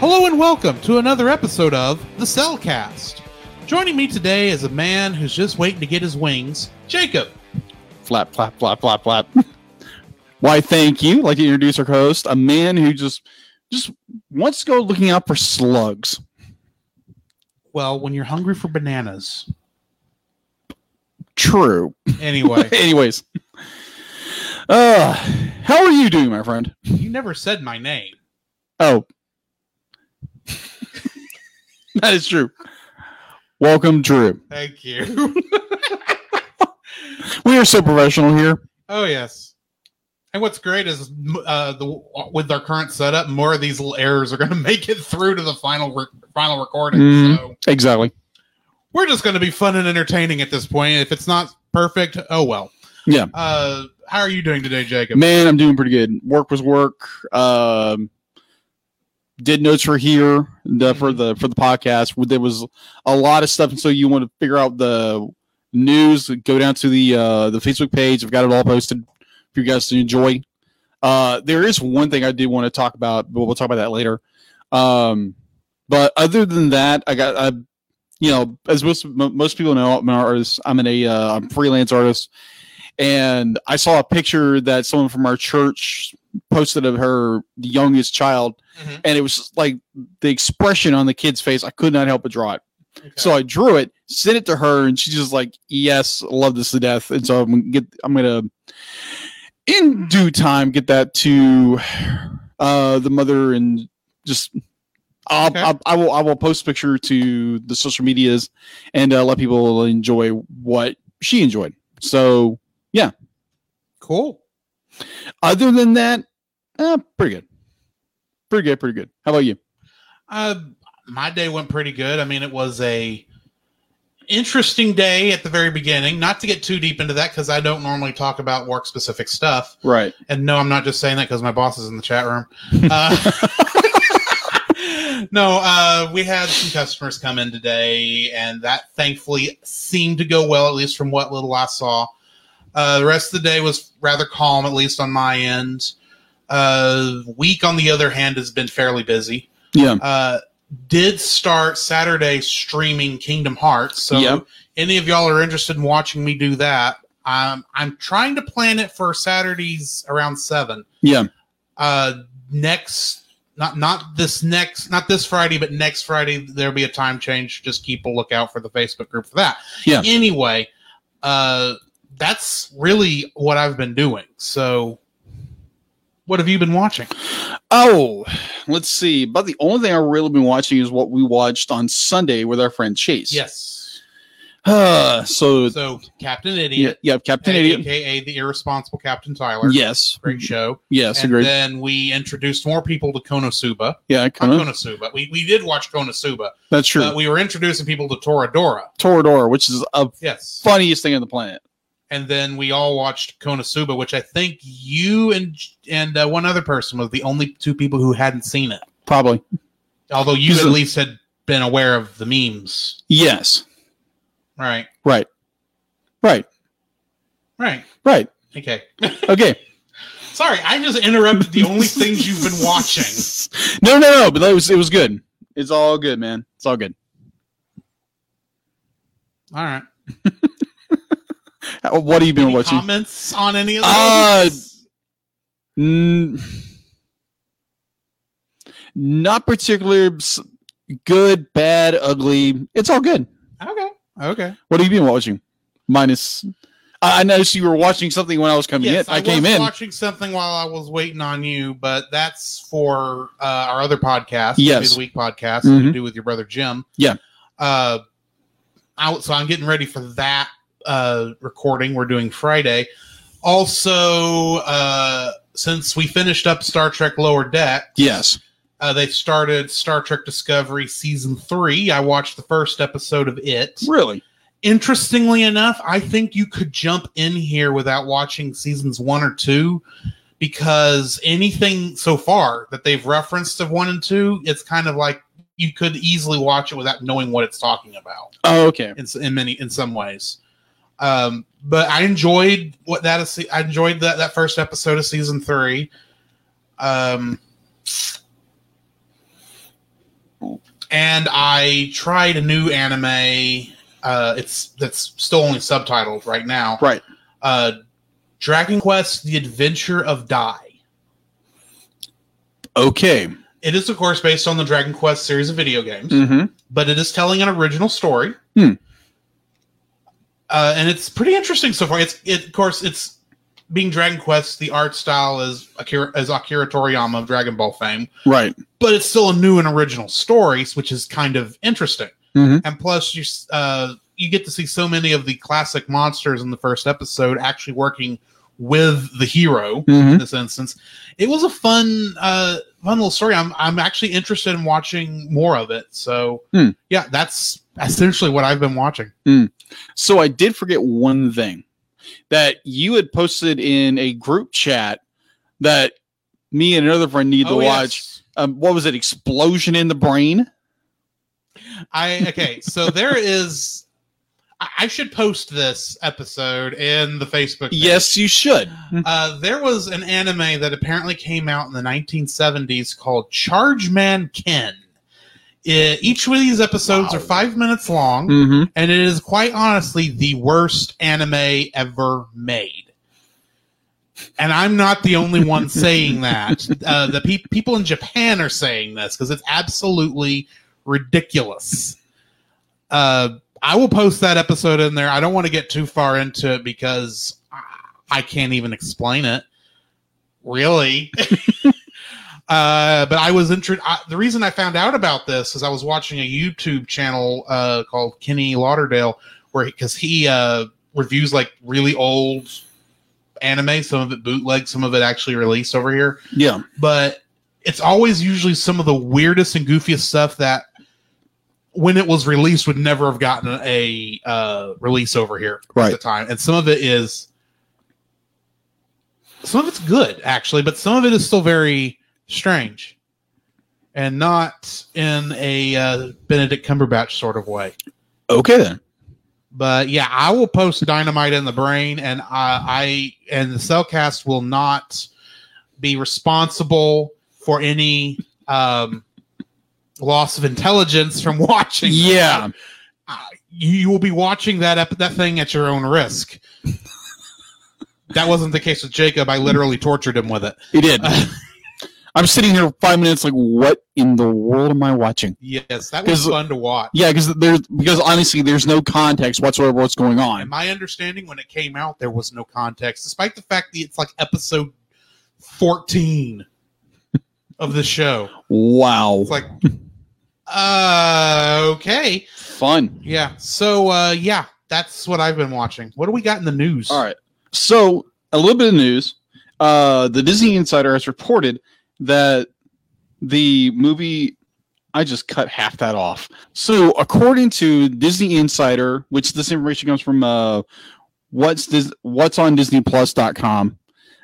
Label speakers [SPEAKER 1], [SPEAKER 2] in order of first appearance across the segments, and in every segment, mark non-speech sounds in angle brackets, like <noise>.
[SPEAKER 1] Hello and welcome to another episode of The Cellcast. Joining me today is a man who's just waiting to get his wings, Jacob.
[SPEAKER 2] flap, flap, flap, flap, flap. <laughs> Why, thank you. Like to introduce our host, a man who just just wants to go looking out for slugs.
[SPEAKER 1] Well, when you're hungry for bananas.
[SPEAKER 2] True.
[SPEAKER 1] <laughs> Anyway,
[SPEAKER 2] <laughs> Anyways, uh, how are you doing, my friend?
[SPEAKER 1] you never said my name.
[SPEAKER 2] Oh, <laughs> that is true. Welcome, Drew.
[SPEAKER 1] Thank you. <laughs>
[SPEAKER 2] We are so professional here.
[SPEAKER 1] oh, yes. And what's great is uh, the, with our current setup, more of these little errors are going to <laughs> make it through to the final re- final recording.
[SPEAKER 2] Mm.
[SPEAKER 1] So
[SPEAKER 2] Exactly.
[SPEAKER 1] we're just going to be fun and entertaining at this point. If it's not perfect, oh well.
[SPEAKER 2] Yeah.
[SPEAKER 1] Uh, how are you doing today, Jacob?
[SPEAKER 2] Man, I'm doing pretty good. Work was work. Um, did notes for here the, for the for the podcast. There was a lot of stuff, and so you want to figure out the news. Go down to the uh, the Facebook page. I've got it all posted for you guys to enjoy. Uh, there is one thing I do want to talk about, but we'll talk about that later. Um, but other than that, I got I, you know, as most mo- most people know, I'm an artist. I'm in a uh, I'm a freelance artist and I saw a picture that someone from our church posted of her youngest child,
[SPEAKER 1] Mhm.
[SPEAKER 2] and it was just like the expression on the kid's face. I could not help but draw it,
[SPEAKER 1] Okay.
[SPEAKER 2] so I drew it, sent it to her, and she's just like, "Yes, love this to death." And so I'm gonna get, I'm gonna, in due time, get that to uh, the mother and just. I'll,
[SPEAKER 1] Okay.
[SPEAKER 2] I'll, I will. I will post a picture to the social medias, and uh, let people enjoy what she enjoyed. So
[SPEAKER 1] cool.
[SPEAKER 2] other than that, uh, pretty good. Pretty good, pretty good. How about you?
[SPEAKER 1] Uh, my day went pretty good. I mean, it was a interesting day at the very beginning. Not to get too deep into that because I don't normally talk about work specific stuff.
[SPEAKER 2] Right.
[SPEAKER 1] And no, I'm not just saying that because my boss is in the chat room. <laughs> Uh, no, uh, we had some customers come in today, and that thankfully seemed to go well, at least from what little I saw. Uh, the rest of the day was rather calm, at least on my end. Uh, week, on the other hand, has been fairly busy
[SPEAKER 2] Yeah.
[SPEAKER 1] uh, did start Saturday streaming Kingdom Hearts. So
[SPEAKER 2] Yep.
[SPEAKER 1] any of y'all are interested in watching me do that, um, I'm trying to plan it for Saturdays around seven.
[SPEAKER 2] Yeah.
[SPEAKER 1] Uh, next, not not this next, not this Friday, but next Friday there'll be a time change. Just keep a lookout for the Facebook group for that.
[SPEAKER 2] Yeah.
[SPEAKER 1] Anyway, uh, that's really what I've been doing. So, what have you been watching?
[SPEAKER 2] Oh, let's see. But the only thing I've really been watching is what we watched on Sunday with our friend Chase.
[SPEAKER 1] Yes.
[SPEAKER 2] Uh, <sighs> so,
[SPEAKER 1] So, Captain
[SPEAKER 2] yeah,
[SPEAKER 1] Idiot.
[SPEAKER 2] yeah, Captain Idiot.
[SPEAKER 1] aka the irresponsible Captain Tyler.
[SPEAKER 2] Yes.
[SPEAKER 1] Great show.
[SPEAKER 2] Yes,
[SPEAKER 1] and
[SPEAKER 2] agreed.
[SPEAKER 1] then we introduced more people to Konosuba.
[SPEAKER 2] yeah,
[SPEAKER 1] Not
[SPEAKER 2] kind of.
[SPEAKER 1] Konosuba. We, we did watch Konosuba.
[SPEAKER 2] That's true.
[SPEAKER 1] But we were introducing people to Toradora.
[SPEAKER 2] Toradora, which is the
[SPEAKER 1] Yes.
[SPEAKER 2] funniest thing on the planet.
[SPEAKER 1] And then we all watched Konosuba, which I think you and and uh, one other person was the only two people who hadn't seen it.
[SPEAKER 2] Probably.
[SPEAKER 1] Although you
[SPEAKER 2] He's
[SPEAKER 1] at
[SPEAKER 2] a-
[SPEAKER 1] least had been aware of the memes.
[SPEAKER 2] Yes.
[SPEAKER 1] Right.
[SPEAKER 2] Right. Right.
[SPEAKER 1] Right.
[SPEAKER 2] Right.
[SPEAKER 1] Okay.
[SPEAKER 2] Okay.
[SPEAKER 1] Sorry, I just interrupted the only things you've been watching.
[SPEAKER 2] <laughs> No, no, no. But that was, it was good. It's all good, man. It's all good.
[SPEAKER 1] All right.
[SPEAKER 2] How- Uh, What have you been
[SPEAKER 1] Any
[SPEAKER 2] watching?
[SPEAKER 1] comments on any of
[SPEAKER 2] Uh,
[SPEAKER 1] those?
[SPEAKER 2] Mm, not particularly s- good, bad, ugly. It's all good.
[SPEAKER 1] Okay. Okay.
[SPEAKER 2] What have you been watching? Minus, I I noticed you were watching something when I was coming
[SPEAKER 1] Yes,
[SPEAKER 2] in. I, came
[SPEAKER 1] was
[SPEAKER 2] in.
[SPEAKER 1] watching something while I was waiting on you, but that's for uh, our other podcast,
[SPEAKER 2] Yes.
[SPEAKER 1] Movie of the Week podcast that you
[SPEAKER 2] Mhm.
[SPEAKER 1] do with your brother Jim.
[SPEAKER 2] Yeah.
[SPEAKER 1] Uh, I, so I'm getting ready for that uh, recording we're doing Friday. Also, uh, since we finished up Star Trek Lower Deck,
[SPEAKER 2] Yes.
[SPEAKER 1] uh, they've started Star Trek Discovery season three. I watched the first episode of it.
[SPEAKER 2] Really?
[SPEAKER 1] Interestingly enough, I think you could jump in here without watching seasons one or two because anything so far that they've referenced of one and two, it's kind of like you could easily watch it without knowing what it's talking about
[SPEAKER 2] Oh, okay.
[SPEAKER 1] in, s- in many in some ways. Um, but I enjoyed what that is. I enjoyed that that first episode of season three. Um, and I tried a new anime. Uh, it's that's still only subtitled right now.
[SPEAKER 2] Right.
[SPEAKER 1] Uh, Dragon Quest: The Adventure of Dai.
[SPEAKER 2] Okay.
[SPEAKER 1] It is, of course, based on the Dragon Quest series of video games.
[SPEAKER 2] Mm-hmm.
[SPEAKER 1] but it is telling an original story.
[SPEAKER 2] Hmm.
[SPEAKER 1] Uh, and it's pretty interesting so far. It's it, of course it's being Dragon Quest. The art style is Akira as Akira Toriyama of Dragon Ball fame,
[SPEAKER 2] Right.
[SPEAKER 1] but it's still a new and original story, which is kind of interesting.
[SPEAKER 2] Mhm.
[SPEAKER 1] And plus, you s- uh, you get to see so many of the classic monsters in the first episode actually working with the hero
[SPEAKER 2] Mm-hmm.
[SPEAKER 1] in this instance. It was a fun, uh, fun little story. I'm, I'm actually interested in watching more of it. So
[SPEAKER 2] Hmm.
[SPEAKER 1] yeah, that's essentially what I've been watching.
[SPEAKER 2] So I did forget one thing that you had posted in a group chat that me and another friend need
[SPEAKER 1] Oh,
[SPEAKER 2] to watch. Um, what was it? Explosion in the brain.
[SPEAKER 1] I okay. So there <laughs> is. I I should post this episode in the Facebook. page.
[SPEAKER 2] Yes, you should.
[SPEAKER 1] Uh, there was an anime that apparently came out in the 1970s called Charge Man Ken. It, each of these episodes
[SPEAKER 2] Wow.
[SPEAKER 1] are five minutes long.
[SPEAKER 2] Mm-hmm.
[SPEAKER 1] and it is quite honestly the worst anime ever made. And I'm not the only one saying that. Uh, the pe- people in Japan are saying this because it's absolutely ridiculous. Uh, I will post that episode in there. I don't want to get too far into it because I- I can't even explain it. Really. Uh, but I was intro. I, the reason I found out about this is I was watching a YouTube channel uh, called Kenny Lauderdale, where because he, uh, reviews like really old anime, some of it bootleg, some of it actually released over here.
[SPEAKER 2] Yeah.
[SPEAKER 1] But it's always usually some of the weirdest and goofiest stuff that, when it was released, would never have gotten a uh, release over here at
[SPEAKER 2] Right.
[SPEAKER 1] the time. And some of it is, some of it's good actually, but some of it is still very strange and not in a uh, benedict cumberbatch sort of way
[SPEAKER 2] Okay then.
[SPEAKER 1] but yeah i will post dynamite in the brain and i, I and the cellcast will not be responsible for any um, loss of intelligence from <laughs> watching Uh,
[SPEAKER 2] Yeah.
[SPEAKER 1] you, you will be watching that ep- that thing at your own risk that wasn't the case with jacob i literally tortured him with it
[SPEAKER 2] He <laughs> did. I'm sitting here five minutes like, what in the world am I watching?
[SPEAKER 1] yes that was
[SPEAKER 2] 'Cause-
[SPEAKER 1] fun to watch
[SPEAKER 2] Yeah, because there's because honestly, there's no context whatsoever what's going
[SPEAKER 1] And
[SPEAKER 2] on.
[SPEAKER 1] my understanding when it came out, there was no context, despite the fact that it's like episode
[SPEAKER 2] <laughs>
[SPEAKER 1] 14 of the show.
[SPEAKER 2] Wow,
[SPEAKER 1] It's like, uh, okay.
[SPEAKER 2] fun.
[SPEAKER 1] Yeah. So, uh, yeah, that's what I've been watching. What do we got in the news?
[SPEAKER 2] All right, so a little bit of news. Uh, the Disney Insider has reported that the movie. I just cut half that off. So, according to Disney Insider, which this information comes from, uh, what's this? What's on DisneyPlus.com?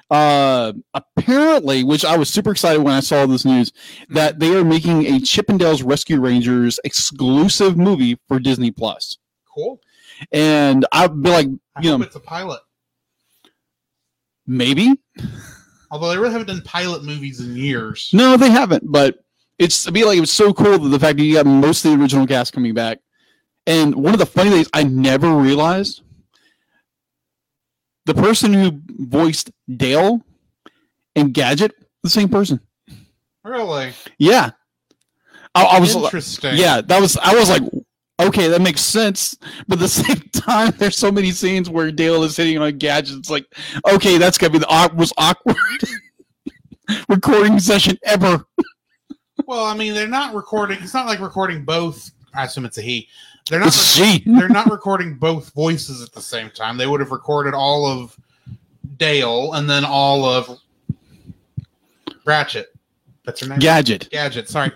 [SPEAKER 2] Uh, apparently, which I was super excited when I saw this news, that they are making a Chippendales Rescue Rangers exclusive movie for Disney Plus.
[SPEAKER 1] Cool.
[SPEAKER 2] And I'd be like,
[SPEAKER 1] I
[SPEAKER 2] Yeah.
[SPEAKER 1] hope it's a pilot.
[SPEAKER 2] maybe?
[SPEAKER 1] Although they really haven't done pilot movies in years.
[SPEAKER 2] No, they haven't. But it's I mean, like it was so cool that the fact that you got most of the original cast coming back. And one of the funny things I never realized, the person who voiced Dale and Gadget, the same person.
[SPEAKER 1] Really?
[SPEAKER 2] Yeah, I, I was.
[SPEAKER 1] Interesting.
[SPEAKER 2] Yeah, that was. I was like, okay, that makes sense. But at the <laughs> same time, there's so many scenes where Dale is hitting on gadgets. It's like, okay, that's gonna be the awk- most awkward <laughs> recording session ever.
[SPEAKER 1] Well, I mean, they're not recording. It's not like recording both I assume it's a he. They're not.
[SPEAKER 2] It's she.
[SPEAKER 1] they're not recording both voices at the same time. They would have recorded all of Dale and then all of Ratchet. That's her name.
[SPEAKER 2] Gadget.
[SPEAKER 1] Gadget. Sorry,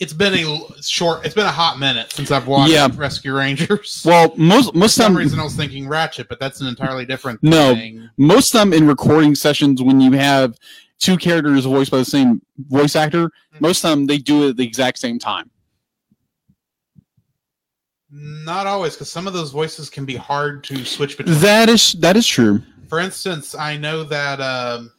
[SPEAKER 1] it's been a l- short. It's been a hot minute since I've watched
[SPEAKER 2] Yeah.
[SPEAKER 1] Rescue Rangers.
[SPEAKER 2] Well, most
[SPEAKER 1] For
[SPEAKER 2] most
[SPEAKER 1] some
[SPEAKER 2] time
[SPEAKER 1] reason, I was thinking Ratchet, but that's an entirely different
[SPEAKER 2] No.
[SPEAKER 1] thing.
[SPEAKER 2] most time in recording sessions when you have two characters voiced by the same voice actor,
[SPEAKER 1] Hmm.
[SPEAKER 2] most time they do it at the exact same time.
[SPEAKER 1] Not always, because some of those voices can be hard to switch between.
[SPEAKER 2] That is that is true.
[SPEAKER 1] For instance, I know that um,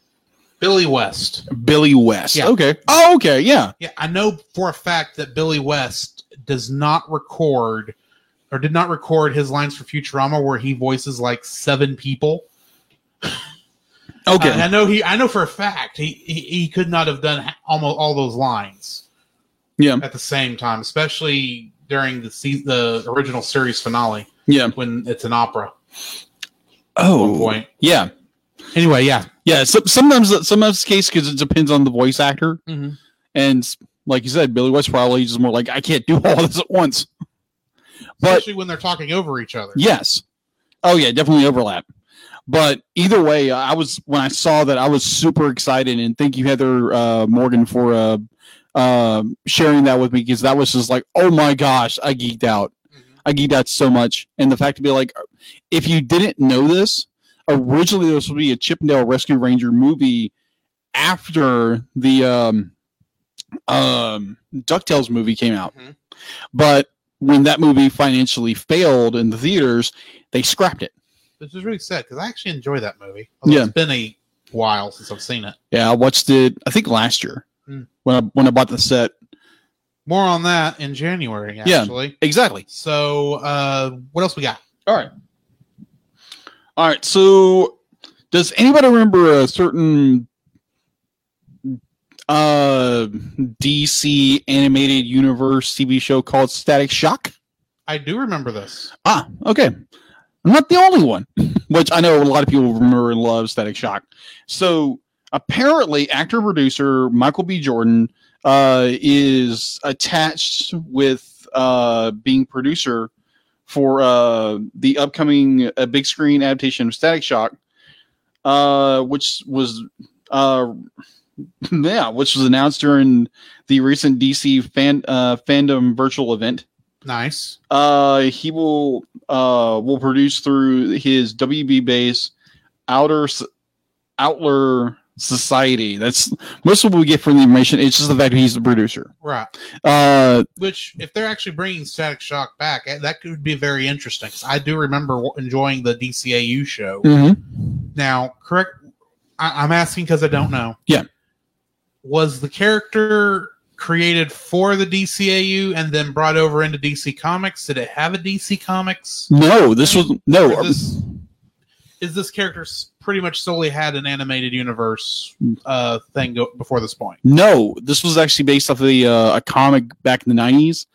[SPEAKER 1] Billy West.
[SPEAKER 2] Billy West.
[SPEAKER 1] Yeah.
[SPEAKER 2] Okay. Oh, okay. Yeah.
[SPEAKER 1] Yeah, I know for a fact that Billy West does not record or did not record his lines for Futurama where he voices like seven people.
[SPEAKER 2] Okay.
[SPEAKER 1] I, I know he I know for a fact he, he he could not have done ha- almost all those lines.
[SPEAKER 2] Yeah.
[SPEAKER 1] At the same time, especially during the se- the original series finale
[SPEAKER 2] yeah.
[SPEAKER 1] when it's an opera.
[SPEAKER 2] Oh.
[SPEAKER 1] point.
[SPEAKER 2] Yeah.
[SPEAKER 1] Anyway, yeah.
[SPEAKER 2] Yeah. So, sometimes sometimes it's the case because it depends on the voice actor, and s- like you said, Billy West probably is more like I can't do all this at once. But
[SPEAKER 1] Especially when they're talking over each other.
[SPEAKER 2] Yes. Oh yeah, definitely overlap. But either way, uh, I was when I saw that I was super excited and thank you Heather uh, Morgan for uh, um sharing that with me because that was just like oh my gosh, I geeked out.
[SPEAKER 1] Mhm.
[SPEAKER 2] I geeked out so much, and the fact to be like, if you didn't know this, originally this would be a Chippendale Rescue Ranger movie after the um, um, Ducktales movie came out,
[SPEAKER 1] Mhm.
[SPEAKER 2] but when that movie financially failed in the theaters, they scrapped it.
[SPEAKER 1] Which is really sad because I actually enjoy that movie. although
[SPEAKER 2] Yeah.
[SPEAKER 1] It's been a while since I've seen it.
[SPEAKER 2] Yeah, I watched it. I think last year
[SPEAKER 1] Mm.
[SPEAKER 2] when I when I bought the set.
[SPEAKER 1] More on that in January,
[SPEAKER 2] Yeah.
[SPEAKER 1] actually.
[SPEAKER 2] Exactly.
[SPEAKER 1] So, uh, what else we got?
[SPEAKER 2] All right. All right. So, does anybody remember a certain uh DC animated universe TV show called Static Shock?
[SPEAKER 1] I do remember this.
[SPEAKER 2] Ah, okay. I'm not the only one, <laughs> which I know a lot of people remember and love Static Shock. So apparently, actor producer Michael B. Jordan uh, is attached with uh, being producer for uh, the upcoming uh, big screen adaptation of Static Shock, uh, which was. Uh, <laughs> yeah, which was announced during the recent DC fan uh, fandom virtual event.
[SPEAKER 1] Nice.
[SPEAKER 2] Uh, he will uh will produce through his WB base outer S- outler society. That's most of what we get from the information. It's just the fact that he's the producer.
[SPEAKER 1] Right.
[SPEAKER 2] Uh,
[SPEAKER 1] Which, if they're actually bringing Static Shock back, eh, that could be very interesting. 'cause I do remember w- enjoying the DCAU show.
[SPEAKER 2] Hmm.
[SPEAKER 1] Now, correct. I- I'm asking because I don't know.
[SPEAKER 2] Yeah.
[SPEAKER 1] Was the character created for the DCAU and then brought over into DC Comics? Did it have a DC Comics?
[SPEAKER 2] no, this was
[SPEAKER 1] Or
[SPEAKER 2] no.
[SPEAKER 1] is this, is this character s- pretty much solely had an animated universe uh, thing go- before this point?
[SPEAKER 2] No, this was actually based off of the uh, a comic back in the nineties.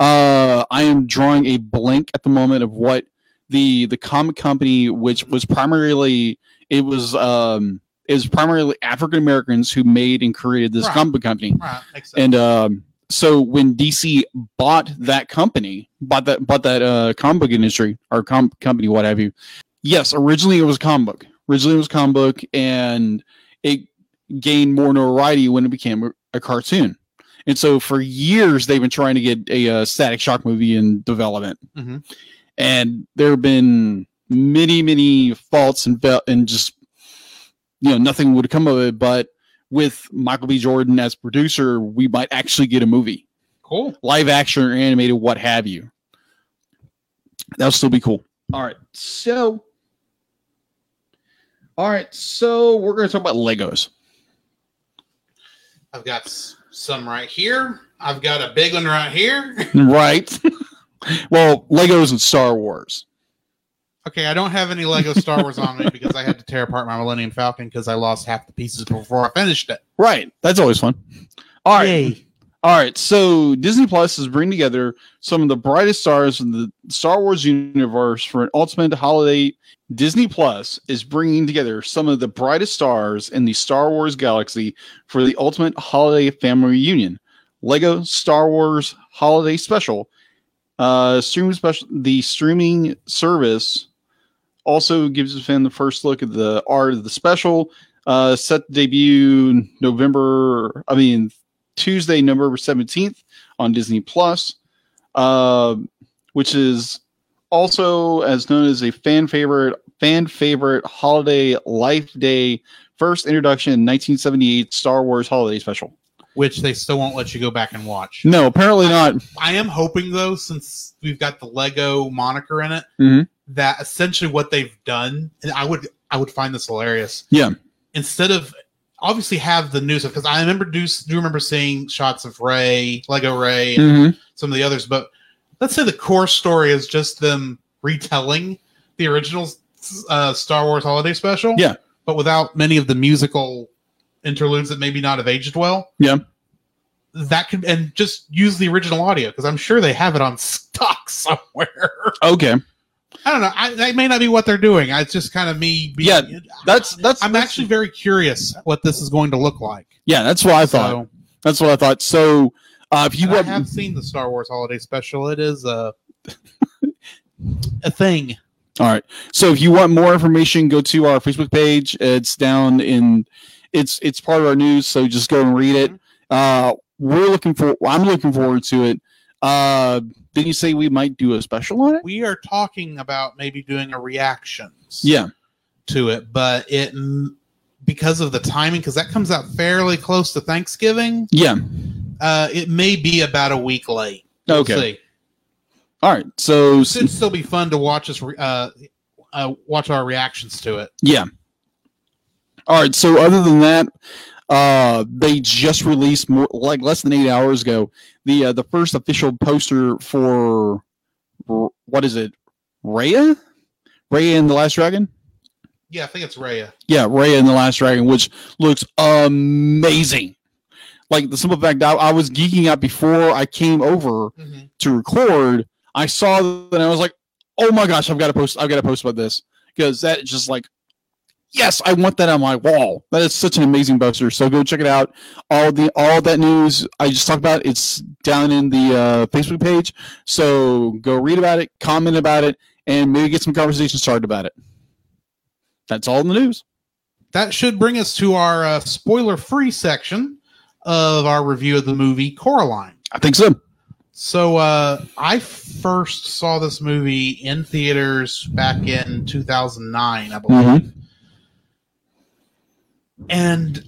[SPEAKER 2] Uh, I am drawing a blank at the moment of what the the comic company, which was primarily it was um it was primarily African Americans who made and created this
[SPEAKER 1] Right.
[SPEAKER 2] comic company,
[SPEAKER 1] Right, makes sense.
[SPEAKER 2] and um, so when DC bought that company, bought that bought that uh, comic book industry or com- company, what have you. Yes, originally it was a comic book. Originally it was a comic book, and it gained more notoriety when it became a, a cartoon. And so for years they've been trying to get a, uh Static Shock movie in development,
[SPEAKER 1] Mhm.
[SPEAKER 2] and there have been many, many faults and fel- and just you know nothing would come of it. But with Michael B. Jordan as producer, we might actually get a movie,
[SPEAKER 1] cool.
[SPEAKER 2] live action or animated, what have you. That'll still be cool. All right, so. All right, so we're going to talk about Legos.
[SPEAKER 1] I've got s- some right here. I've got a big one right here. <laughs>
[SPEAKER 2] Right. <laughs> well, Legos and Star Wars.
[SPEAKER 1] Okay, I don't have any Lego Star Wars on me because I had to tear apart my Millennium Falcon because I lost half the pieces before I finished it.
[SPEAKER 2] Right. That's always fun. All right. All right. So Disney Plus is bringing together some of the brightest stars in the Star Wars universe for an ultimate holiday. Disney Plus is bringing together some of the brightest stars in the Star Wars galaxy for the ultimate holiday family reunion. Lego Star Wars Holiday Special Uh, streaming special, the streaming service also gives the fan the first look at the art of the special. Uh, set to debut November, I mean Tuesday, November seventeenth on Disney Plus, uh, which is also as known as a fan favorite, fan favorite holiday life day first introduction in 1978 Star Wars holiday special.
[SPEAKER 1] which they still won't let you go back and watch.
[SPEAKER 2] No, apparently not.
[SPEAKER 1] I am hoping though, since we've got the Lego moniker in it,
[SPEAKER 2] Mhm.
[SPEAKER 1] that essentially what they've done, and I would I would find this hilarious.
[SPEAKER 2] Yeah.
[SPEAKER 1] Instead of obviously have the news because I remember do do remember seeing shots of Ray, Lego Ray, and
[SPEAKER 2] Mhm.
[SPEAKER 1] some of the others, but let's say the core story is just them retelling the original uh, Star Wars Holiday Special.
[SPEAKER 2] Yeah.
[SPEAKER 1] but without many of the musical interludes that maybe not have aged well.
[SPEAKER 2] Yeah.
[SPEAKER 1] That could and just use the original audio because I'm sure they have it on stock <laughs> somewhere.
[SPEAKER 2] Okay,
[SPEAKER 1] I don't know. I, that may not be what they're doing. I, it's just kind of me. Being,
[SPEAKER 2] Yeah, that's that's
[SPEAKER 1] I'm actually very curious what this is going to look like.
[SPEAKER 2] yeah, that's what I thought.
[SPEAKER 1] So,
[SPEAKER 2] That's what I thought. So uh, if you
[SPEAKER 1] and I
[SPEAKER 2] want,
[SPEAKER 1] have seen the Star Wars Holiday Special. It is a a thing.
[SPEAKER 2] all right. So if you want more information, go to our Facebook page. It's down in, it's it's part of our news. So just go and read it. Uh, we're looking for. I'm looking forward to it. Uh, did you say we might do a special on it?
[SPEAKER 1] we are talking about maybe doing a reactions
[SPEAKER 2] Yeah.
[SPEAKER 1] to it but it m- because of the timing because that comes out fairly close to thanksgiving
[SPEAKER 2] Yeah.
[SPEAKER 1] uh it may be about a week late We'll
[SPEAKER 2] Okay.
[SPEAKER 1] see.
[SPEAKER 2] All right. So
[SPEAKER 1] So it'd still be fun to watch us re- uh, uh watch our reactions to it
[SPEAKER 2] Yeah. All right. So other than that, uh, they just released more like less than eight hours ago the uh, the first official poster for R- what is it? Raya, Raya and the Last Dragon.
[SPEAKER 1] yeah i think it's raya
[SPEAKER 2] Yeah, Raya and the Last Dragon, which looks amazing. Like the simple fact, I, I was geeking out before I came over
[SPEAKER 1] Mhm.
[SPEAKER 2] to record, I saw that and I was like, oh my gosh, I've got to post, I've got to post about this because that is just like, yes, I want that on my wall. That is such an amazing poster. So go check it out. All the all that news I just talked about, it's down in the uh, Facebook page. So go read about it, comment about it, and maybe get some conversation started about it. That's all in the news.
[SPEAKER 1] that should bring us to our uh, spoiler free section of our review of the movie coraline
[SPEAKER 2] I think so.
[SPEAKER 1] So uh, I first saw this movie in theaters back in 2009, I believe,
[SPEAKER 2] Mm-hmm.
[SPEAKER 1] and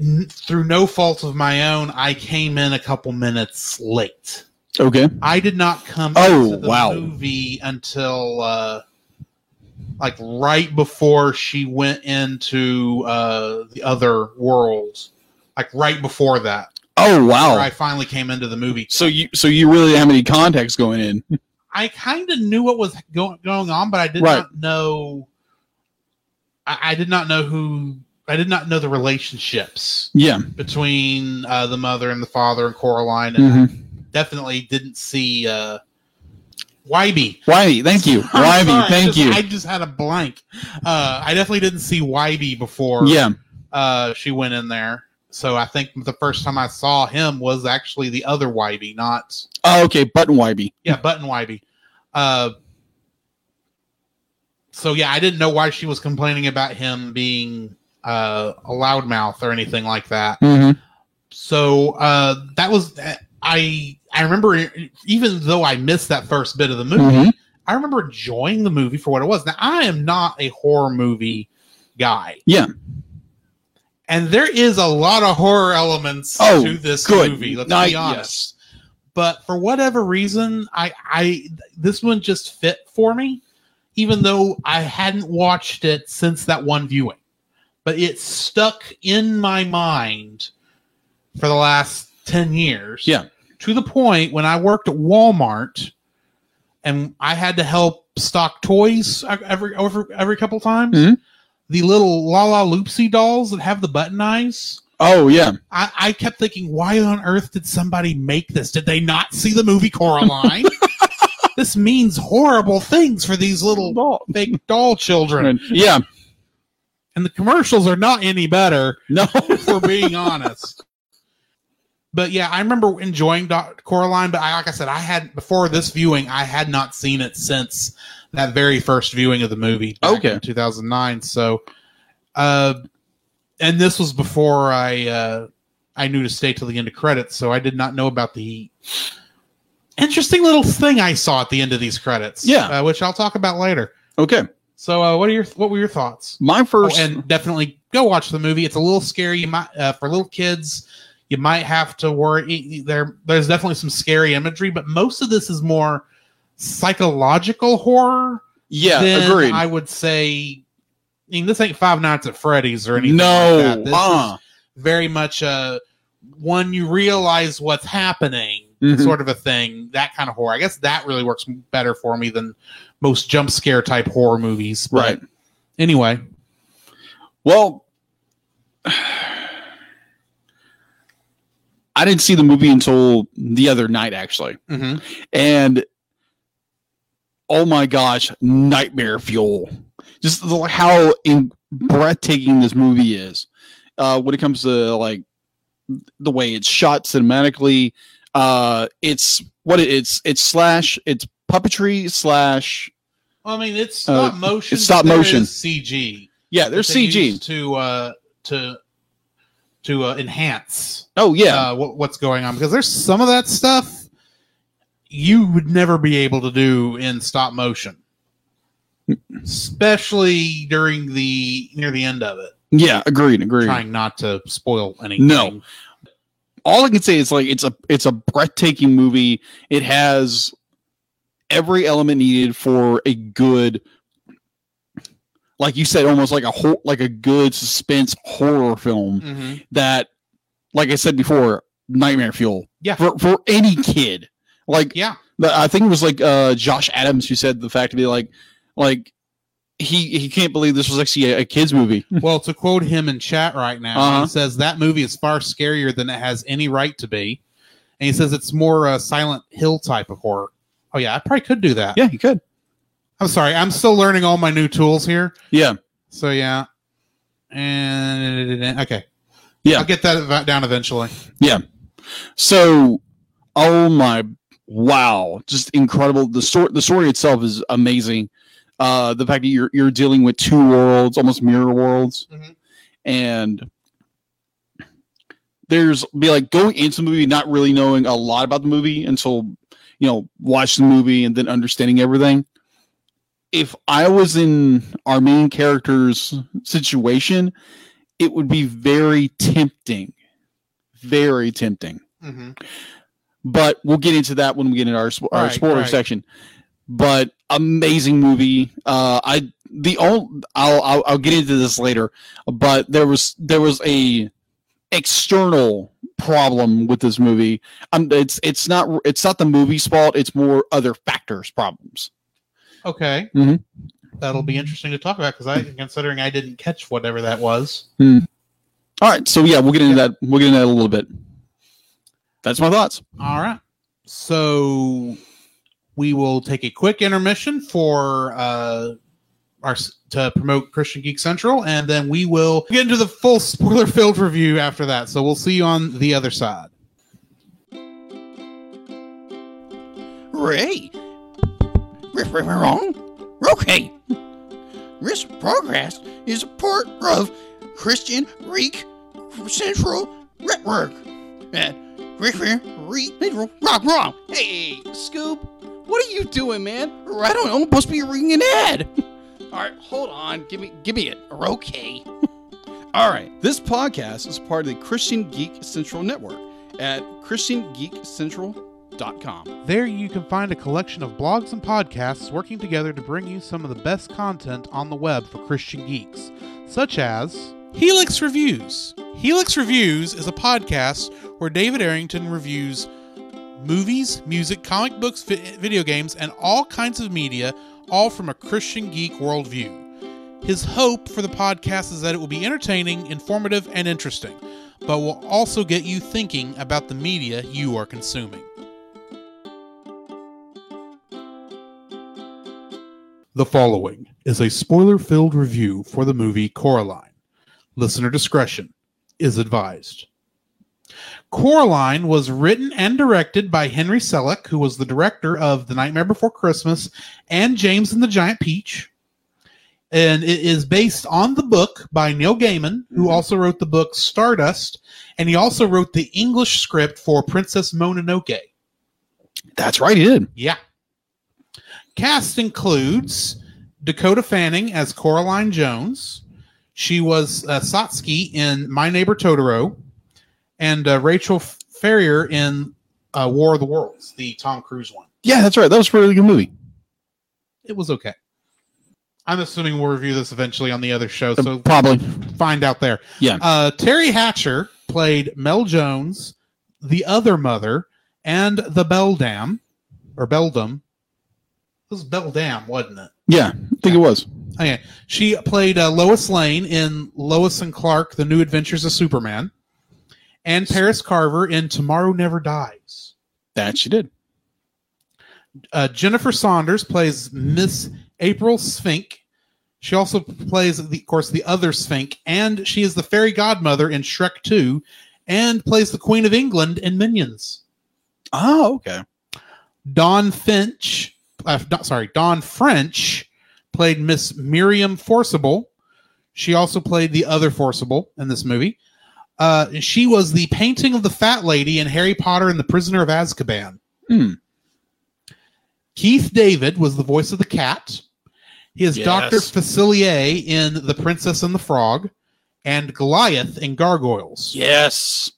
[SPEAKER 1] n- through no fault of my own, I came in a couple minutes late.
[SPEAKER 2] Okay.
[SPEAKER 1] I did not come
[SPEAKER 2] Oh,
[SPEAKER 1] into the
[SPEAKER 2] wow.
[SPEAKER 1] movie until uh, like right before she went into uh, the other world, like right before that,
[SPEAKER 2] Oh
[SPEAKER 1] where I
[SPEAKER 2] wow.
[SPEAKER 1] finally came into the movie.
[SPEAKER 2] So you so you really didn't have any contacts going in.
[SPEAKER 1] I kind of knew what was go- going on, but I did
[SPEAKER 2] Right.
[SPEAKER 1] not know. I, I did not know who. I did not know the relationships
[SPEAKER 2] Yeah.
[SPEAKER 1] between uh, the mother and the father and Coraline, and
[SPEAKER 2] Mhm.
[SPEAKER 1] I definitely didn't see uh, Wybie.
[SPEAKER 2] Wybie, thank
[SPEAKER 1] <laughs>
[SPEAKER 2] you.
[SPEAKER 1] I'm sorry,
[SPEAKER 2] Wybie,
[SPEAKER 1] I
[SPEAKER 2] thank
[SPEAKER 1] just-
[SPEAKER 2] you.
[SPEAKER 1] I just had a blank. Uh, I definitely didn't see Wybie before
[SPEAKER 2] yeah.
[SPEAKER 1] uh, she went in there. So I think the first time I saw him was actually the other Wybie, not
[SPEAKER 2] Oh, okay. Button Wybie.
[SPEAKER 1] Yeah, Button Wybie. Uh, so yeah, I didn't know why she was complaining about him being uh, a loudmouth or anything like that.
[SPEAKER 2] Mm-hmm.
[SPEAKER 1] So uh, that was I. I remember, even though I missed that first bit of the movie,
[SPEAKER 2] Mhm.
[SPEAKER 1] I remember enjoying the movie for what it was. Now I am not a horror movie guy.
[SPEAKER 2] Yeah.
[SPEAKER 1] And there is a lot of horror elements
[SPEAKER 2] Oh,
[SPEAKER 1] to this
[SPEAKER 2] good
[SPEAKER 1] movie. Let's
[SPEAKER 2] night,
[SPEAKER 1] be honest. But for whatever reason, I, I this one just fit for me, even though I hadn't watched it since that one viewing. But it stuck in my mind for the last ten years
[SPEAKER 2] Yeah.
[SPEAKER 1] to the point when I worked at Walmart and I had to help stock toys e-, every every, every couple times.
[SPEAKER 2] Mhm.
[SPEAKER 1] The little La La Loopsy dolls that have the button eyes.
[SPEAKER 2] Oh yeah.
[SPEAKER 1] I, I kept thinking, why on earth did somebody make this? Did they not see the movie Coraline? this means horrible things for these
[SPEAKER 2] <laughs>
[SPEAKER 1] little fake doll children.
[SPEAKER 2] Yeah.
[SPEAKER 1] And the commercials are not any better,
[SPEAKER 2] No. <laughs>
[SPEAKER 1] if we're being honest. But yeah, I remember enjoying Doc Coraline, but I, like I said, I had before this viewing, I had not seen it since that very first viewing of the movie. back
[SPEAKER 2] Okay.
[SPEAKER 1] in 2009. So, uh, and this was before I uh, I knew to stay till the end of credits, so I did not know about the interesting little thing I saw at the end of these credits.
[SPEAKER 2] Yeah.
[SPEAKER 1] uh, which I'll talk about later.
[SPEAKER 2] Okay.
[SPEAKER 1] So, uh, what are your what were your thoughts?
[SPEAKER 2] My first.
[SPEAKER 1] Oh, and definitely go watch the movie. It's a little scary. You might uh, for little kids, you might have to worry. There, there's definitely some scary imagery, but most of this is more psychological horror.
[SPEAKER 2] yeah,
[SPEAKER 1] than
[SPEAKER 2] agreed.
[SPEAKER 1] I would say. I mean, this ain't Five Nights at Freddy's or anything. like
[SPEAKER 2] no.
[SPEAKER 1] that. This
[SPEAKER 2] uh,
[SPEAKER 1] is very much a when you realize what's happening.
[SPEAKER 2] Mhm.
[SPEAKER 1] Sort of a thing, that kind of horror. I guess that really works better for me than most jump scare type horror movies. But
[SPEAKER 2] right.
[SPEAKER 1] Anyway,
[SPEAKER 2] Well, <sighs> I didn't see the movie until the other night, actually.
[SPEAKER 1] hmm
[SPEAKER 2] and oh my gosh, nightmare fuel. Just the, how in, breathtaking this movie is uh, when it comes to like the way it's shot cinematically. Uh, it's what it, it's it's slash it's puppetry slash
[SPEAKER 1] Well, I mean, it's
[SPEAKER 2] Uh,
[SPEAKER 1] stop motion.
[SPEAKER 2] it's stop
[SPEAKER 1] but there
[SPEAKER 2] motion.
[SPEAKER 1] is CG.
[SPEAKER 2] yeah. There's
[SPEAKER 1] that they
[SPEAKER 2] CG.
[SPEAKER 1] use to uh, to to uh, enhance
[SPEAKER 2] Oh yeah,
[SPEAKER 1] uh, what, what's going on because there's some of that stuff you would never be able to do in stop motion, especially during the near the end of it.
[SPEAKER 2] yeah. Agreed. Agreed.
[SPEAKER 1] Trying not to spoil anything.
[SPEAKER 2] No. all I can say is like it's a it's a breathtaking movie. It has every element needed for a good like you said almost like a whole like a good suspense horror film
[SPEAKER 1] Mhm.
[SPEAKER 2] that like I said before nightmare fuel
[SPEAKER 1] Yeah.
[SPEAKER 2] for for any kid like
[SPEAKER 1] Yeah.
[SPEAKER 2] the- I think it was like uh Josh Adams who said the fact to be like like he he can't believe this was actually a, a kids movie
[SPEAKER 1] Well, to quote him in chat right now,
[SPEAKER 2] Uh-huh.
[SPEAKER 1] he says that movie is far scarier than it has any right to be, and he says it's more uh, Silent Hill type of horror. Oh yeah, I probably could do that.
[SPEAKER 2] yeah he could
[SPEAKER 1] I'm sorry, I'm still learning all my new tools here.
[SPEAKER 2] yeah
[SPEAKER 1] So yeah, and okay,
[SPEAKER 2] Yeah.
[SPEAKER 1] I'll get that va- down eventually.
[SPEAKER 2] So, oh my wow, just incredible. The story, the story itself is amazing. Uh, the fact that you're you're dealing with two worlds, almost mirror worlds,
[SPEAKER 1] Mhm.
[SPEAKER 2] and there's be like going into the movie not really knowing a lot about the movie until you know watch the movie and then understanding everything. If I was in our main character's situation, it would be very tempting, very tempting
[SPEAKER 1] Mm-hmm.
[SPEAKER 2] but we'll get into that when we get into our, spo- our
[SPEAKER 1] Right,
[SPEAKER 2] spoiler
[SPEAKER 1] right.
[SPEAKER 2] section. But amazing movie. Uh, I the old I'll, I'll I'll get into this later, but there was there was a external problem with this movie. Um, it's it's not it's not the movie's fault. It's more other factors problems.
[SPEAKER 1] Okay,
[SPEAKER 2] Mhm.
[SPEAKER 1] that'll be interesting to talk about because I, considering I didn't catch whatever that was.
[SPEAKER 2] All right, so yeah, we'll get into that. We'll get into that in a little bit. That's my thoughts.
[SPEAKER 1] All right. So we will take a quick intermission for uh, our to promote Christian Geek Central, and then we will get into the full spoiler filled review after that. So we'll see you on the other side.
[SPEAKER 3] Ray? Riff riff wrong? Okay. Risk Progress is a part of Christian Reek Central Network. At Rick Reek Central Rock Wrong. Hey, Scoop, what are you doing, man? Or I don't know, I'm supposed to be reading an ad. <laughs> Alright, hold on. Give me give me it. Or Okay. <laughs>
[SPEAKER 4] All right. This podcast is part of the Christian Geek Central Network at ChristianGeekCentral.com.
[SPEAKER 1] There you can find a collection of blogs and podcasts working together to bring you some of the best content on the web for Christian geeks, such as Helix Reviews. Helix Reviews is a podcast where David Arrington reviews movies, music, comic books, vi- video games, and all kinds of media, all from a Christian geek worldview. His hope for the podcast is that it will be entertaining, informative, and interesting, but will also get you thinking about the media you are consuming. The following is a spoiler filled review for the movie Coraline. Listener discretion is advised. Coraline was written and directed by Henry Selleck, who was the director of The Nightmare Before Christmas and James and the Giant Peach. And it is based on the book by Neil Gaiman, who also wrote the book Stardust, and he also wrote the English script for Princess Mononoke.
[SPEAKER 2] That's right, he did.
[SPEAKER 1] Yeah. Cast includes Dakota Fanning as Coraline Jones. She was uh, Satsuki in My Neighbor Totoro, and uh, Rachel Ferrier in uh, War of the Worlds, the Tom Cruise one.
[SPEAKER 2] Yeah, that's right. That was a really good movie.
[SPEAKER 1] It was okay. I'm assuming we'll review this eventually on the other show,
[SPEAKER 2] Uh,
[SPEAKER 1] so
[SPEAKER 2] Probably.
[SPEAKER 1] find out there.
[SPEAKER 2] Yeah.
[SPEAKER 1] Uh, Terry Hatcher played Mel Jones, the other mother, and the Beldam, or Beldam. It was Beldam, wasn't it?
[SPEAKER 2] Yeah, I think it was.
[SPEAKER 1] Okay. She played uh, Lois Lane in Lois and Clark: The New Adventures of Superman, and Paris Carver in Tomorrow Never Dies.
[SPEAKER 2] That she did.
[SPEAKER 1] Uh, Jennifer Saunders plays Miss April Sphinx. She also plays, the, of course, the other Sphinx, and she is the fairy godmother in Shrek 2 and plays the Queen of England in Minions.
[SPEAKER 2] Oh, okay.
[SPEAKER 1] Don Finch, uh, not, sorry, Don French played Miss Miriam Forcible. She also played the other Forcible in this movie. Uh, she was the painting of the fat lady in Harry Potter and the Prisoner of Azkaban.
[SPEAKER 2] Hmm.
[SPEAKER 1] Keith David was the voice of the cat. He is
[SPEAKER 2] Yes.
[SPEAKER 1] Dr. Facilier in The Princess and the Frog and Goliath in Gargoyles.
[SPEAKER 2] Yes.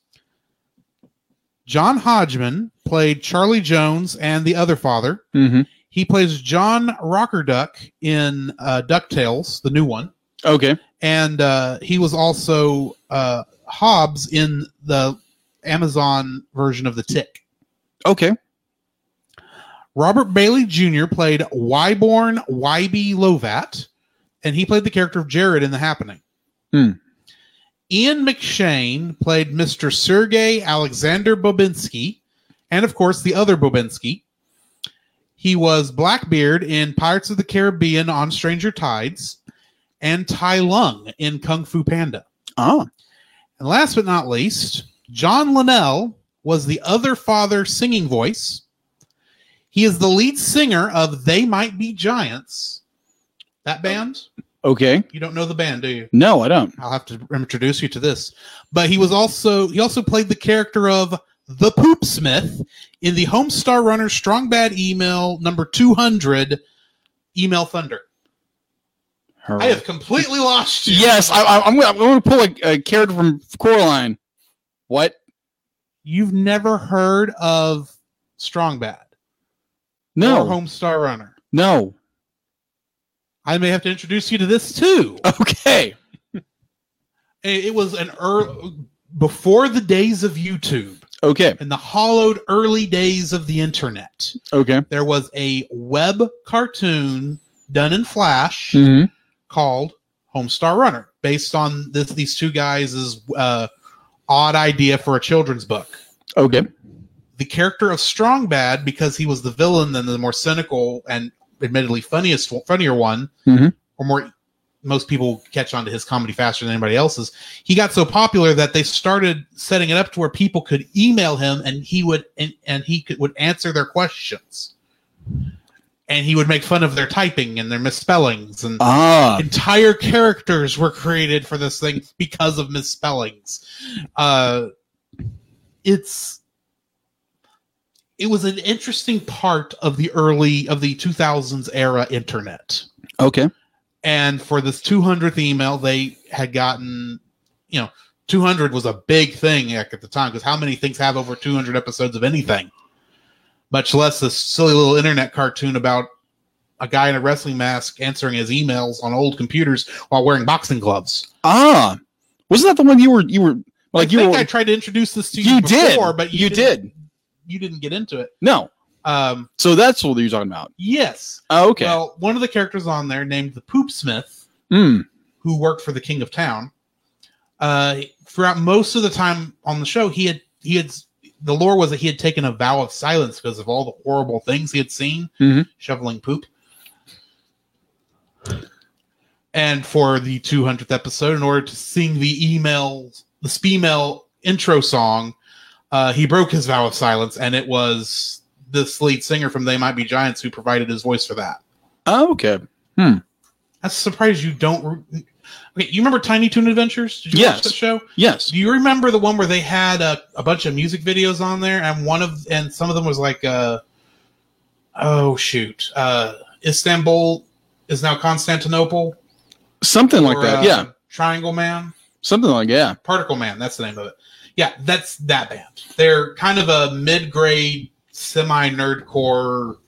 [SPEAKER 1] John Hodgman played Charlie Jones and the other father.
[SPEAKER 2] Mm-hmm.
[SPEAKER 1] He plays John Rockerduck in uh, DuckTales, the new one.
[SPEAKER 2] Okay.
[SPEAKER 1] And uh, he was also uh, Hobbs in the Amazon version of The Tick.
[SPEAKER 2] Okay.
[SPEAKER 1] Robert Bailey Jr. played Wyborn YB Lovat, and he played the character of Jared in The Happening.
[SPEAKER 2] Hmm.
[SPEAKER 1] Ian McShane played Mr. Sergei Alexander Bobinsky, and of course, the other Bobinsky. He was Blackbeard in Pirates of the Caribbean on Stranger Tides, and Tai Lung in Kung Fu Panda.
[SPEAKER 2] Oh.
[SPEAKER 1] And last but not least, John Linnell was the other father singing voice. He is the lead singer of They Might Be Giants. That band?
[SPEAKER 2] Okay.
[SPEAKER 1] You don't know the band, do you?
[SPEAKER 2] No, I don't.
[SPEAKER 1] I'll have to introduce you to this. But he was also he also played the character of the Poop Smith in the Homestar Runner Strong Bad email number 200 email thunder.
[SPEAKER 2] Her-
[SPEAKER 1] I have completely lost you.
[SPEAKER 2] Yes, I, I, I'm, gonna- I'm going to pull a, a character from Coraline. What?
[SPEAKER 1] You've never heard of Strong Bad. or
[SPEAKER 2] No.
[SPEAKER 1] home star runner.
[SPEAKER 2] No.
[SPEAKER 1] I may have to introduce you to this too.
[SPEAKER 2] Oh. Okay.
[SPEAKER 1] It it was an early, before the days of YouTube
[SPEAKER 2] Okay.
[SPEAKER 1] and the hollowed early days of the internet.
[SPEAKER 2] Okay.
[SPEAKER 1] There was a web cartoon done in Flash
[SPEAKER 2] Mm-hmm.
[SPEAKER 1] called Home Star Runner, based on this, these two guys' uh, odd idea for a children's book.
[SPEAKER 2] Okay.
[SPEAKER 1] the character of Strong Bad because he was the villain and the more cynical and admittedly funniest funnier one,
[SPEAKER 2] Mhm.
[SPEAKER 1] or more most people catch on to his comedy faster than anybody else's. He got so popular that they started setting it up to where people could email him and he would and, and he could would answer their questions. And he would make fun of their typing and their misspellings and
[SPEAKER 2] Ah.
[SPEAKER 1] entire characters were created for this thing because of misspellings. Uh, it's it was an interesting part of the early of the 2000s era internet.
[SPEAKER 2] Okay.
[SPEAKER 1] And for this 200th email, they had gotten, you know, 200 was a big thing like, at the time because how many things have over 200 episodes of anything? Much less this silly little internet cartoon about a guy in a wrestling mask answering his emails on old computers while wearing boxing gloves.
[SPEAKER 2] Ah. Wasn't that the one you were you were like
[SPEAKER 1] I
[SPEAKER 2] you
[SPEAKER 1] think
[SPEAKER 2] were
[SPEAKER 1] I tried to introduce this to you,
[SPEAKER 2] you did
[SPEAKER 1] before, but you,
[SPEAKER 2] you
[SPEAKER 1] didn't-
[SPEAKER 2] did
[SPEAKER 1] You didn't get into it.
[SPEAKER 2] no.
[SPEAKER 1] Um,
[SPEAKER 2] So that's what you're talking about.
[SPEAKER 1] yes.
[SPEAKER 2] Oh, okay.
[SPEAKER 1] Well, one of the characters on there named the Poop Smith
[SPEAKER 2] Hmm.
[SPEAKER 1] who worked for the King of Town, uh, throughout most of the time on the show, he had he had the lore was that he had taken a vow of silence because of all the horrible things he had seen,
[SPEAKER 2] Mhm.
[SPEAKER 1] shoveling poop. And for the 200th episode, in order to sing the email, the Speemail intro song, uh, he broke his vow of silence, and it was this lead singer from They Might Be Giants who provided his voice for that.
[SPEAKER 2] Oh, okay.
[SPEAKER 1] I'm surprised you don't. Re- okay, you remember Tiny Toon Adventures? Did you
[SPEAKER 2] Yes.
[SPEAKER 1] watch that show?
[SPEAKER 2] Yes.
[SPEAKER 1] Do you remember the one where they had a, a bunch of music videos on there, and one of and some of them was like, uh, oh shoot, uh, Istanbul is now Constantinople,
[SPEAKER 2] Something like
[SPEAKER 1] or,
[SPEAKER 2] that.
[SPEAKER 1] uh,
[SPEAKER 2] yeah.
[SPEAKER 1] Triangle Man,
[SPEAKER 2] Something like yeah.
[SPEAKER 1] Particle Man. That's the name of it. Yeah, that's that band. They're kind of a mid-grade, semi-nerdcore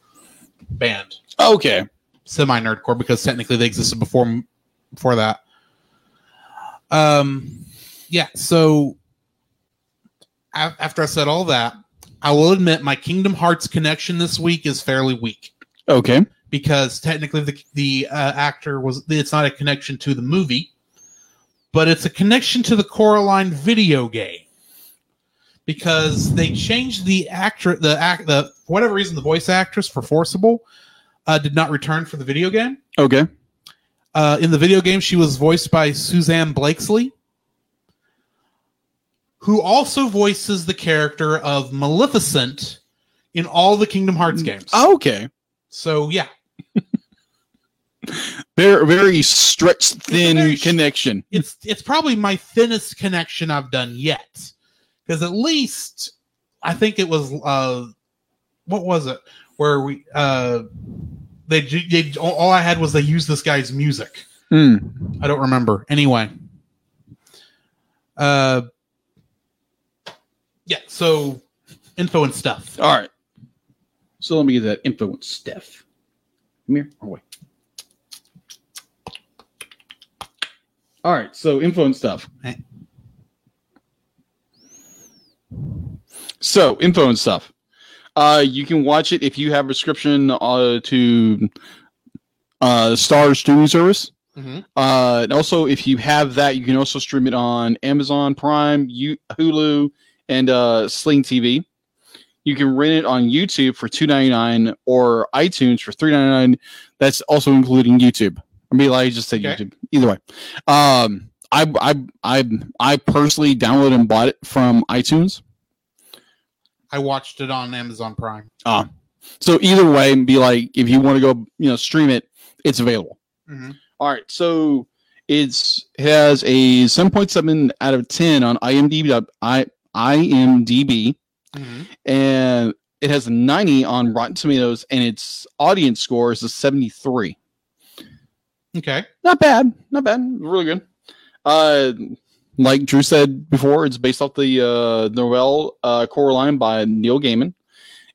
[SPEAKER 1] band.
[SPEAKER 2] Okay.
[SPEAKER 1] semi nerdcore because technically they existed before before that. Um, yeah. So a- after I said all that, I will admit my Kingdom Hearts connection this week is fairly weak
[SPEAKER 2] Okay.
[SPEAKER 1] because technically the the uh, actor was it's not a connection to the movie, but it's a connection to the Coraline video game because they changed the actor the act the for whatever reason the voice actress for Forcible uh, did not return for the video game.
[SPEAKER 2] Okay.
[SPEAKER 1] Uh, in the video game, she was voiced by Suzanne Blakesley, who also voices the character of Maleficent in all the Kingdom Hearts games.
[SPEAKER 2] Okay.
[SPEAKER 1] So yeah,
[SPEAKER 2] Very very stretched thin
[SPEAKER 1] very sh-
[SPEAKER 2] connection.
[SPEAKER 1] it's it's probably my thinnest connection I've done yet, because at least I think it was uh, what was it where we uh, they, ju- they all- all I had was they used this guy's music.
[SPEAKER 2] Hmm.
[SPEAKER 1] I don't remember. Anyway. Uh yeah, so info and stuff.
[SPEAKER 2] All right. So let me get that influence stuff. Come here. Oh, wait. All right. So influence stuff.
[SPEAKER 1] Hey.
[SPEAKER 2] So influence stuff. Uh, you can watch it if you have a subscription uh, to uh, Star Streaming Service.
[SPEAKER 1] Mhm.
[SPEAKER 2] Uh, and also, if you have that, you can also stream it on Amazon Prime, U- Hulu, and uh, Sling TV. You can rent it on YouTube for two ninety nine or iTunes for three ninety nine. That's also including YouTube. I mean, like I just said,
[SPEAKER 1] Okay.
[SPEAKER 2] YouTube. Either way, um, I I I I personally downloaded and bought it from iTunes.
[SPEAKER 1] I watched it on Amazon Prime.
[SPEAKER 2] Ah. So either way, and be like, if you want to go, you know, stream it, it's available.
[SPEAKER 1] Mhm.
[SPEAKER 2] All right, so it's it has a seven point seven out of ten on IMDb. I IMDb. Mm-hmm. and it has a 90 on Rotten Tomatoes, and its audience score is a 73.
[SPEAKER 1] Okay.
[SPEAKER 2] Not bad, not bad, really good. Uh, like Drew said before, it's based off the uh, novel uh, Coraline by Neil Gaiman.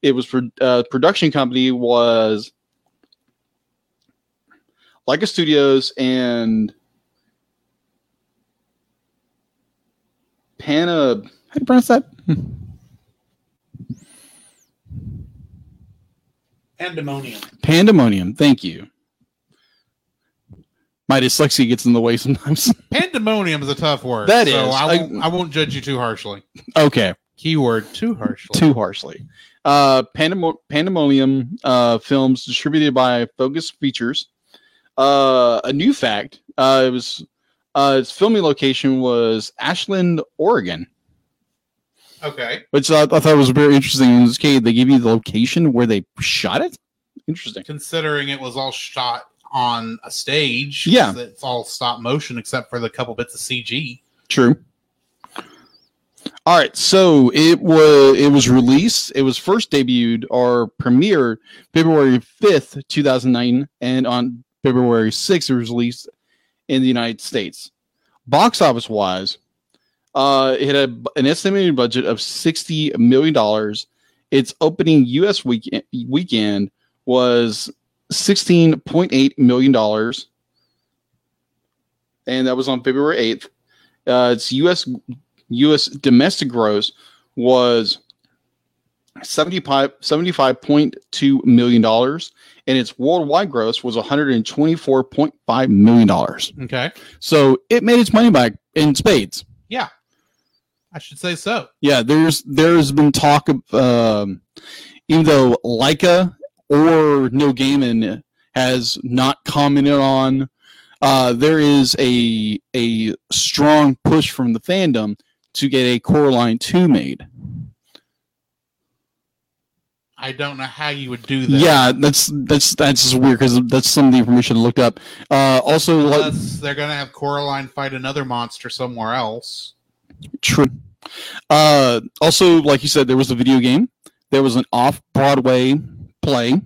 [SPEAKER 2] It was pro- uh, production company was Leica Studios and Pana. How do you pronounce that?
[SPEAKER 1] Pandemonium.
[SPEAKER 2] Pandemonium. Thank you. My dyslexia gets in the way sometimes. <laughs>
[SPEAKER 1] Pandemonium is a tough word.
[SPEAKER 2] That
[SPEAKER 1] so
[SPEAKER 2] is.
[SPEAKER 1] I won't,
[SPEAKER 2] I-
[SPEAKER 1] I won't judge you too harshly.
[SPEAKER 2] okay,
[SPEAKER 1] Keyword too harshly.
[SPEAKER 2] too harshly. Uh, Pandemo- Pandemonium uh, films distributed by Focus Features. Uh, a new fact: uh, it was uh, its filming location was Ashland, Oregon,
[SPEAKER 1] Okay.
[SPEAKER 2] which I, I thought was very interesting. In this case, they give you the location where they shot it. Interesting.
[SPEAKER 1] Considering it was all shot on a stage.
[SPEAKER 2] Yeah.
[SPEAKER 1] It's all stop motion except for the couple bits of CG.
[SPEAKER 2] True. All right, so it was it was released. It was first debuted or premiered February fifth, two thousand nine, and on February sixth, it was released in the United States. Box office wise, uh, it had an estimated budget of sixty million dollars. Its opening U.S. weekend weekend was sixteen point eight million dollars, and that was on February eighth uh, its U.S. U.S. domestic gross was 75 $75.2 million, and its worldwide gross was $124.5 million.
[SPEAKER 1] Okay.
[SPEAKER 2] So it made its money back in spades.
[SPEAKER 1] I should say so.
[SPEAKER 2] Yeah, there's there's been talk of um, even though Leica or No Gaiman has not commented on, uh, there is a a strong push from the fandom to get a Coraline two made.
[SPEAKER 1] I don't know how you would do that.
[SPEAKER 2] Yeah, that's that's that's just weird because that's some of the information I looked up. Uh, also, like,
[SPEAKER 1] Unless they're gonna have Coraline fight another monster somewhere else.
[SPEAKER 2] true. Uh, also, like you said, there was a video game. There was an off-Broadway play.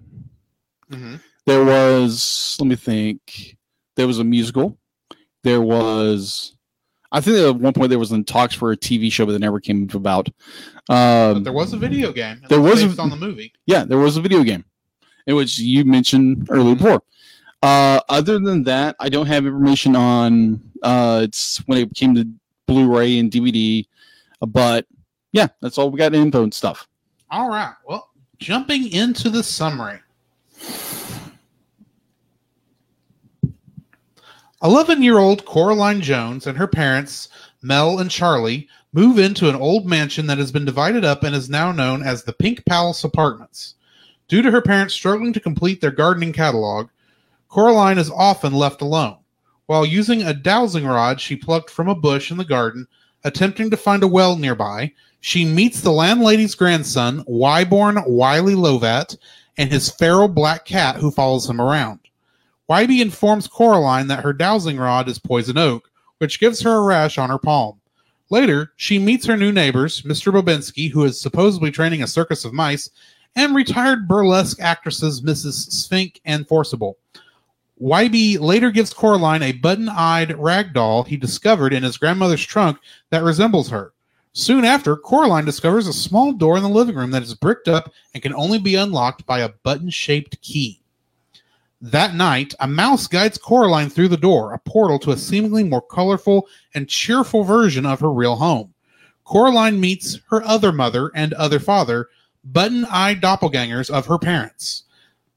[SPEAKER 1] Mhm.
[SPEAKER 2] There was, let me think. There was a musical. There was, I think at one point there was in talks for a TV show, but it never came about.
[SPEAKER 1] But
[SPEAKER 2] Um,
[SPEAKER 1] there was a video game. and
[SPEAKER 2] There
[SPEAKER 1] that's
[SPEAKER 2] was a-
[SPEAKER 1] based on the movie.
[SPEAKER 2] yeah, there was a video game, in which you mentioned earlier
[SPEAKER 1] Mhm.
[SPEAKER 2] before. Uh, other than that, I don't have information on uh, it's when it came to Blu-ray and DVD, but yeah, that's all we got info and stuff.
[SPEAKER 1] All right. Well, jumping into the summary. 11 year old Coraline Jones and her parents, Mel and Charlie, move into an old mansion that has been divided up and is now known as the Pink Palace Apartments. Due to her parents struggling to complete their gardening catalog, Coraline is often left alone. While using a dowsing rod she plucked from a bush in the garden, attempting to find a well nearby, she meets the landlady's grandson, Wyborn Wiley Lovat, and his feral black cat who follows him around. Wybe informs Coraline that her dowsing rod is poison oak, which gives her a rash on her palm. Later, she meets her new neighbors, Mr. Bobinski, who is supposedly training a circus of mice, and retired burlesque actresses Mrs. Sphinx and Forcible. Wybe later gives Coraline a button eyed rag doll he discovered in his grandmother's trunk that resembles her. Soon after, Coraline discovers a small door in the living room that is bricked up and can only be unlocked by a button shaped key. That night, a mouse guides Coraline through the door, a portal to a seemingly more colorful and cheerful version of her real home. Coraline meets her other mother and other father, button eyed doppelgangers of her parents,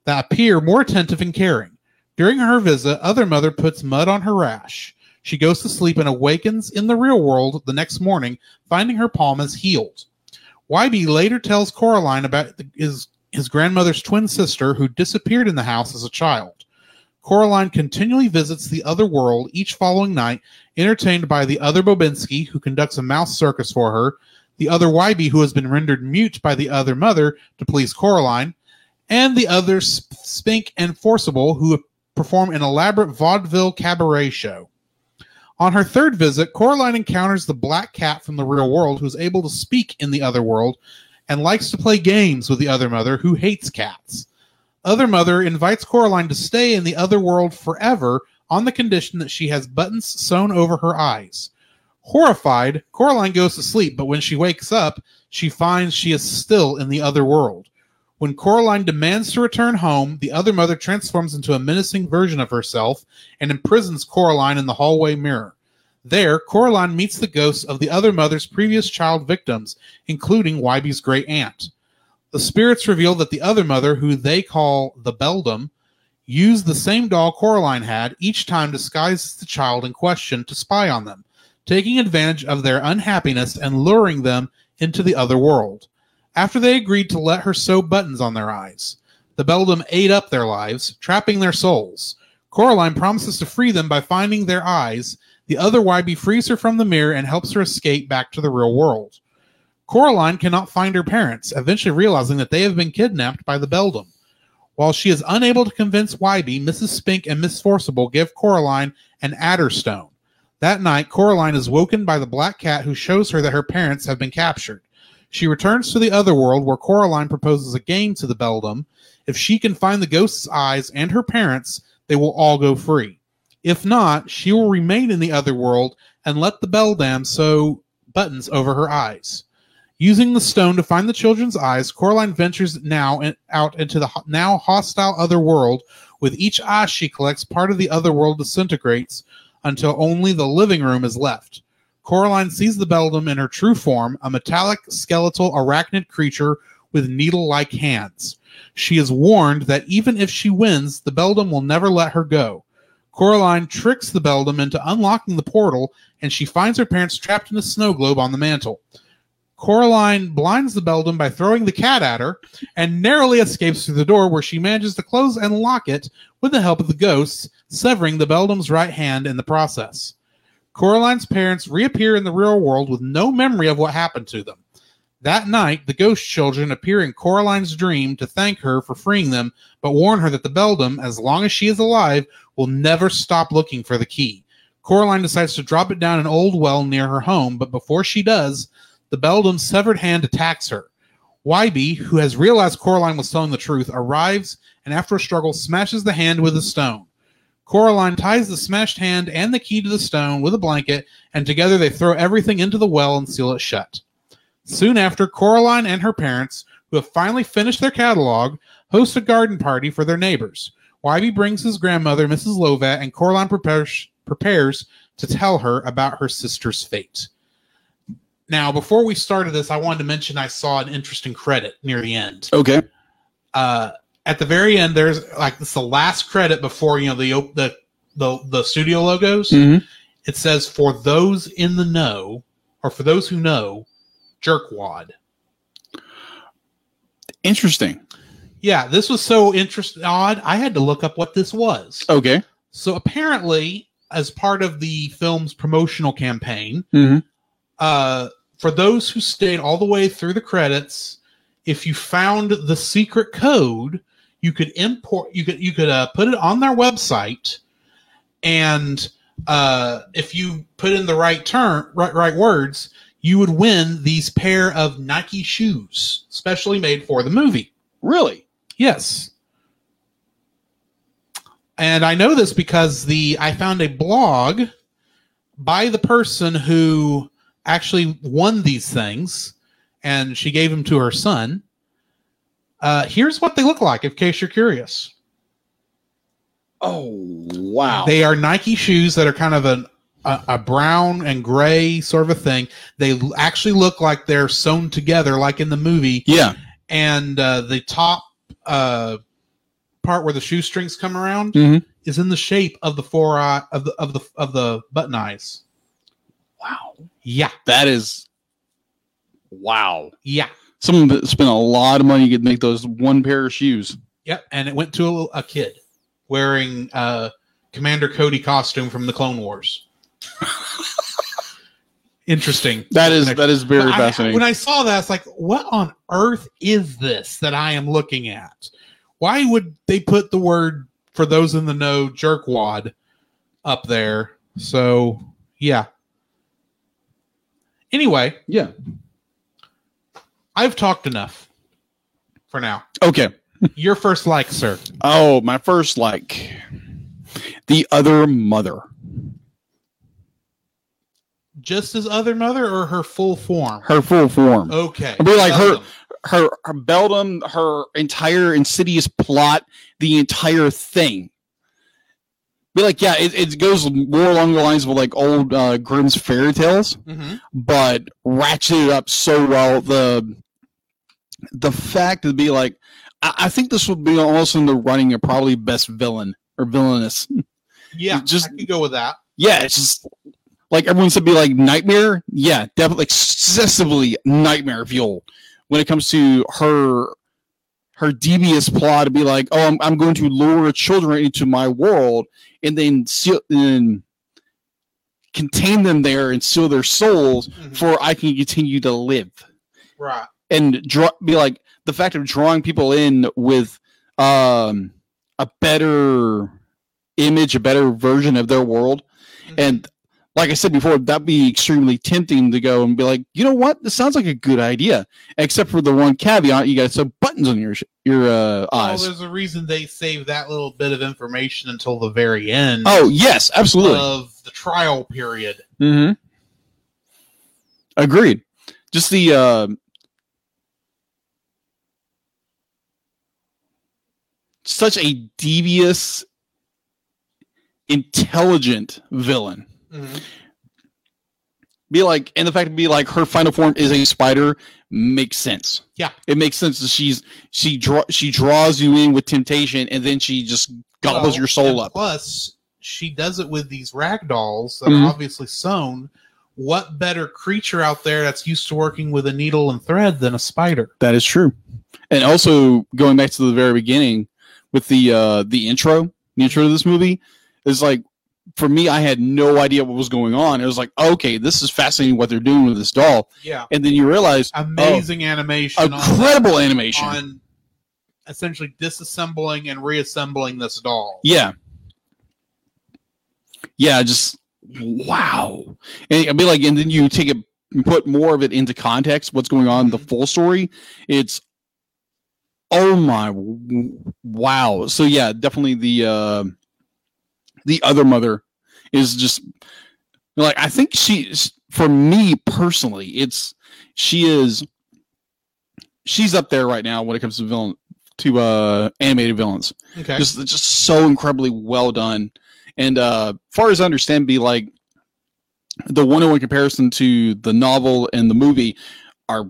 [SPEAKER 1] that appear more attentive and caring. During her visit, other mother puts mud on her rash. She goes to sleep and awakens in the real world the next morning finding her palm is healed. YB later tells Coraline about the, his, his grandmother's twin sister who disappeared in the house as a child. Coraline continually visits the other world each following night, entertained by the other Bobinski, who conducts a mouse circus for her, the other YB, who has been rendered mute by the other mother to please Coraline, and the other Sp- Spink and Forcible, who perform an elaborate vaudeville cabaret show. On her third visit, Coraline encounters the black cat from the real world who's able to speak in the other world and likes to play games with the other mother who hates cats. Other mother invites Coraline to stay in the other world forever on the condition that she has buttons sewn over her eyes. Horrified, Coraline goes to sleep, but when she wakes up, she finds she is still in the other world. When Coraline demands to return home, the other mother transforms into a menacing version of herself and imprisons Coraline in the hallway mirror. There, Coraline meets the ghosts of the other mother's previous child victims, including Wybe's great aunt. The spirits reveal that the other mother, who they call the Beldam, used the same doll Coraline had, each time disguises the child in question to spy on them, taking advantage of their unhappiness and luring them into the other world. After they agreed to let her sew buttons on their eyes, the Beldam ate up their lives, trapping their souls. Coraline promises to free them by finding their eyes. The other YB frees her from the mirror and helps her escape back to the real world. Coraline cannot find her parents, eventually realizing that they have been kidnapped by the Beldam. While she is unable to convince YB, Mrs. Spink and Miss Forcible give Coraline an adder stone. That night, Coraline is woken by the black cat who shows her that her parents have been captured. She returns to the other world where Coraline proposes a game to the Beldam. If she can find the ghost's eyes and her parents, they will all go free. If not, she will remain in the other world and let the Beldam sew buttons over her eyes. Using the stone to find the children's eyes, Coraline ventures now in, out into the ho- now hostile other world. With each eye she collects, part of the other world disintegrates until only the living room is left. Coraline sees the Beldam in her true form, a metallic, skeletal, arachnid creature with needle like hands. She is warned that even if she wins, the Beldam will never let her go. Coraline tricks the Beldam into unlocking the portal, and she finds her parents trapped in a snow globe on the mantle. Coraline blinds the Beldam by throwing the cat at her and narrowly escapes through the door where she manages to close and lock it with the help of the ghosts, severing the Beldam's right hand in the process. Coraline's parents reappear in the real world with no memory of what happened to them. That night, the ghost children appear in Coraline's dream to thank her for freeing them, but warn her that the Beldam, as long as she is alive, will never stop looking for the key. Coraline decides to drop it down an old well near her home, but before she does, the Beldam's severed hand attacks her. YB, who has realized Coraline was telling the truth, arrives and after a struggle smashes the hand with a stone. Coraline ties the smashed hand and the key to the stone with a blanket, and together they throw everything into the well and seal it shut. Soon after, Coraline and her parents, who have finally finished their catalog, host a garden party for their neighbors. Wyvie brings his grandmother, Mrs. Lovat, and Coraline prepares, prepares to tell her about her sister's fate. Now, before we started this, I wanted to mention I saw an interesting credit near the end.
[SPEAKER 2] Okay.
[SPEAKER 1] Uh, at the very end, there's like it's the last credit before you know the op- the the, the studio logos.
[SPEAKER 2] Mhm.
[SPEAKER 1] It says for those in the know, or for those who know, jerkwad.
[SPEAKER 2] Interesting.
[SPEAKER 1] Yeah, this was so interest odd. I had to look up what this was.
[SPEAKER 2] Okay.
[SPEAKER 1] So apparently, as part of the film's promotional campaign,
[SPEAKER 2] Mhm.
[SPEAKER 1] uh, for those who stayed all the way through the credits, if you found the secret code, you could import. You could you could uh, put it on their website, and uh, if you put in the right term, right right words, you would win these pair of Nike shoes, specially made for the movie.
[SPEAKER 2] Really?
[SPEAKER 1] Yes. And I know this because the I found a blog by the person who actually won these things, and she gave them to her son. Uh, here's what they look like, in case you're curious.
[SPEAKER 2] Oh wow.
[SPEAKER 1] They are Nike shoes that are kind of an, a, a brown and gray sort of a thing. They l- actually look like they're sewn together, like in the movie.
[SPEAKER 2] yeah.
[SPEAKER 1] and uh, the top uh, part where the shoestrings come around
[SPEAKER 2] Mhm.
[SPEAKER 1] is in the shape of the four eye of the of the of the button eyes.
[SPEAKER 2] Wow.
[SPEAKER 1] Yeah,
[SPEAKER 2] That is wow.
[SPEAKER 1] yeah,
[SPEAKER 2] Someone that spent a lot of money could make those one pair of shoes.
[SPEAKER 1] yep. And it went to a, a kid wearing uh, Commander Cody costume from the Clone Wars. Interesting.
[SPEAKER 2] That is
[SPEAKER 1] Next-
[SPEAKER 2] that is very
[SPEAKER 1] But I-
[SPEAKER 2] fascinating.
[SPEAKER 1] when I saw that, it's like, what on earth is this that I am looking at? Why would they put the word for those in the know jerkwad up there? So yeah. Anyway,
[SPEAKER 2] yeah.
[SPEAKER 1] I've talked enough for
[SPEAKER 2] <laughs>
[SPEAKER 1] now.
[SPEAKER 2] Okay.
[SPEAKER 1] Your first like, sir.
[SPEAKER 2] Oh, my first like the other mother.
[SPEAKER 1] Just as other mother or her full form?
[SPEAKER 2] Her full form.
[SPEAKER 1] Okay.
[SPEAKER 2] I'd be like her-
[SPEAKER 1] Beldam.
[SPEAKER 2] her, her Beldam, her entire insidious plot, the entire thing. But like, yeah, it, it goes more along the lines of like old uh, Grimm's fairy tales,
[SPEAKER 1] Mhm.
[SPEAKER 2] but ratcheted up so well. The the fact to be like, I, I think this would be almost in the running of probably best villain or villainous.
[SPEAKER 1] Yeah,
[SPEAKER 2] just-
[SPEAKER 1] just I could go with that.
[SPEAKER 2] Yeah, it's just like everyone said, be like nightmare. Yeah, definitely excessively nightmare fuel when it comes to her her devious plot to be like, oh, I'm, I'm going to lure children into my world and then seal and contain them there and seal their souls
[SPEAKER 1] Mhm.
[SPEAKER 2] for I can continue to live
[SPEAKER 1] Right.
[SPEAKER 2] and draw be like the fact of drawing people in with um a better image a better version of their world
[SPEAKER 1] Mm-hmm.
[SPEAKER 2] and like i said before that'd be extremely tempting to go and be like you know what this sounds like a good idea except for the one caveat you got some buttons on your sh- your uh,
[SPEAKER 1] Well,
[SPEAKER 2] eyes
[SPEAKER 1] there's a reason they save that little bit of information until the very end.
[SPEAKER 2] oh yes absolutely
[SPEAKER 1] of the trial period.
[SPEAKER 2] Mm-hmm. Agreed. Just the uh, such a devious, intelligent villain.
[SPEAKER 1] Mm-hmm.
[SPEAKER 2] Be like, and the fact to be like her final form is a spider makes sense.
[SPEAKER 1] Yeah.
[SPEAKER 2] it makes sense that she's she draw she draws you in with temptation, and then she just gobbles
[SPEAKER 1] Well,
[SPEAKER 2] your soul
[SPEAKER 1] and
[SPEAKER 2] up.
[SPEAKER 1] Plus, she does it with these rag dolls that
[SPEAKER 2] Mhm.
[SPEAKER 1] are obviously sewn. What better creature out there that's used to working with a needle and thread than a spider?
[SPEAKER 2] That is true. And also going back to the very beginning with the uh the intro, the intro to this movie is like for me, I had no idea what was going on. It was like, okay, this is fascinating what they're doing with this doll.
[SPEAKER 1] Yeah.
[SPEAKER 2] And then you realize Oh,
[SPEAKER 1] Amazing animation. on that-
[SPEAKER 2] incredible animation.
[SPEAKER 1] on essentially disassembling and reassembling this doll.
[SPEAKER 2] Yeah. Yeah, just wow. And I'd be like, and then you take it you put more of it into context, what's going on, the full story. It's oh my w- wow. So yeah, definitely the uh the other mother is just like I think she is- for me personally, it's she is she's up there right now when it comes to villain to uh animated villains
[SPEAKER 1] Okay.
[SPEAKER 2] just just so incredibly well done and uh far as i understand be like the one-on-one comparison to the novel and the movie are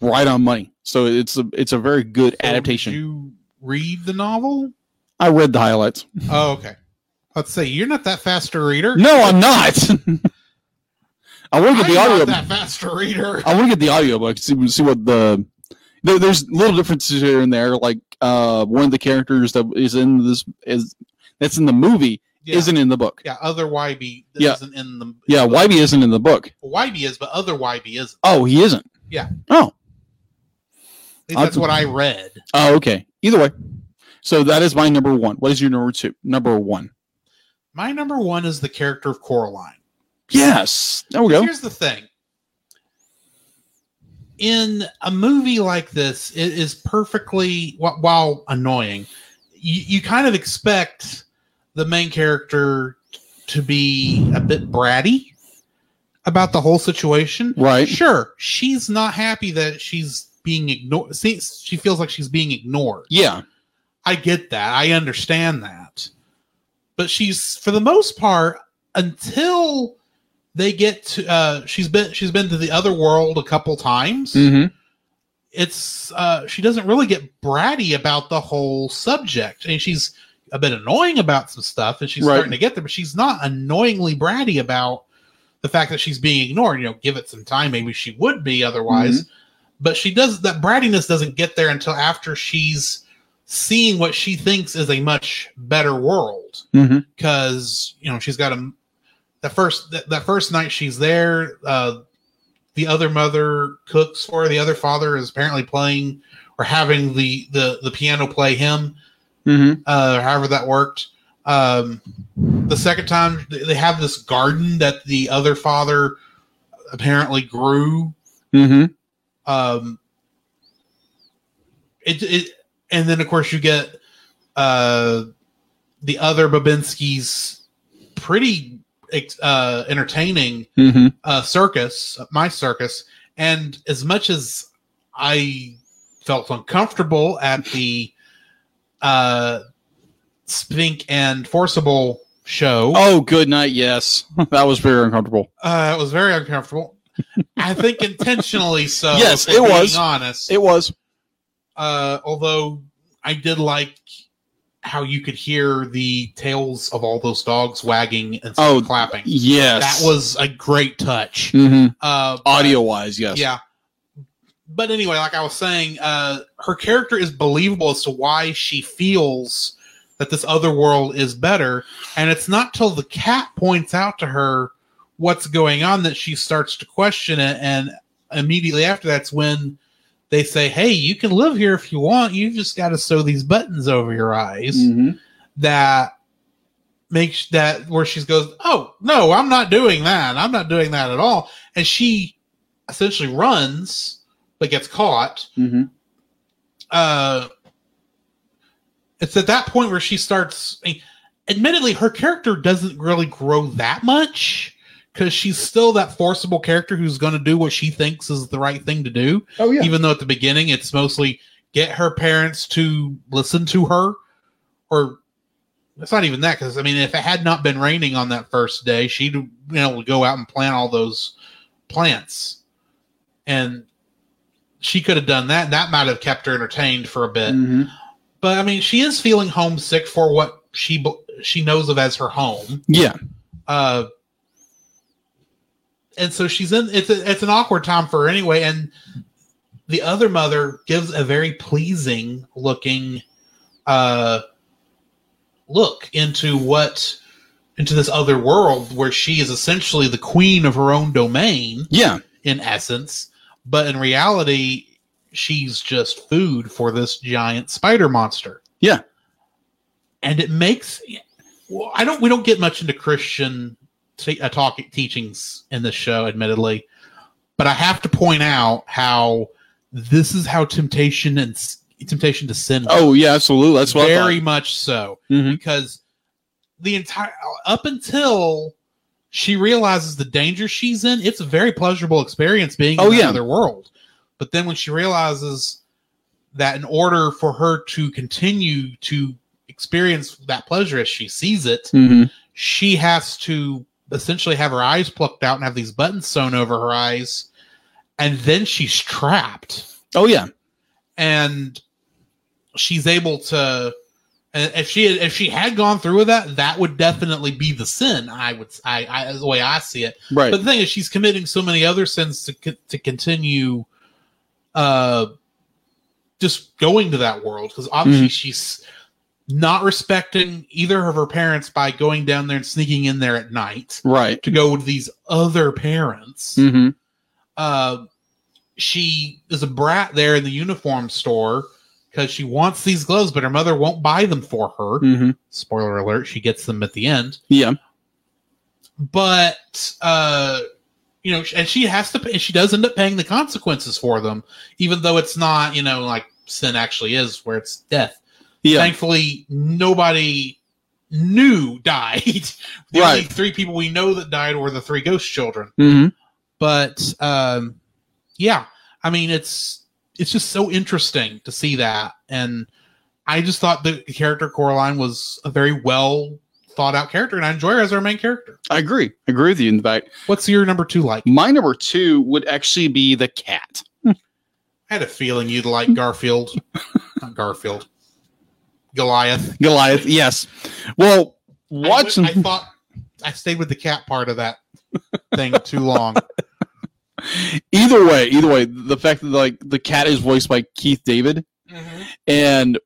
[SPEAKER 2] right on money so it's a it's a very good
[SPEAKER 1] So
[SPEAKER 2] adaptation
[SPEAKER 1] Did you read the novel?
[SPEAKER 2] i read the highlights
[SPEAKER 1] Oh, okay. Let's say you're not that fast a reader.
[SPEAKER 2] no i'm not <laughs> i want to get
[SPEAKER 1] I'm
[SPEAKER 2] the audio
[SPEAKER 1] not that fast a reader.
[SPEAKER 2] I want to get the audiobook. See, see what the there, there's little differences here and there. Like uh, one of the characters that is in this is that's in the movie
[SPEAKER 1] Yeah.
[SPEAKER 2] isn't in the book.
[SPEAKER 1] yeah, other YB that
[SPEAKER 2] Yeah.
[SPEAKER 1] isn't in the
[SPEAKER 2] Yeah, YB isn't in the book.
[SPEAKER 1] YB is, but other YB isn't.
[SPEAKER 2] Oh, he isn't.
[SPEAKER 1] Yeah.
[SPEAKER 2] Oh.
[SPEAKER 1] At least
[SPEAKER 2] I'll-
[SPEAKER 1] that's what I read.
[SPEAKER 2] Oh, okay. Either way, so that is my number one. What is your number two? Number one.
[SPEAKER 1] My number one is the character of Coraline.
[SPEAKER 2] Yes. There we go.
[SPEAKER 1] Here's the thing. In a movie like this, it is perfectly wh- while annoying. You, you kind of expect the main character to be a bit bratty about the whole situation.
[SPEAKER 2] Right.
[SPEAKER 1] Sure, she's not happy that she's being ignored. See, she feels like she's being ignored.
[SPEAKER 2] Yeah.
[SPEAKER 1] I get that. I understand that. But she's for the most part until they get to uh she's been she's been to the other world a couple times.
[SPEAKER 2] Mm-hmm.
[SPEAKER 1] It's uh she doesn't really get bratty about the whole subject. And she's a bit annoying about some stuff and she's
[SPEAKER 2] Right.
[SPEAKER 1] starting to get there, but she's not annoyingly bratty about the fact that she's being ignored. You know, give it some time, maybe she would be otherwise. But she does that brattiness doesn't get there until after she's seeing what she thinks is a much better world
[SPEAKER 2] Mhm.
[SPEAKER 1] because you know she's got a the first that, that first night she's there uh the other mother cooks for her the other father is apparently playing or having the the the piano play him
[SPEAKER 2] Mm-hmm.
[SPEAKER 1] uh however that worked um the second time th- they have this garden that the other father apparently grew
[SPEAKER 2] Mm-hmm.
[SPEAKER 1] um it, it and then of course you get uh the other babinski's pretty ex- uh entertaining
[SPEAKER 2] Mm-hmm.
[SPEAKER 1] uh circus my circus and as much as i felt uncomfortable at the uh spink and forcible show
[SPEAKER 2] Oh, good night. Yes, <laughs> that was very uncomfortable.
[SPEAKER 1] uh it was very uncomfortable i think intentionally so
[SPEAKER 2] <laughs> Yes,
[SPEAKER 1] if we're
[SPEAKER 2] it
[SPEAKER 1] being
[SPEAKER 2] was.
[SPEAKER 1] honest
[SPEAKER 2] It was.
[SPEAKER 1] uh, although I did like how you could hear the tails of all those dogs wagging and
[SPEAKER 2] Oh,
[SPEAKER 1] clapping.
[SPEAKER 2] Yes.
[SPEAKER 1] That was a great
[SPEAKER 2] <laughs>
[SPEAKER 1] touch.
[SPEAKER 2] Mm-hmm.
[SPEAKER 1] Uh,
[SPEAKER 2] Audio wise, yes.
[SPEAKER 1] yeah. But anyway, like I was saying, uh, her character is believable as to why she feels that this other world is better. And it's not till the cat points out to her what's going on that she starts to question it. And immediately after that's when they say, Hey, you can live here if you want. You just got to sew these buttons over your eyes.
[SPEAKER 2] Mhm.
[SPEAKER 1] That makes that where she goes, Oh, no, I'm not doing that. I'm not doing that at all. And she essentially runs but gets caught.
[SPEAKER 2] Mhm.
[SPEAKER 1] Uh, it's at that point where she starts. I mean, admittedly, her character doesn't really grow that much because she's still that forcible character who's going to do what she thinks is the right thing to do.
[SPEAKER 2] Oh yeah.
[SPEAKER 1] Even though at the beginning it's mostly get her parents to listen to her, or it's not even that because I mean, if it had not been raining on that first day, she'd you know go out and plant all those plants, and she could have done that. That might have kept her entertained for a bit.
[SPEAKER 2] Mhm.
[SPEAKER 1] But I mean, she is feeling homesick for what she bel- she knows of as her home.
[SPEAKER 2] Yeah.
[SPEAKER 1] Uh, and so she's in. It's a, it's an awkward time for her anyway. And the other mother gives a very pleasing looking uh, look into what into this other world where she is essentially the queen of her own domain
[SPEAKER 2] Yeah.
[SPEAKER 1] in essence, but in reality, she's just food for this giant spider monster.
[SPEAKER 2] Yeah.
[SPEAKER 1] and it makes. Well, I don't. We don't get much into Christian t- uh, talk teachings in this show, admittedly, but I have to point out how this is how temptation and s- temptation to sin.
[SPEAKER 2] Oh yeah, absolutely. That's what I
[SPEAKER 1] very
[SPEAKER 2] thought.
[SPEAKER 1] much so
[SPEAKER 2] Mhm.
[SPEAKER 1] because the entire up until she realizes the danger she's in, it's a very pleasurable experience being
[SPEAKER 2] Oh,
[SPEAKER 1] in
[SPEAKER 2] yeah.
[SPEAKER 1] another world. But then when she realizes that in order for her to continue to experience that pleasure as she sees it,
[SPEAKER 2] Mhm.
[SPEAKER 1] she has to essentially have her eyes plucked out and have these buttons sewn over her eyes, and then she's trapped
[SPEAKER 2] Oh yeah.
[SPEAKER 1] and she's able to and if she if she had gone through with that that would definitely be the sin i would i, I the way i see it
[SPEAKER 2] Right.
[SPEAKER 1] but the thing is she's committing so many other sins to co- to continue uh just going to that world because obviously she's not respecting either of her parents by going down there and sneaking in there at night
[SPEAKER 2] right.
[SPEAKER 1] to go with these other parents
[SPEAKER 2] Mm-hmm.
[SPEAKER 1] uh, she is a brat there in the uniform store because she wants these gloves, but her mother won't buy them for her.
[SPEAKER 2] Mm-hmm.
[SPEAKER 1] Spoiler alert: she gets them at the end.
[SPEAKER 2] Yeah.
[SPEAKER 1] But uh, you know, and she has to. Pay, she does end up paying the consequences for them, even though it's not you know like sin actually is, where it's death.
[SPEAKER 2] Yeah.
[SPEAKER 1] Thankfully, nobody knew died. <laughs> the only
[SPEAKER 2] Right.
[SPEAKER 1] three people we know that died were the three ghost children
[SPEAKER 2] Mm-hmm.
[SPEAKER 1] but um yeah i mean it's it's just so interesting to see that and i just thought the character coraline was a very well thought out character and i enjoy her as our main character
[SPEAKER 2] I agree. I agree with you. In fact,
[SPEAKER 1] what's your number two
[SPEAKER 2] <laughs>
[SPEAKER 1] like
[SPEAKER 2] my number two would actually be the cat.
[SPEAKER 1] i had a feeling you'd like
[SPEAKER 2] <laughs>
[SPEAKER 1] garfield not garfield goliath
[SPEAKER 2] Goliath. Yes. Well,
[SPEAKER 1] I
[SPEAKER 2] watch.
[SPEAKER 1] w- I, thought i stayed with the cat part of that thing too
[SPEAKER 2] <laughs>
[SPEAKER 1] long
[SPEAKER 2] either way, either way, the fact that like the cat is voiced by Keith David, and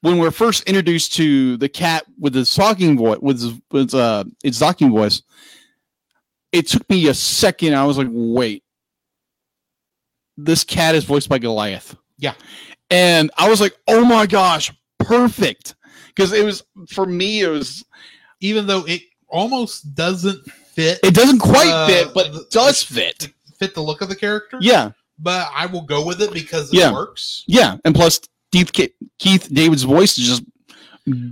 [SPEAKER 2] when we're first introduced to the cat with his talking voice, with his, with uh, its talking voice, it took me a second. I was like, wait, this cat is voiced by Goliath.
[SPEAKER 1] Yeah.
[SPEAKER 2] and I was like, oh my gosh, perfect. Because it was for me, it was
[SPEAKER 1] even though it almost doesn't fit
[SPEAKER 2] it doesn't quite
[SPEAKER 1] Uh,
[SPEAKER 2] fit, but it does fit.
[SPEAKER 1] fit the look of the character
[SPEAKER 2] Yeah,
[SPEAKER 1] but I will go with it because it
[SPEAKER 2] Yeah.
[SPEAKER 1] works.
[SPEAKER 2] Yeah, and plus Keith, Keith David's voice is just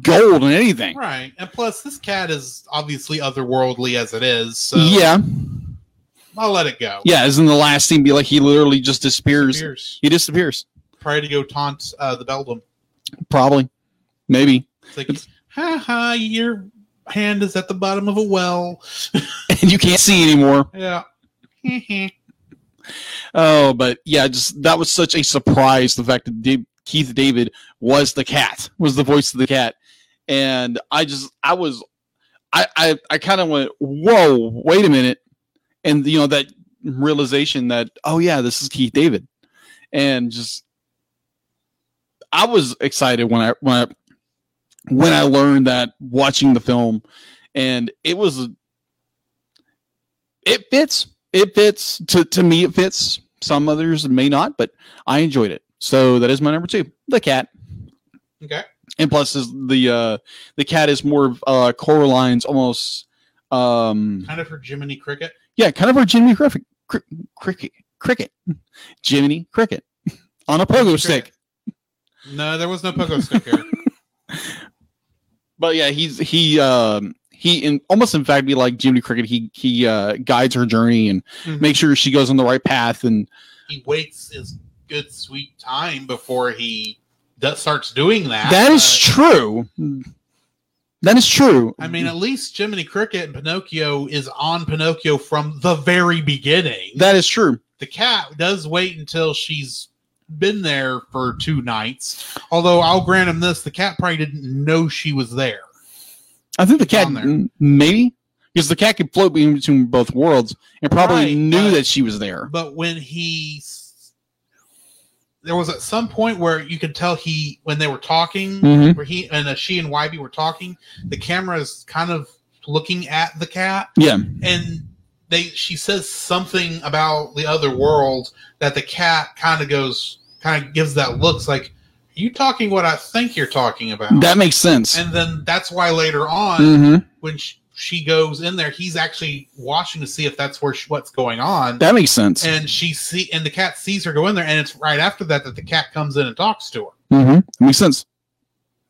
[SPEAKER 2] gold in anything.
[SPEAKER 1] Right. And plus, this cat is obviously otherworldly as it is. So
[SPEAKER 2] yeah,
[SPEAKER 1] I'll let it go.
[SPEAKER 2] yeah. Isn't the last scene be like he literally just disappears?
[SPEAKER 1] Pierce,
[SPEAKER 2] He disappears.
[SPEAKER 1] Try to go taunt uh, the Beldum.
[SPEAKER 2] Probably, maybe. <laughs>
[SPEAKER 1] It's like, ha ha, your hand is at the bottom of a well.
[SPEAKER 2] And you can't see anymore.
[SPEAKER 1] Yeah. <laughs>
[SPEAKER 2] Oh, but yeah, just that was such a surprise. The fact that Dave, Keith David was the cat, was the voice of the cat, and I just I was, I I, I kind of went, whoa, wait a minute, and you know that realization that oh yeah, this is Keith David, and just I was excited when I when I when I learned that watching the film, and it was it fits. It fits to to me. It fits. Some others may not, but I enjoyed it. So that is my number two, the cat.
[SPEAKER 1] Okay.
[SPEAKER 2] And plus, is the uh, the cat is more of uh, Coraline's almost, um,
[SPEAKER 1] kind of for Jiminy Cricket.
[SPEAKER 2] yeah, kind of our Jiminy Cricket, cri- cricket, cricket, Jiminy Cricket <laughs> on a pogo
[SPEAKER 1] Cricket.
[SPEAKER 2] stick.
[SPEAKER 1] No, there was no pogo stick here.
[SPEAKER 2] <laughs> But yeah, he's he um, he in almost in fact be like Jiminy Cricket. He he uh, guides her journey and
[SPEAKER 1] Mhm.
[SPEAKER 2] makes sure she goes on the right path and
[SPEAKER 1] he waits his good, sweet time before he d- starts doing that.
[SPEAKER 2] That is
[SPEAKER 1] but-
[SPEAKER 2] true. That is true.
[SPEAKER 1] I mean, at least Jiminy Cricket and Pinocchio is on Pinocchio from the very beginning.
[SPEAKER 2] that is true.
[SPEAKER 1] the cat does wait until she's been there for two nights. Although I'll grant him this, the cat probably didn't know she was there.
[SPEAKER 2] I think the cat
[SPEAKER 1] on there.
[SPEAKER 2] m- maybe because the cat could float in between both worlds and probably
[SPEAKER 1] Right,
[SPEAKER 2] knew
[SPEAKER 1] but-
[SPEAKER 2] that she was there.
[SPEAKER 1] But when he s- there was at some point where you could tell he when they were talking
[SPEAKER 2] Mm-hmm.
[SPEAKER 1] where he and uh, she and YB were talking, the camera is kind of looking at the cat,
[SPEAKER 2] Yeah.
[SPEAKER 1] and they she says something about the other world that the cat kind of goes, kind of gives that looks like, "Are you talking what I think you're talking about?"
[SPEAKER 2] Mm-hmm. That makes sense.
[SPEAKER 1] and uh, then that's why later on,
[SPEAKER 2] hmm
[SPEAKER 1] when she, she goes in there, he's actually watching to see if that's where she, what's going on.
[SPEAKER 2] That makes sense.
[SPEAKER 1] and she see and the cat sees her go in there, and it's right after that that the cat comes in and talks to her.
[SPEAKER 2] hmm Makes sense.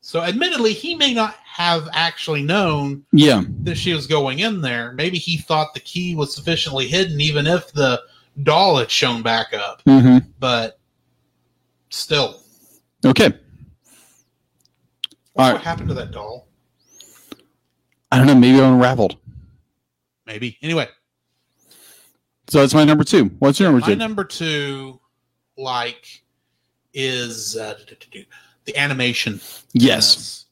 [SPEAKER 1] So, admittedly, he may not have actually known
[SPEAKER 2] Yeah.
[SPEAKER 1] that she was going in there. Maybe he thought the key was sufficiently hidden, even if the doll had shown back up.
[SPEAKER 2] hmm
[SPEAKER 1] But still,
[SPEAKER 2] Okay.
[SPEAKER 1] what
[SPEAKER 2] All right.
[SPEAKER 1] happened to that doll?
[SPEAKER 2] I don't know. Maybe I unraveled.
[SPEAKER 1] Maybe. Anyway,
[SPEAKER 2] So that's my number two. What's your number
[SPEAKER 1] my
[SPEAKER 2] two?
[SPEAKER 1] number two, like, is uh, the animation.
[SPEAKER 2] yes.
[SPEAKER 1] Yes.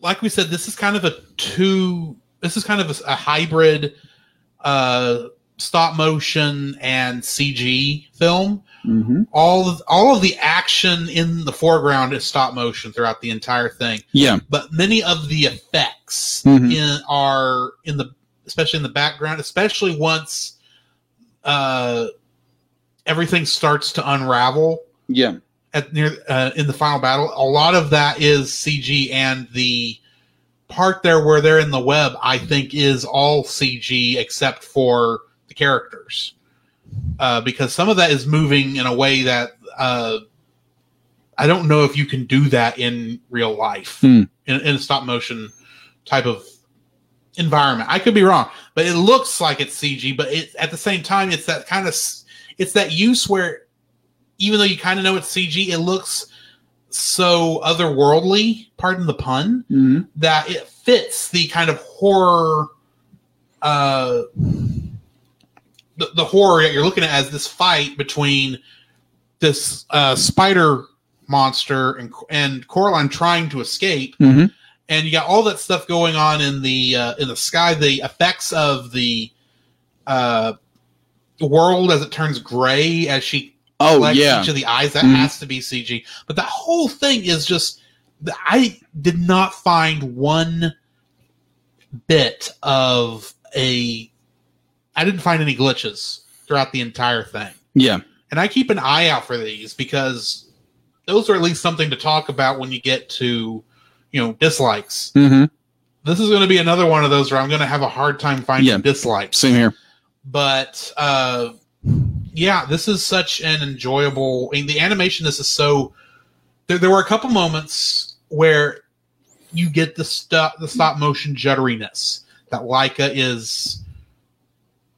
[SPEAKER 1] Like we said, this is kind of a two. This is kind of a, a hybrid uh, stop motion and CG film.
[SPEAKER 2] hmm
[SPEAKER 1] All of, all of the action in the foreground is stop motion throughout the entire thing,
[SPEAKER 2] Yeah.
[SPEAKER 1] but many of the effects
[SPEAKER 2] Mhm.
[SPEAKER 1] in, are in the especially in the background, especially once uh, everything starts to unravel
[SPEAKER 2] Yeah.
[SPEAKER 1] at near uh, in the final battle. A lot of that is CG, and the part there where they're in the web, I think, is all CG except for the characters, uh, because some of that is moving in a way that uh, I don't know if you can do that in real life
[SPEAKER 2] Hmm.
[SPEAKER 1] in, in a stop motion type of environment. I could be wrong, but it looks like it's CG. But it, at the same time, it's that kind of s- it's that use where even though you kind of know it's CG, it looks so otherworldly. Pardon the pun
[SPEAKER 2] hmm
[SPEAKER 1] that it fits the kind of horror uh the, the horror that you're looking at as this fight between this uh spider monster and and Coraline trying to escape
[SPEAKER 2] hmm
[SPEAKER 1] and you got all that stuff going on in the uh, in the sky the effects of the uh world as it turns gray as she
[SPEAKER 2] Oh
[SPEAKER 1] like
[SPEAKER 2] yeah.
[SPEAKER 1] each of the eyes. That
[SPEAKER 2] Mhm.
[SPEAKER 1] has to be CG. But that whole thing is just I did not find one bit of a I didn't find any glitches throughout the entire thing.
[SPEAKER 2] Yeah.
[SPEAKER 1] And I keep an eye out for these because those are at least something to talk about when you get to, you know, dislikes.
[SPEAKER 2] hmm
[SPEAKER 1] This is going to be another one of those where I'm going to have a hard time finding
[SPEAKER 2] Yeah.
[SPEAKER 1] dislikes
[SPEAKER 2] Same here.
[SPEAKER 1] but uh, yeah, this is such an enjoyable. I mean, the animation. This is so. There, there were a couple moments where you get the stop the stop motion jutteriness that Leica is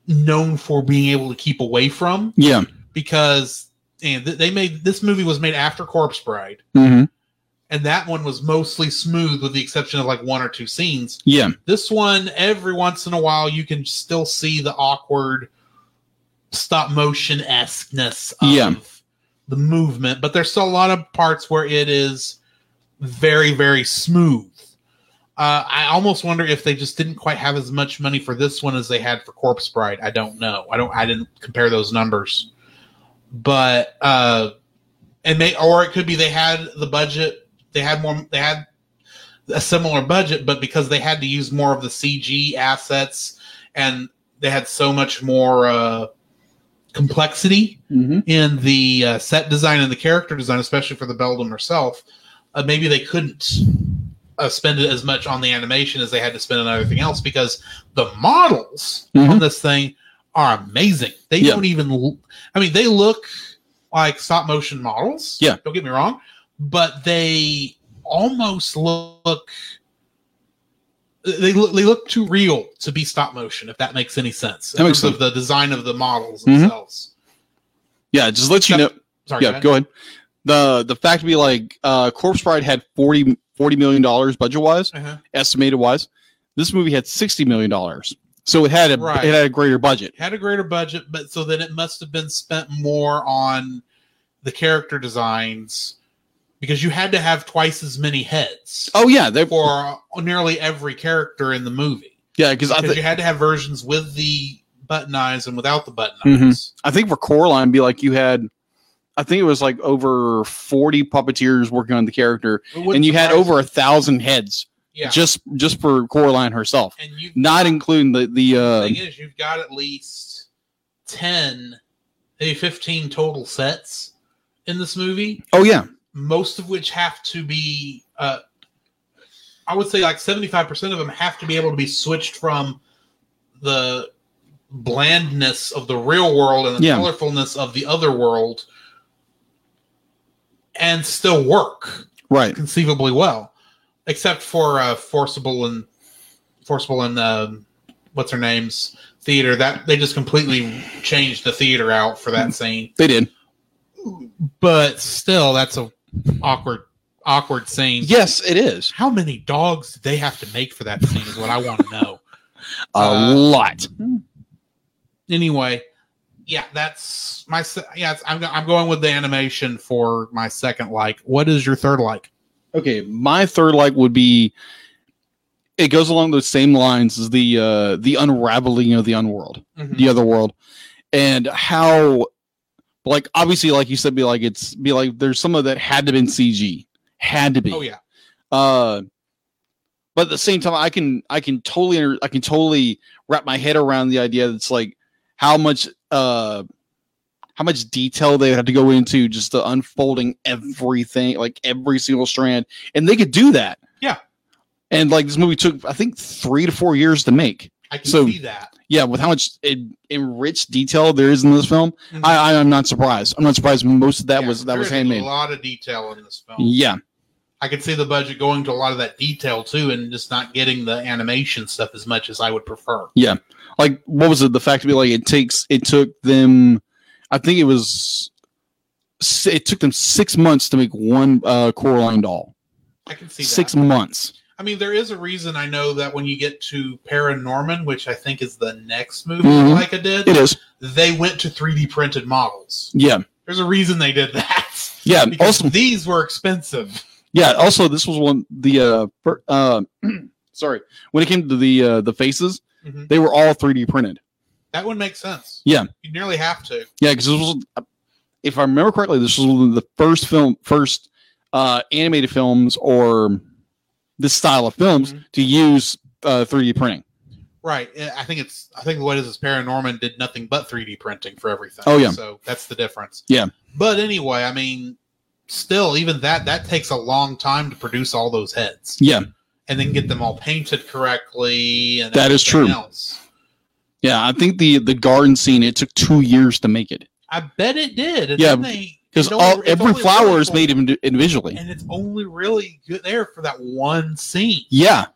[SPEAKER 1] known for being able to keep away from
[SPEAKER 2] Yeah.
[SPEAKER 1] because and th- they made this movie was made after Corpse Bride
[SPEAKER 2] hmm
[SPEAKER 1] and that one was mostly smooth with the exception of like one or two scenes
[SPEAKER 2] Yeah.
[SPEAKER 1] this one, every once in a while, you can still see the awkward stop motion esqueness of
[SPEAKER 2] Yeah.
[SPEAKER 1] the movement, but there's still a lot of parts where it is very, very smooth. Uh, I almost wonder if they just didn't quite have as much money for this one as they had for Corpse Bride. I don't know. I don't. I didn't compare those numbers, but uh, and may or it could be they had the budget. They had more. They had a similar budget, but because they had to use more of the CG assets and they had so much more uh, complexity
[SPEAKER 2] hmm
[SPEAKER 1] in the uh, set design and the character design, especially for the Beldam herself, uh, maybe they couldn't uh, spend it as much on the animation as they had to spend on everything else because the models
[SPEAKER 2] Mhm.
[SPEAKER 1] on this thing are amazing. They
[SPEAKER 2] Yeah.
[SPEAKER 1] don't even, l- I mean, they look like stop motion models.
[SPEAKER 2] Yeah.
[SPEAKER 1] Don't get me wrong, but they almost look. They look, they look too real to be stop motion, if that makes any sense. in
[SPEAKER 2] That makes
[SPEAKER 1] terms of the design of the models
[SPEAKER 2] Mhm.
[SPEAKER 1] themselves
[SPEAKER 2] Yeah. it Just let you know.
[SPEAKER 1] Except- sorry.
[SPEAKER 2] yeah, go ahead. The the fact be like uh Corpse Bride had 40 40 million dollars budget wise,
[SPEAKER 1] Uh-huh.
[SPEAKER 2] estimated wise. This movie had 60 million dollars. So it had a
[SPEAKER 1] Right.
[SPEAKER 2] it had a greater budget.
[SPEAKER 1] Had a greater budget, but so then it must have been spent more on the character designs because you had to have twice as many heads
[SPEAKER 2] Oh yeah, they
[SPEAKER 1] for nearly every character in the movie.
[SPEAKER 2] yeah, cuz I,
[SPEAKER 1] Because
[SPEAKER 2] th-
[SPEAKER 1] you had to have versions with the button eyes and without the button
[SPEAKER 2] Mhm.
[SPEAKER 1] eyes.
[SPEAKER 2] I think for Coraline be like you had I I think it was like over 40 puppeteers working on the character,
[SPEAKER 1] It wouldn't
[SPEAKER 2] and you had
[SPEAKER 1] surprise
[SPEAKER 2] over
[SPEAKER 1] me.
[SPEAKER 2] a thousand heads
[SPEAKER 1] yeah.
[SPEAKER 2] just just for Coraline herself,
[SPEAKER 1] and you
[SPEAKER 2] not including the the.
[SPEAKER 1] the
[SPEAKER 2] Uh,
[SPEAKER 1] thing is, you've got at least 10, maybe 15 total sets in this movie,
[SPEAKER 2] oh yeah,
[SPEAKER 1] most of which have to be, uh, I would say like 75% of them have to be able to be switched from the blandness of the real world and the
[SPEAKER 2] Yeah.
[SPEAKER 1] colorfulness of the other world and still work
[SPEAKER 2] right.
[SPEAKER 1] conceivably well, except for uh, forcible and forcible and um what's her name's theater. That they just completely changed the theater out for that scene.
[SPEAKER 2] They did.
[SPEAKER 1] But still, that's a awkward, awkward scene.
[SPEAKER 2] Yes, it is
[SPEAKER 1] How many dogs did they have to make for that scene? Is what I want to know.
[SPEAKER 2] a
[SPEAKER 1] Uh,
[SPEAKER 2] lot.
[SPEAKER 1] anyway, yeah, that's my se- yeah. it's- I'm go- I'm going with the animation for my second like. What is your third like?
[SPEAKER 2] Okay, my third like would be. It goes along those same lines as the uh, the unraveling of the unworld. the other world and how like obviously like you said be like it's be like there's some of that had to been cg had to be
[SPEAKER 1] Oh yeah,
[SPEAKER 2] uh but at the same time i can i can totally under- i can totally wrap my head around the idea that's like how much uh how much detail they had to go into just the unfolding everything like every single strand and they could do that
[SPEAKER 1] Yeah.
[SPEAKER 2] and like this movie took i think three to four years to make
[SPEAKER 1] I can
[SPEAKER 2] So-
[SPEAKER 1] see that.
[SPEAKER 2] yeah, with how much en- enriched detail there is in this film,
[SPEAKER 1] Mhm.
[SPEAKER 2] I, I am not surprised. I'm not surprised. Most of that
[SPEAKER 1] Yeah,
[SPEAKER 2] was that
[SPEAKER 1] there
[SPEAKER 2] was
[SPEAKER 1] is
[SPEAKER 2] handmade.
[SPEAKER 1] A lot of detail in this film.
[SPEAKER 2] Yeah,
[SPEAKER 1] I could see the budget going to a lot of that detail too, and just not getting the animation stuff as much as I would prefer.
[SPEAKER 2] like what was it? The fact to be like it takes it took them, I think it was, s- it took them six months to make one uh, Coraline doll.
[SPEAKER 1] I can see that.
[SPEAKER 2] Six months.
[SPEAKER 1] I mean, there is a reason I know that when you get to Paranorman, which I think is the next movie
[SPEAKER 2] Mhm.
[SPEAKER 1] like I did,
[SPEAKER 2] It is.
[SPEAKER 1] they went to 3D printed models.
[SPEAKER 2] Yeah,
[SPEAKER 1] There's a reason they did <laughs> that.
[SPEAKER 2] yeah.
[SPEAKER 1] Because
[SPEAKER 2] also,
[SPEAKER 1] these were expensive.
[SPEAKER 2] yeah. Also, this was one the uh, per, uh <clears throat> sorry when it came to the uh, the faces,
[SPEAKER 1] Mhm.
[SPEAKER 2] they were all 3D printed.
[SPEAKER 1] That would make sense.
[SPEAKER 2] Yeah.
[SPEAKER 1] You nearly have to.
[SPEAKER 2] Yeah, because this was, if I remember correctly, this was one of the first film, first uh, animated films or this style of films
[SPEAKER 1] Mhm.
[SPEAKER 2] to use uh, 3D printing.
[SPEAKER 1] Right. eh, I I think it's I think what is this Paranorman did nothing but 3D printing for everything.
[SPEAKER 2] Oh, yeah.
[SPEAKER 1] So that's the difference.
[SPEAKER 2] Yeah.
[SPEAKER 1] But anyway, I mean still even that that takes a long time to produce all those heads
[SPEAKER 2] Yeah,
[SPEAKER 1] and then get them all painted correctly and
[SPEAKER 2] That is
[SPEAKER 1] everything
[SPEAKER 2] true.
[SPEAKER 1] Else.
[SPEAKER 2] yeah. I think the the garden scene it took two years to make it
[SPEAKER 1] I bet it did. And
[SPEAKER 2] Yeah,
[SPEAKER 1] then they-
[SPEAKER 2] because
[SPEAKER 1] it only-
[SPEAKER 2] all
[SPEAKER 1] it's
[SPEAKER 2] every
[SPEAKER 1] only
[SPEAKER 2] flower
[SPEAKER 1] really
[SPEAKER 2] is made indi- individually.
[SPEAKER 1] and it's only really good there for that one scene.
[SPEAKER 2] yeah,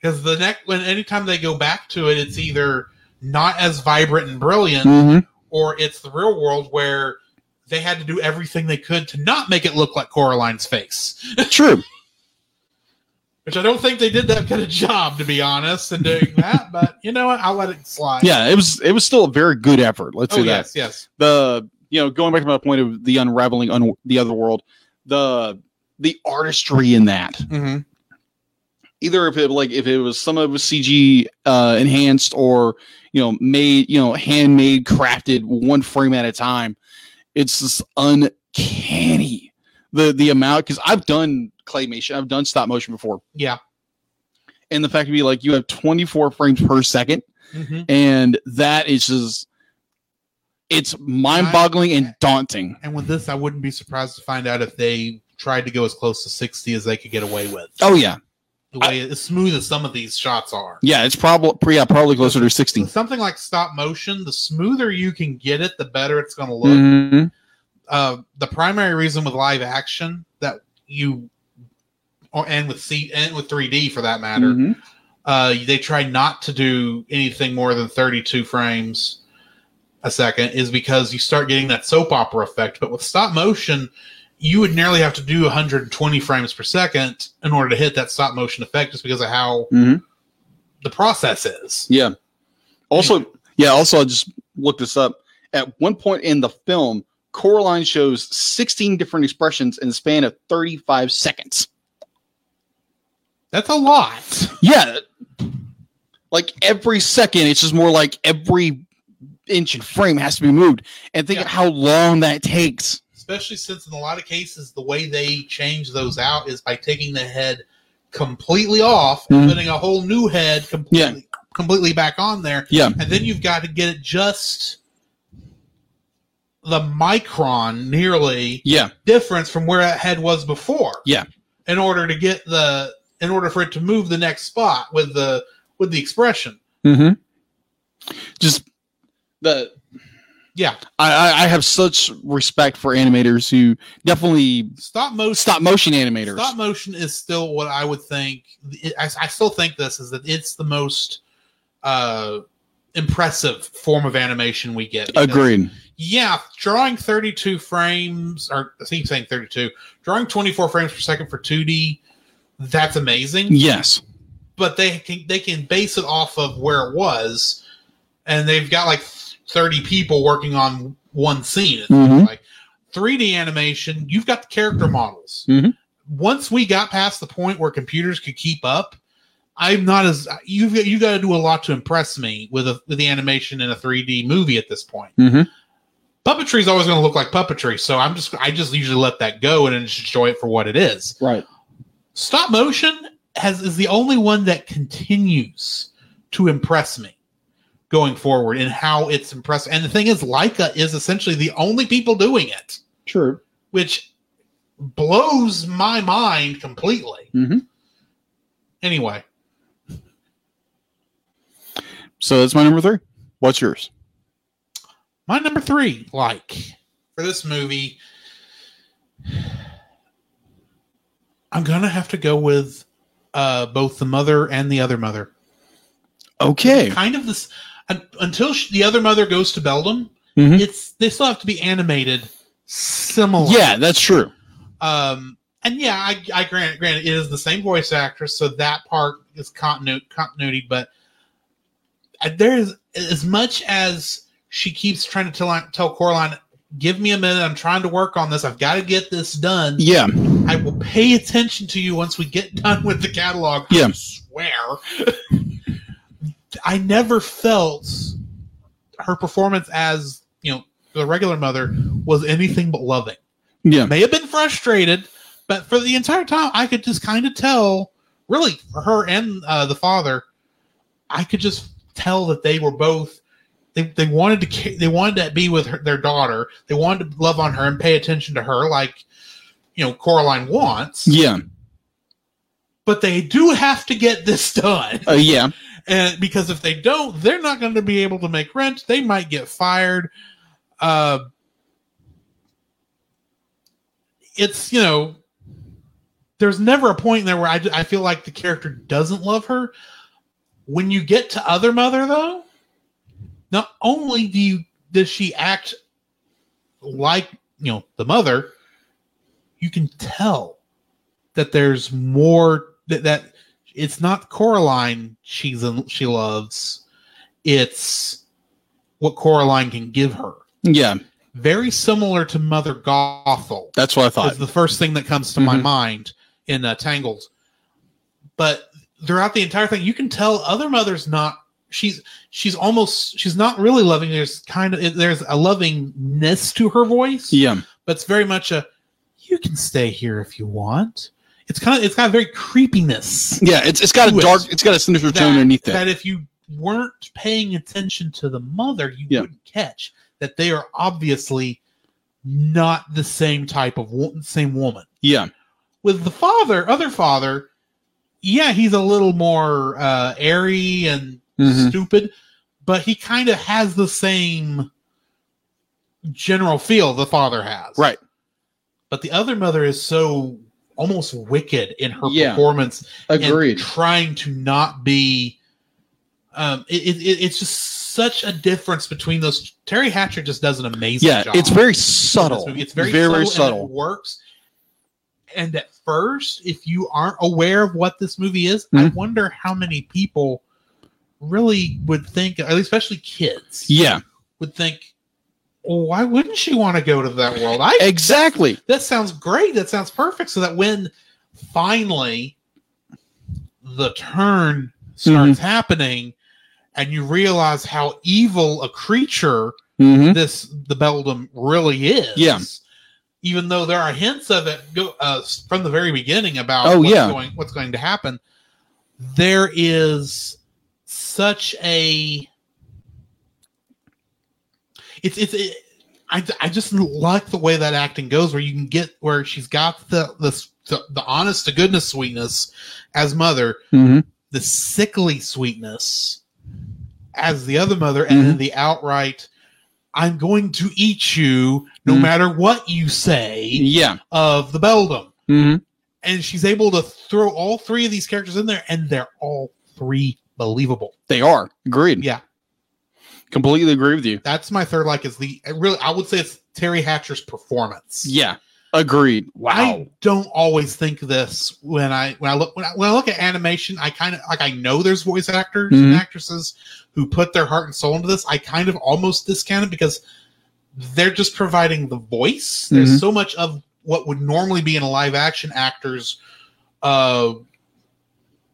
[SPEAKER 1] Because the next when anytime they go back to it, it's either not as vibrant and brilliant
[SPEAKER 2] Mhm.
[SPEAKER 1] or it's the real world where they had to do everything they could to not make it look like Coraline's face,
[SPEAKER 2] true.
[SPEAKER 1] which I don't think they did that good a job, to be honest, in doing that. <laughs> But you know what? I'll let it slide.
[SPEAKER 2] Yeah, it was it was still a very good effort. Let's
[SPEAKER 1] Oh,
[SPEAKER 2] say that.
[SPEAKER 1] yes, yes.
[SPEAKER 2] the you know going back to my point of the unraveling un- the other world, the the artistry in that
[SPEAKER 1] Mm-hmm.
[SPEAKER 2] either if it like if it was some of it was CG uh, enhanced or you know made you know handmade crafted one frame at a time. It's just uncanny the the amount because I've done claymation, I've done stop motion before,
[SPEAKER 1] Yeah.
[SPEAKER 2] and the fact to be like you have 24 frames per second,
[SPEAKER 1] Mm-hmm.
[SPEAKER 2] and that is just it's mind boggling and daunting.
[SPEAKER 1] And with this, I wouldn't be surprised to find out if they tried to go as close to 60 as they could get away with.
[SPEAKER 2] Oh yeah,
[SPEAKER 1] the way as smooth as some of these shots are.
[SPEAKER 2] yeah, it's probably yeah probably closer to 60.
[SPEAKER 1] Something like stop motion, the smoother you can get it, the better it's going to look.
[SPEAKER 2] Mhm.
[SPEAKER 1] Uh, the primary reason with live action that you, or and with C and with 3D for that matter,
[SPEAKER 2] Mhm.
[SPEAKER 1] uh, they try not to do anything more than 32 frames a second is because you start getting that soap opera effect. But with stop motion, you would nearly have to do 120 frames per second in order to hit that stop motion effect just because of how
[SPEAKER 2] Mhm.
[SPEAKER 1] the process is.
[SPEAKER 2] Yeah. Also, yeah, also I just looked this up. At one point in the film, Coraline shows 16 different expressions in the span of 35 seconds.
[SPEAKER 1] That's a lot.
[SPEAKER 2] Yeah. Like every second, it's just more like every inch and frame has to be moved. And think of
[SPEAKER 1] Yeah.
[SPEAKER 2] how long that takes.
[SPEAKER 1] especially since in a lot of cases the way they change those out is by taking the head completely off
[SPEAKER 2] Mhm.
[SPEAKER 1] and putting a whole new head completely completely back on there.
[SPEAKER 2] Yeah.
[SPEAKER 1] And then you've got to get it just the micron nearly
[SPEAKER 2] Yeah.
[SPEAKER 1] difference from where that head was before.
[SPEAKER 2] Yeah.
[SPEAKER 1] In order to get the in order for it to move the next spot with the with the expression.
[SPEAKER 2] Mm-hmm. Just the
[SPEAKER 1] Yeah.
[SPEAKER 2] I, I- I have such respect for animators who definitely
[SPEAKER 1] Stop motion
[SPEAKER 2] stop motion animators.
[SPEAKER 1] Stop motion is still what I would think. it- I, I still think this is that it's the most uh, impressive form of animation we get. Because,
[SPEAKER 2] Agreed.
[SPEAKER 1] Yeah, drawing 32 frames, or I think saying 32, drawing 24 frames per second for 2D, that's amazing.
[SPEAKER 2] Yes.
[SPEAKER 1] But they can they can base it off of where it was, and they've got like 30 people working on one scene. It's
[SPEAKER 2] Mhm.
[SPEAKER 1] Like 3D animation, you've got the character models once we got past the point where computers could keep up, I'm not as you've got, you've got to do a lot to impress me with a, with the animation in a 3D movie at this point.
[SPEAKER 2] Mhm.
[SPEAKER 1] Puppetry is always going to look like puppetry, so I'm just I just usually let that go and just enjoy it for what it is.
[SPEAKER 2] Right.
[SPEAKER 1] Stop motion has is the only one that continues to impress me going forward in how it's impressive. And the thing is, Leica is essentially the only people doing it
[SPEAKER 2] True.
[SPEAKER 1] which blows my mind completely.
[SPEAKER 2] Mhm.
[SPEAKER 1] Anyway,
[SPEAKER 2] So that's my number three. What's yours?
[SPEAKER 1] my number three, like for this movie, I'm gonna have to go with uh, both the mother and the other mother.
[SPEAKER 2] Okay.
[SPEAKER 1] Kind of this un- until sh the other mother goes to Beldam.
[SPEAKER 2] Mhm.
[SPEAKER 1] It's they still have to be animated similar.
[SPEAKER 2] Yeah, that's true.
[SPEAKER 1] Um, and yeah, I, I grant granted it is the same voice actress, so that part is continu- continuity. But uh, there is as much as she keeps trying to tell tell Coraline, "Give me a minute. I'm trying to work on this. I've got to get this done.
[SPEAKER 2] Yeah.
[SPEAKER 1] I will pay attention to you once we get <laughs> done with the catalog."
[SPEAKER 2] Yeah.
[SPEAKER 1] I swear. I never felt her performance as you know the regular mother was anything but loving
[SPEAKER 2] Yeah.
[SPEAKER 1] may have been frustrated, but for the entire time, I could just kind of tell, really, for her and uh, the father, I could just tell that they were both. They, they wanted to ca- they wanted to be with her, their daughter. They wanted to love on her and pay attention to her, like you know Coraline wants.
[SPEAKER 2] Yeah.
[SPEAKER 1] But they do have to get this done,
[SPEAKER 2] Uh, yeah.
[SPEAKER 1] and because if they don't, they're not going to be able to make rent. They might get fired. Uh, it's you know there's never a point in there where I, I feel like the character doesn't love her when you get to other mother though not only do you does she act like you know the mother you can tell that there's more that, that it's not coraline she's in, she loves it's what coraline can give her
[SPEAKER 2] Yeah.
[SPEAKER 1] very similar to mother gothel
[SPEAKER 2] That's what I
[SPEAKER 1] is
[SPEAKER 2] thought.
[SPEAKER 1] the first thing that comes to my
[SPEAKER 2] Mhm.
[SPEAKER 1] mind in uh, Tangled. But throughout the entire thing, you can tell other mother's not. She's she's almost she's not really loving. There's kind of there's a lovingness to her voice,
[SPEAKER 2] Yeah.
[SPEAKER 1] but it's very much a you can stay here if you want. It's kind of it's got a very creepiness
[SPEAKER 2] Yeah. It's it's got a
[SPEAKER 1] Do it.
[SPEAKER 2] dark. It's got a sinister tone underneath
[SPEAKER 1] that
[SPEAKER 2] that.
[SPEAKER 1] if you weren't paying attention to the mother, you
[SPEAKER 2] Yeah.
[SPEAKER 1] wouldn't catch that they are obviously not the same type of wo- same woman.
[SPEAKER 2] Yeah.
[SPEAKER 1] with the father, other father, yeah, he's a little more uh, airy and
[SPEAKER 2] Mhm.
[SPEAKER 1] stupid, but he kind of has the same general feel the father has.
[SPEAKER 2] Right.
[SPEAKER 1] But the other mother is so almost wicked in her
[SPEAKER 2] Yeah.
[SPEAKER 1] performance and
[SPEAKER 2] Agreed.
[SPEAKER 1] trying to not be. Um, it, it, it- it's just such a difference between those. Terry Hatcher just does an amazing
[SPEAKER 2] Yeah.
[SPEAKER 1] job
[SPEAKER 2] It's very
[SPEAKER 1] in this
[SPEAKER 2] subtle.
[SPEAKER 1] movie. It's very,
[SPEAKER 2] very very
[SPEAKER 1] subtle. and
[SPEAKER 2] subtle.
[SPEAKER 1] it works. And at first, if you aren't aware of what this movie is, I
[SPEAKER 2] Mhm.
[SPEAKER 1] wonder how many people really would think, especially kids,
[SPEAKER 2] Yeah.
[SPEAKER 1] would think, well, "Why wouldn't she want to go to that world?" I
[SPEAKER 2] Exactly.
[SPEAKER 1] that sounds great. That sounds perfect. So that when finally the turn starts happening, and you realize how evil a creature
[SPEAKER 2] Mm-hmm.
[SPEAKER 1] this the Beldam really is.
[SPEAKER 2] Yeah.
[SPEAKER 1] even though there are hints of it go, uh, s- from the very beginning about
[SPEAKER 2] Oh,
[SPEAKER 1] what's
[SPEAKER 2] yeah.
[SPEAKER 1] going, what's going to happen, there is such a it's it's it, I, I just like the way that acting goes where you can get where she's got the the the, the honest to goodness sweetness as mother
[SPEAKER 2] Mm-hmm.
[SPEAKER 1] the sickly sweetness as the other mother and then the outright i'm going to eat you no
[SPEAKER 2] Mhm.
[SPEAKER 1] matter what you say
[SPEAKER 2] Yeah.
[SPEAKER 1] of the beldam
[SPEAKER 2] Mm-hmm.
[SPEAKER 1] and she's able to throw all three of these characters in there and they're all three believable
[SPEAKER 2] They are. Agreed.
[SPEAKER 1] Yeah.
[SPEAKER 2] Completely agree with you.
[SPEAKER 1] that's my third like is the I really i would say it's terry hatcher's performance
[SPEAKER 2] Yeah. Agreed.
[SPEAKER 1] I don't always think this when I when I look when I, when I look at animation. I kind of like I know there's voice actors and
[SPEAKER 2] Mhm.
[SPEAKER 1] actresses who put their heart and soul into this. I kind of almost discount it because they're just providing the voice. There's
[SPEAKER 2] Mhm.
[SPEAKER 1] so much of what would normally be in a live action actor's uh,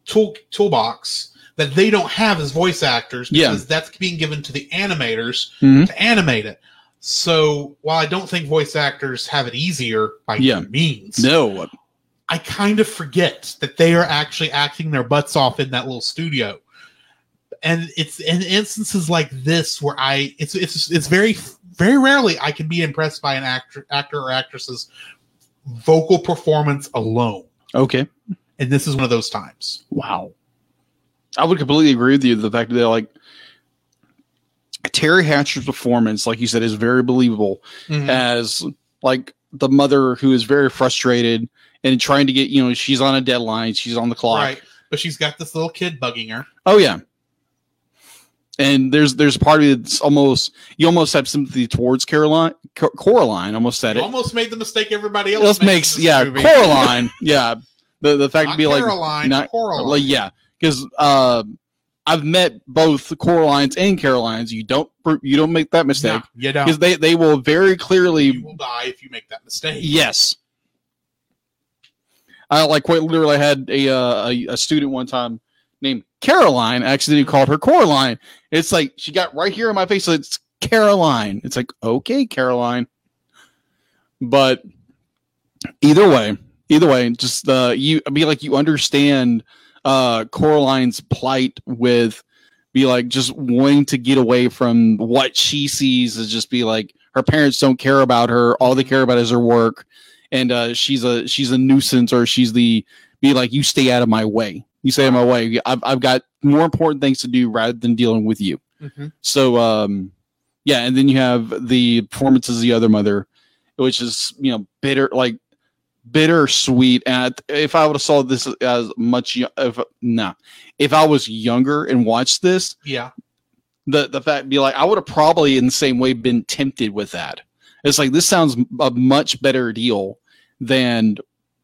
[SPEAKER 1] tool toolbox that they don't have as voice actors
[SPEAKER 2] Yeah.
[SPEAKER 1] because that's being given to the animators
[SPEAKER 2] Mhm.
[SPEAKER 1] to animate it. So while I don't think voice actors have it easier by
[SPEAKER 2] Yeah.
[SPEAKER 1] any means,
[SPEAKER 2] No.
[SPEAKER 1] I kind of forget that they are actually acting their butts off in that little studio. And it's in instances like this where I it's it's it's very very rarely I can be impressed by an actor actor or actress's vocal performance alone.
[SPEAKER 2] Okay.
[SPEAKER 1] And this is one of those times.
[SPEAKER 2] Wow. I would completely agree with you. The fact that like Terry Hatcher's performance, like you said, is very believable.
[SPEAKER 1] Mm-hmm.
[SPEAKER 2] as like the mother who is very frustrated and trying to get you know she's on a deadline she's on the clock
[SPEAKER 1] Right. But she's got this little kid bugging her.
[SPEAKER 2] oh yeah and there's there's a part of it that's almost you almost have sympathy towards caroline Cor- coraline almost said
[SPEAKER 1] You
[SPEAKER 2] it
[SPEAKER 1] almost made the mistake everybody else,
[SPEAKER 2] else makes
[SPEAKER 1] in this
[SPEAKER 2] yeah
[SPEAKER 1] movie.
[SPEAKER 2] coraline yeah the the fact to
[SPEAKER 1] Not
[SPEAKER 2] be like
[SPEAKER 1] Caroline,
[SPEAKER 2] not-
[SPEAKER 1] Coraline.
[SPEAKER 2] like yeah because uh i've met both coralines and carolines you don't you don't make that mistake
[SPEAKER 1] No, you don't.
[SPEAKER 2] because they they will very clearly
[SPEAKER 1] You will die if you make that mistake.
[SPEAKER 2] Yes. I like quite literally had a uh, a, a student one time named Caroline accidentally called her Coraline. It's like she got right here in my face. So it's Caroline. It's like okay, Caroline. But either way, either way, just uh, you I mean like you understand uh, Coraline's plight with be like just wanting to get away from what she sees is just be like her parents don't care about her. All they care about is her work, and uh, she's a she's a nuisance or she's the be like you stay out of my way. You stay out of my way. I've I've got more important things to do rather than dealing with you.
[SPEAKER 1] Mhm.
[SPEAKER 2] So um yeah, and then you have the performances of the other mother, which is you know bitter like bittersweet. And I- if I would have saw this as much yo- if nah, if I was younger and watched this,
[SPEAKER 1] Yeah.
[SPEAKER 2] the the fact be like I would have probably in the same way been tempted with that. It's like this sounds a much better deal than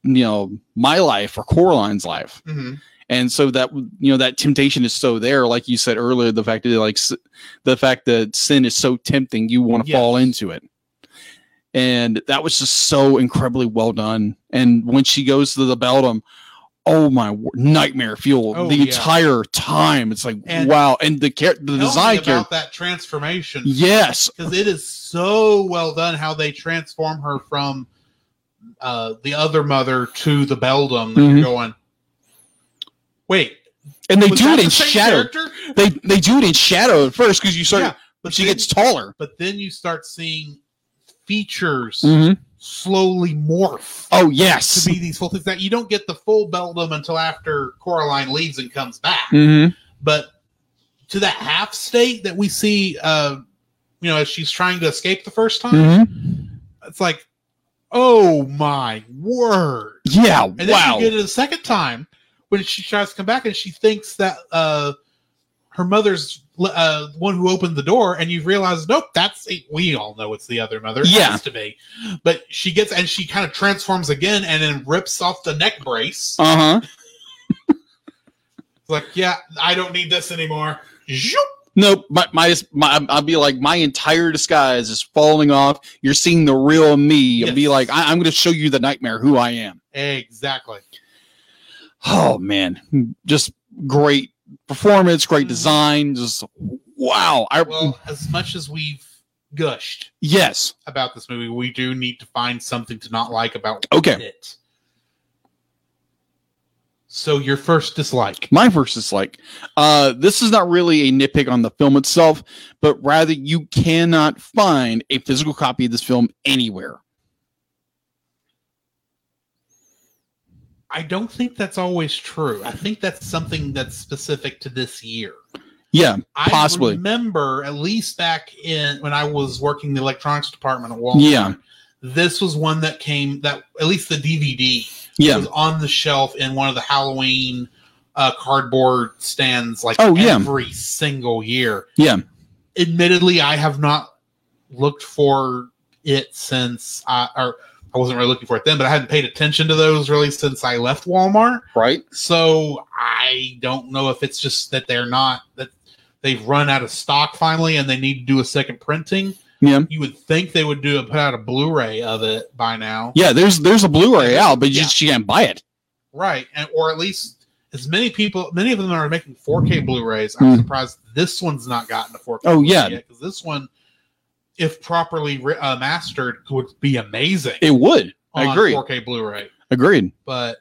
[SPEAKER 2] you know my life or Coraline's life
[SPEAKER 1] hmm
[SPEAKER 2] and so that you know that temptation is so there like you said earlier the fact that like s- the fact that sin is so tempting you want to
[SPEAKER 1] Yes.
[SPEAKER 2] fall into it and that was just so incredibly well done and when she goes to the beldam oh my wor- nightmare fuel
[SPEAKER 1] Oh,
[SPEAKER 2] the
[SPEAKER 1] yeah.
[SPEAKER 2] entire time it's like
[SPEAKER 1] And-
[SPEAKER 2] wow and the char- the
[SPEAKER 1] Tell me
[SPEAKER 2] design
[SPEAKER 1] about
[SPEAKER 2] character
[SPEAKER 1] that transformation
[SPEAKER 2] yes
[SPEAKER 1] because it is so well done how they transform her from uh, the other mother to the beldam. And You're going, wait,
[SPEAKER 2] and Mm-hmm. they
[SPEAKER 1] was
[SPEAKER 2] do
[SPEAKER 1] that
[SPEAKER 2] it
[SPEAKER 1] the
[SPEAKER 2] in
[SPEAKER 1] same
[SPEAKER 2] shadow
[SPEAKER 1] character?
[SPEAKER 2] they they do it in shadow at first because you start
[SPEAKER 1] Yeah, but
[SPEAKER 2] she
[SPEAKER 1] then-
[SPEAKER 2] gets taller
[SPEAKER 1] but then you start seeing features
[SPEAKER 2] Mhm.
[SPEAKER 1] slowly morph
[SPEAKER 2] oh yes
[SPEAKER 1] to be these full things that you don't get the full beldam until after Coraline leaves and comes back.
[SPEAKER 2] mm-hmm.
[SPEAKER 1] but to that half state that we see uh you know as she's trying to escape the first time
[SPEAKER 2] Mm-hmm.
[SPEAKER 1] it's like oh my word
[SPEAKER 2] yeah
[SPEAKER 1] and then
[SPEAKER 2] wow
[SPEAKER 1] you get it a second time when she tries to come back and she thinks that uh her mother's uh the one who opened the door and you realize nope that's it. we all know it's the other mother it
[SPEAKER 2] Yeah.
[SPEAKER 1] has to be but she gets and she kind of transforms again and then rips off the neck brace
[SPEAKER 2] uh-huh
[SPEAKER 1] It's like yeah i don't need this anymore Zhoop.
[SPEAKER 2] Nope, my my, my I'll be like my entire disguise is falling off. You're seeing the real me. I'll be
[SPEAKER 1] Yes.
[SPEAKER 2] like I, I'm going to show you the nightmare who I am.
[SPEAKER 1] exactly
[SPEAKER 2] Oh man, just great
[SPEAKER 1] Mm-hmm.
[SPEAKER 2] performance, great design. Just wow, I
[SPEAKER 1] well, as much as we've gushed
[SPEAKER 2] Yes.
[SPEAKER 1] about this movie, we do need to find something to not like about
[SPEAKER 2] Okay.
[SPEAKER 1] it. So your first dislike.
[SPEAKER 2] My first is like, uh, this is not really a nitpick on the film itself, but rather you cannot find a physical copy of this film anywhere.
[SPEAKER 1] I don't think that's always true. I think that's something that's specific to this year.
[SPEAKER 2] Yeah.
[SPEAKER 1] I
[SPEAKER 2] Possibly.
[SPEAKER 1] remember at least back in when I was working the electronics department at Walmart.
[SPEAKER 2] Yeah.
[SPEAKER 1] This was one that came that at least the DVD
[SPEAKER 2] Yeah.
[SPEAKER 1] was on the shelf in one of the Halloween uh, cardboard stands like
[SPEAKER 2] Oh, yeah.
[SPEAKER 1] every single year.
[SPEAKER 2] Yeah.
[SPEAKER 1] Admittedly, I have not looked for it since I or I wasn't really looking for it then, but I hadn't paid attention to those really since I left Walmart.
[SPEAKER 2] Right.
[SPEAKER 1] So I don't know if it's just that they're not that they've run out of stock finally and they need to do a second printing.
[SPEAKER 2] Yeah.
[SPEAKER 1] You would think they would do a put out a Blu-ray of it by now.
[SPEAKER 2] Yeah. There's there's a Blu-ray out, but you
[SPEAKER 1] Yeah.
[SPEAKER 2] just you can't buy it.
[SPEAKER 1] Right. And or at least as many people many of them are making 4K Blu-rays. I'm
[SPEAKER 2] Hmm.
[SPEAKER 1] surprised this one's not gotten a 4K.
[SPEAKER 2] Oh, yeah.
[SPEAKER 1] Because this one if properly re- uh, mastered would be amazing.
[SPEAKER 2] It would. I
[SPEAKER 1] on
[SPEAKER 2] agree.
[SPEAKER 1] 4K Blu-ray.
[SPEAKER 2] Agreed.
[SPEAKER 1] But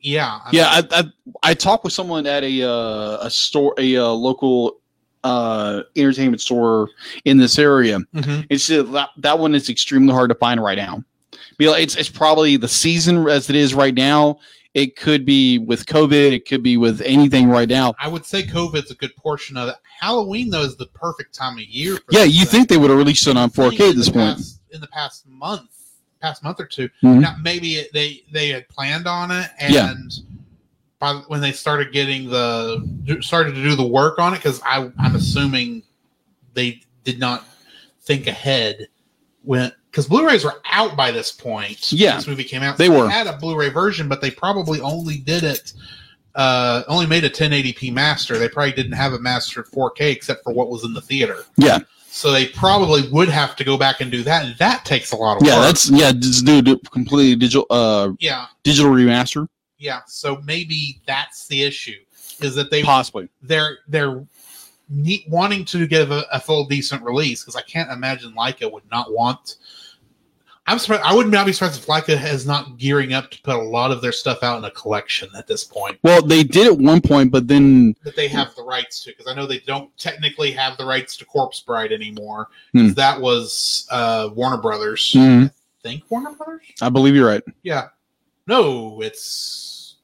[SPEAKER 1] yeah, I
[SPEAKER 2] yeah, I, I I talked with someone at a uh, a store a uh, local uh entertainment store in this area.
[SPEAKER 1] mean, mhm.
[SPEAKER 2] It's just, that, that one is extremely hard to find right now. Be like, it's it's probably the season as it is right now. It could be with COVID. It could be with anything right now.
[SPEAKER 1] I would say COVID's a good portion of it. Halloween though is the perfect time of year. For
[SPEAKER 2] Yeah,
[SPEAKER 1] this
[SPEAKER 2] you
[SPEAKER 1] thing.
[SPEAKER 2] think they would have released it on 4K at
[SPEAKER 1] In
[SPEAKER 2] this
[SPEAKER 1] the
[SPEAKER 2] point?
[SPEAKER 1] past- in the past month, past month or 2
[SPEAKER 2] Mhm.
[SPEAKER 1] Now maybe it, they they had planned on it, and
[SPEAKER 2] Yeah.
[SPEAKER 1] by the- when they started getting the do- started to do the work on it, because I I'm assuming they did not think ahead when because Blu-rays were out by this point. when
[SPEAKER 2] Yeah.
[SPEAKER 1] this movie came out.
[SPEAKER 2] They were.
[SPEAKER 1] had a Blu-ray version, but they probably only did it. Uh, only made a 1080p master. They probably didn't have a mastered 4K except for what was in the theater.
[SPEAKER 2] Yeah,
[SPEAKER 1] So they probably would have to go back and do that, and that takes a lot of
[SPEAKER 2] yeah,
[SPEAKER 1] work.
[SPEAKER 2] that's yeah. Just do do completely digital uh
[SPEAKER 1] yeah,
[SPEAKER 2] digital remaster,
[SPEAKER 1] yeah. So maybe that's the issue is that they
[SPEAKER 2] possibly.
[SPEAKER 1] they're they're ne- wanting to give a, a full decent release because I can't imagine Leica would not want. I'm surprised. I would not be surprised if Leica is not gearing up to put a lot of their stuff out in a collection at this point
[SPEAKER 2] Well, they did at one point, but then
[SPEAKER 1] that they have the rights to because I know they don't technically have the rights to Corpse Bride anymore.
[SPEAKER 2] Hmm.
[SPEAKER 1] 'cause That was uh, Warner Brothers. I
[SPEAKER 2] Mhm.
[SPEAKER 1] think Warner Brothers.
[SPEAKER 2] I believe you're right.
[SPEAKER 1] Yeah. No, it's.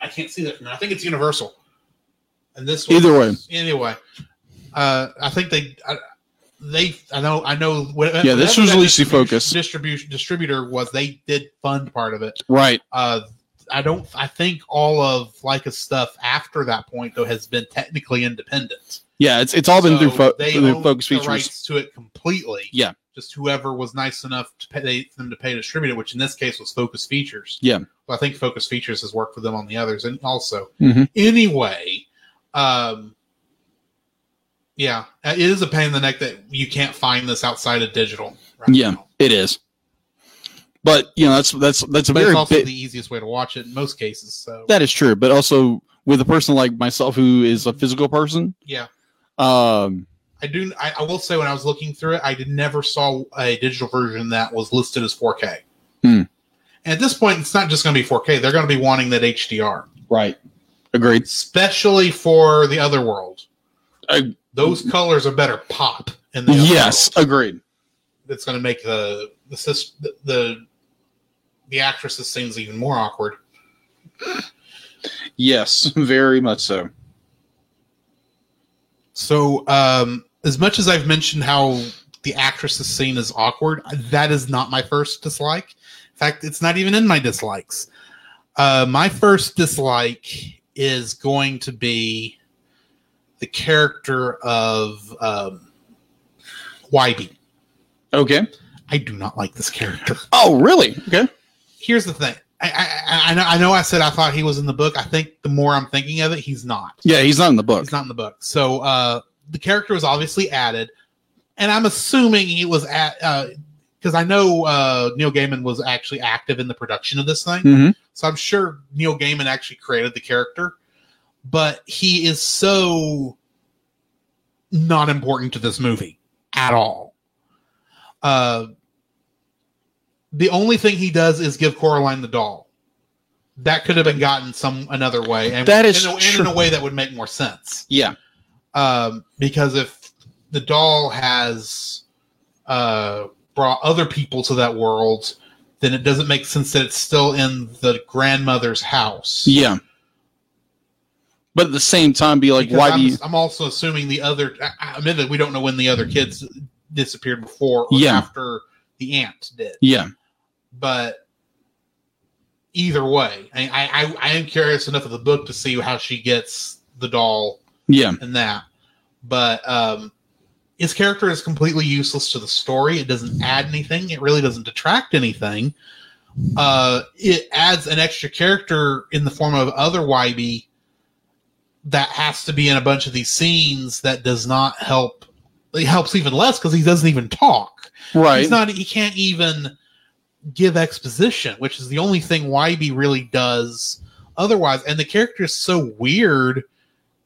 [SPEAKER 1] I can't see that. No, I think it's Universal. And this was-
[SPEAKER 2] Either way.
[SPEAKER 1] Anyway, uh, I think they. I, they. I know. I know. wha-
[SPEAKER 2] Yeah, this
[SPEAKER 1] whatever
[SPEAKER 2] was
[SPEAKER 1] that
[SPEAKER 2] Lucy
[SPEAKER 1] distribution-
[SPEAKER 2] Focus.
[SPEAKER 1] distribution distributor was. They did fund part of it.
[SPEAKER 2] Right.
[SPEAKER 1] Uh, I don't. I think all of Leica's stuff after that point though has been technically independent.
[SPEAKER 2] Yeah, it's it's all been through,
[SPEAKER 1] So
[SPEAKER 2] fo-
[SPEAKER 1] they
[SPEAKER 2] through
[SPEAKER 1] own
[SPEAKER 2] focus
[SPEAKER 1] the
[SPEAKER 2] features.
[SPEAKER 1] rights to it completely.
[SPEAKER 2] Yeah.
[SPEAKER 1] just whoever was nice enough to pay they, them to pay a distributor, which in this case was Focus Features.
[SPEAKER 2] Yeah.
[SPEAKER 1] well, I think Focus Features has worked for them on the others, and also
[SPEAKER 2] Mhm.
[SPEAKER 1] anyway, um, yeah, uh, it is a pain in the neck that you can't find this outside of digital. Right
[SPEAKER 2] Yeah,
[SPEAKER 1] now.
[SPEAKER 2] it is. But you know that's that's that's a
[SPEAKER 1] but
[SPEAKER 2] very
[SPEAKER 1] it's also
[SPEAKER 2] big.
[SPEAKER 1] the easiest way to watch it in most cases. So
[SPEAKER 2] that is true. But also with a person like myself who is a physical person,
[SPEAKER 1] yeah.
[SPEAKER 2] um,
[SPEAKER 1] I do. I, I will say, when I was looking through it, I did never saw a digital version that was listed as 4K.
[SPEAKER 2] Hmm.
[SPEAKER 1] And at this point, it's not just going to be 4K. They're going to be wanting that HDR,
[SPEAKER 2] right, agreed.
[SPEAKER 1] especially for the other world.
[SPEAKER 2] I-
[SPEAKER 1] Those colors are better pop. In the
[SPEAKER 2] Yes,
[SPEAKER 1] Otherworld.
[SPEAKER 2] agreed.
[SPEAKER 1] that's going to make the the sis- the the, the actress's scenes even more awkward.
[SPEAKER 2] Yes, <laughs> very much so.
[SPEAKER 1] So, um, as much as I've mentioned how the actress's scene is awkward, that is not my first dislike. In fact, it's not even in my dislikes. Uh, my first dislike is going to be the character of um, YB.
[SPEAKER 2] Okay.
[SPEAKER 1] I do not like this character.
[SPEAKER 2] Oh, really? Okay.
[SPEAKER 1] Here's the thing. I, I, I- I know. I know. I said I thought he was in the book. I think the more I'm thinking of it, he's not.
[SPEAKER 2] Yeah, he's not in the book.
[SPEAKER 1] He's not in the book. So uh, the character was obviously added, and I'm assuming he was at because I know uh, Neil Gaiman was actually active in the production of this thing.
[SPEAKER 2] Mhm.
[SPEAKER 1] So I'm sure Neil Gaiman actually created the character, but he is so not important to this movie. at all. Uh, the only thing he does is give Coraline the doll. That could have been gotten some another way, and
[SPEAKER 2] That is
[SPEAKER 1] in a, and in
[SPEAKER 2] true.
[SPEAKER 1] a way that would make more sense.
[SPEAKER 2] Yeah.
[SPEAKER 1] Um, because if the doll has uh, brought other people to that world, then it doesn't make sense that it's still in the grandmother's house.
[SPEAKER 2] Yeah. But at the same time, be like,
[SPEAKER 1] Because
[SPEAKER 2] why
[SPEAKER 1] I'm,
[SPEAKER 2] do you?
[SPEAKER 1] I'm also assuming the other. I- I- Admittedly, we don't know when the other kids disappeared before or
[SPEAKER 2] Yeah.
[SPEAKER 1] after the aunt did,
[SPEAKER 2] Yeah.
[SPEAKER 1] but either way, I, I I- I am curious enough of the book to see how she gets the doll
[SPEAKER 2] Yeah.
[SPEAKER 1] and that. But um, his character is completely useless to the story. It doesn't add anything. It really doesn't detract anything. Uh, it adds an extra character in the form of other YB that has to be in a bunch of these scenes that does not help. It helps even less because he doesn't even talk.
[SPEAKER 2] Right.
[SPEAKER 1] He's not. He can't even give exposition, which is the only thing YB really does otherwise. And the character is so weird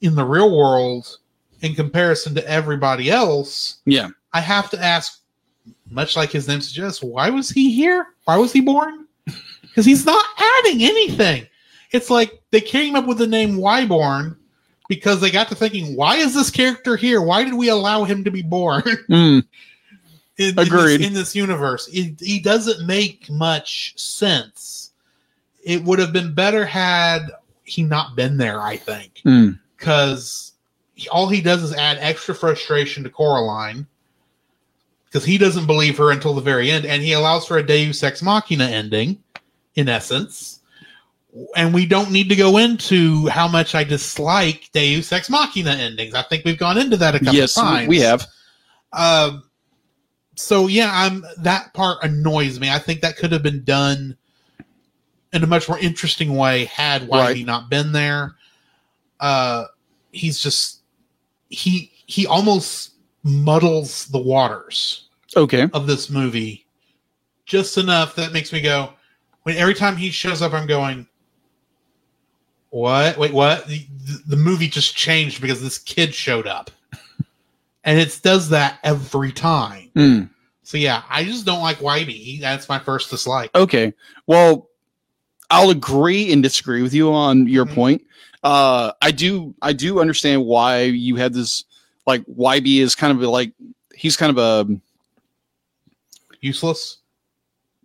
[SPEAKER 1] in the real world in comparison to everybody else.
[SPEAKER 2] Yeah.
[SPEAKER 1] I have to ask, much like his name suggests, why was he here? Why was he born? <laughs> Because he's not adding anything. It's like they came up with the name Wyborn because they got to thinking, why is this character here? Why did we allow him to be born?
[SPEAKER 2] Mm.
[SPEAKER 1] in, in
[SPEAKER 2] Agreed.
[SPEAKER 1] this, in this universe. It, he doesn't make much sense. It would have been better had he not been there, I think,
[SPEAKER 2] Mm.
[SPEAKER 1] because all he does is add extra frustration to Coraline because he doesn't believe her until the very end, and he allows for a Deus Ex Machina ending, in essence. And we don't need to go into how much I dislike Deus Ex Machina endings. I think we've gone into that a couple
[SPEAKER 2] Yes,
[SPEAKER 1] times.
[SPEAKER 2] we have.
[SPEAKER 1] Um, so yeah, I'm that part annoys me. I think that could have been done in a much more interesting way had Whitey
[SPEAKER 2] Right.
[SPEAKER 1] not been there. Uh, he's just he he almost muddles the waters
[SPEAKER 2] Okay.
[SPEAKER 1] of this movie just enough that makes me go. When every time he shows up, I'm going. What? Wait, what? The, the movie just changed because this kid showed
[SPEAKER 2] <laughs>
[SPEAKER 1] up. And it does that every time.
[SPEAKER 2] Mm.
[SPEAKER 1] So yeah, I just don't like Whitey. He, that's my first dislike.
[SPEAKER 2] Okay. Well, I'll agree and disagree with you on your
[SPEAKER 1] Mhm.
[SPEAKER 2] point. Uh, I do. I do understand why you had this. Like YB is kind of like he's kind of a
[SPEAKER 1] Useless.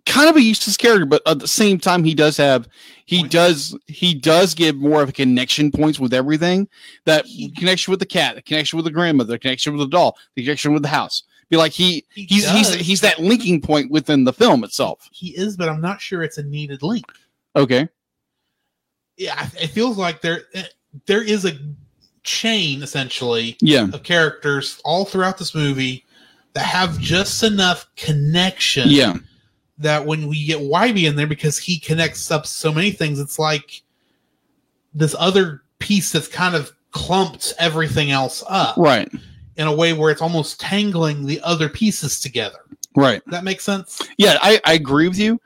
[SPEAKER 2] kind of a useless character, but at the same time, he does have he
[SPEAKER 1] Point.
[SPEAKER 2] does he does give more of a connection points with everything. That connection with the cat, the connection with the grandmother, the connection with the doll, the connection with the house. Be like he
[SPEAKER 1] He
[SPEAKER 2] he's he's
[SPEAKER 1] does.
[SPEAKER 2] he's that linking point within the film itself.
[SPEAKER 1] He is, but I'm not sure it's a needed link.
[SPEAKER 2] Okay.
[SPEAKER 1] Yeah, it feels like there eh, there is a chain essentially
[SPEAKER 2] Yeah.
[SPEAKER 1] of characters all throughout this movie that have just enough connection
[SPEAKER 2] Yeah.
[SPEAKER 1] that when we get YB in there because he connects up so many things, it's like this other piece that's kind of clumped everything else up
[SPEAKER 2] Right.
[SPEAKER 1] in a way where it's almost tangling the other pieces together.
[SPEAKER 2] Right.
[SPEAKER 1] That makes sense.
[SPEAKER 2] Yeah. I, I agree with you.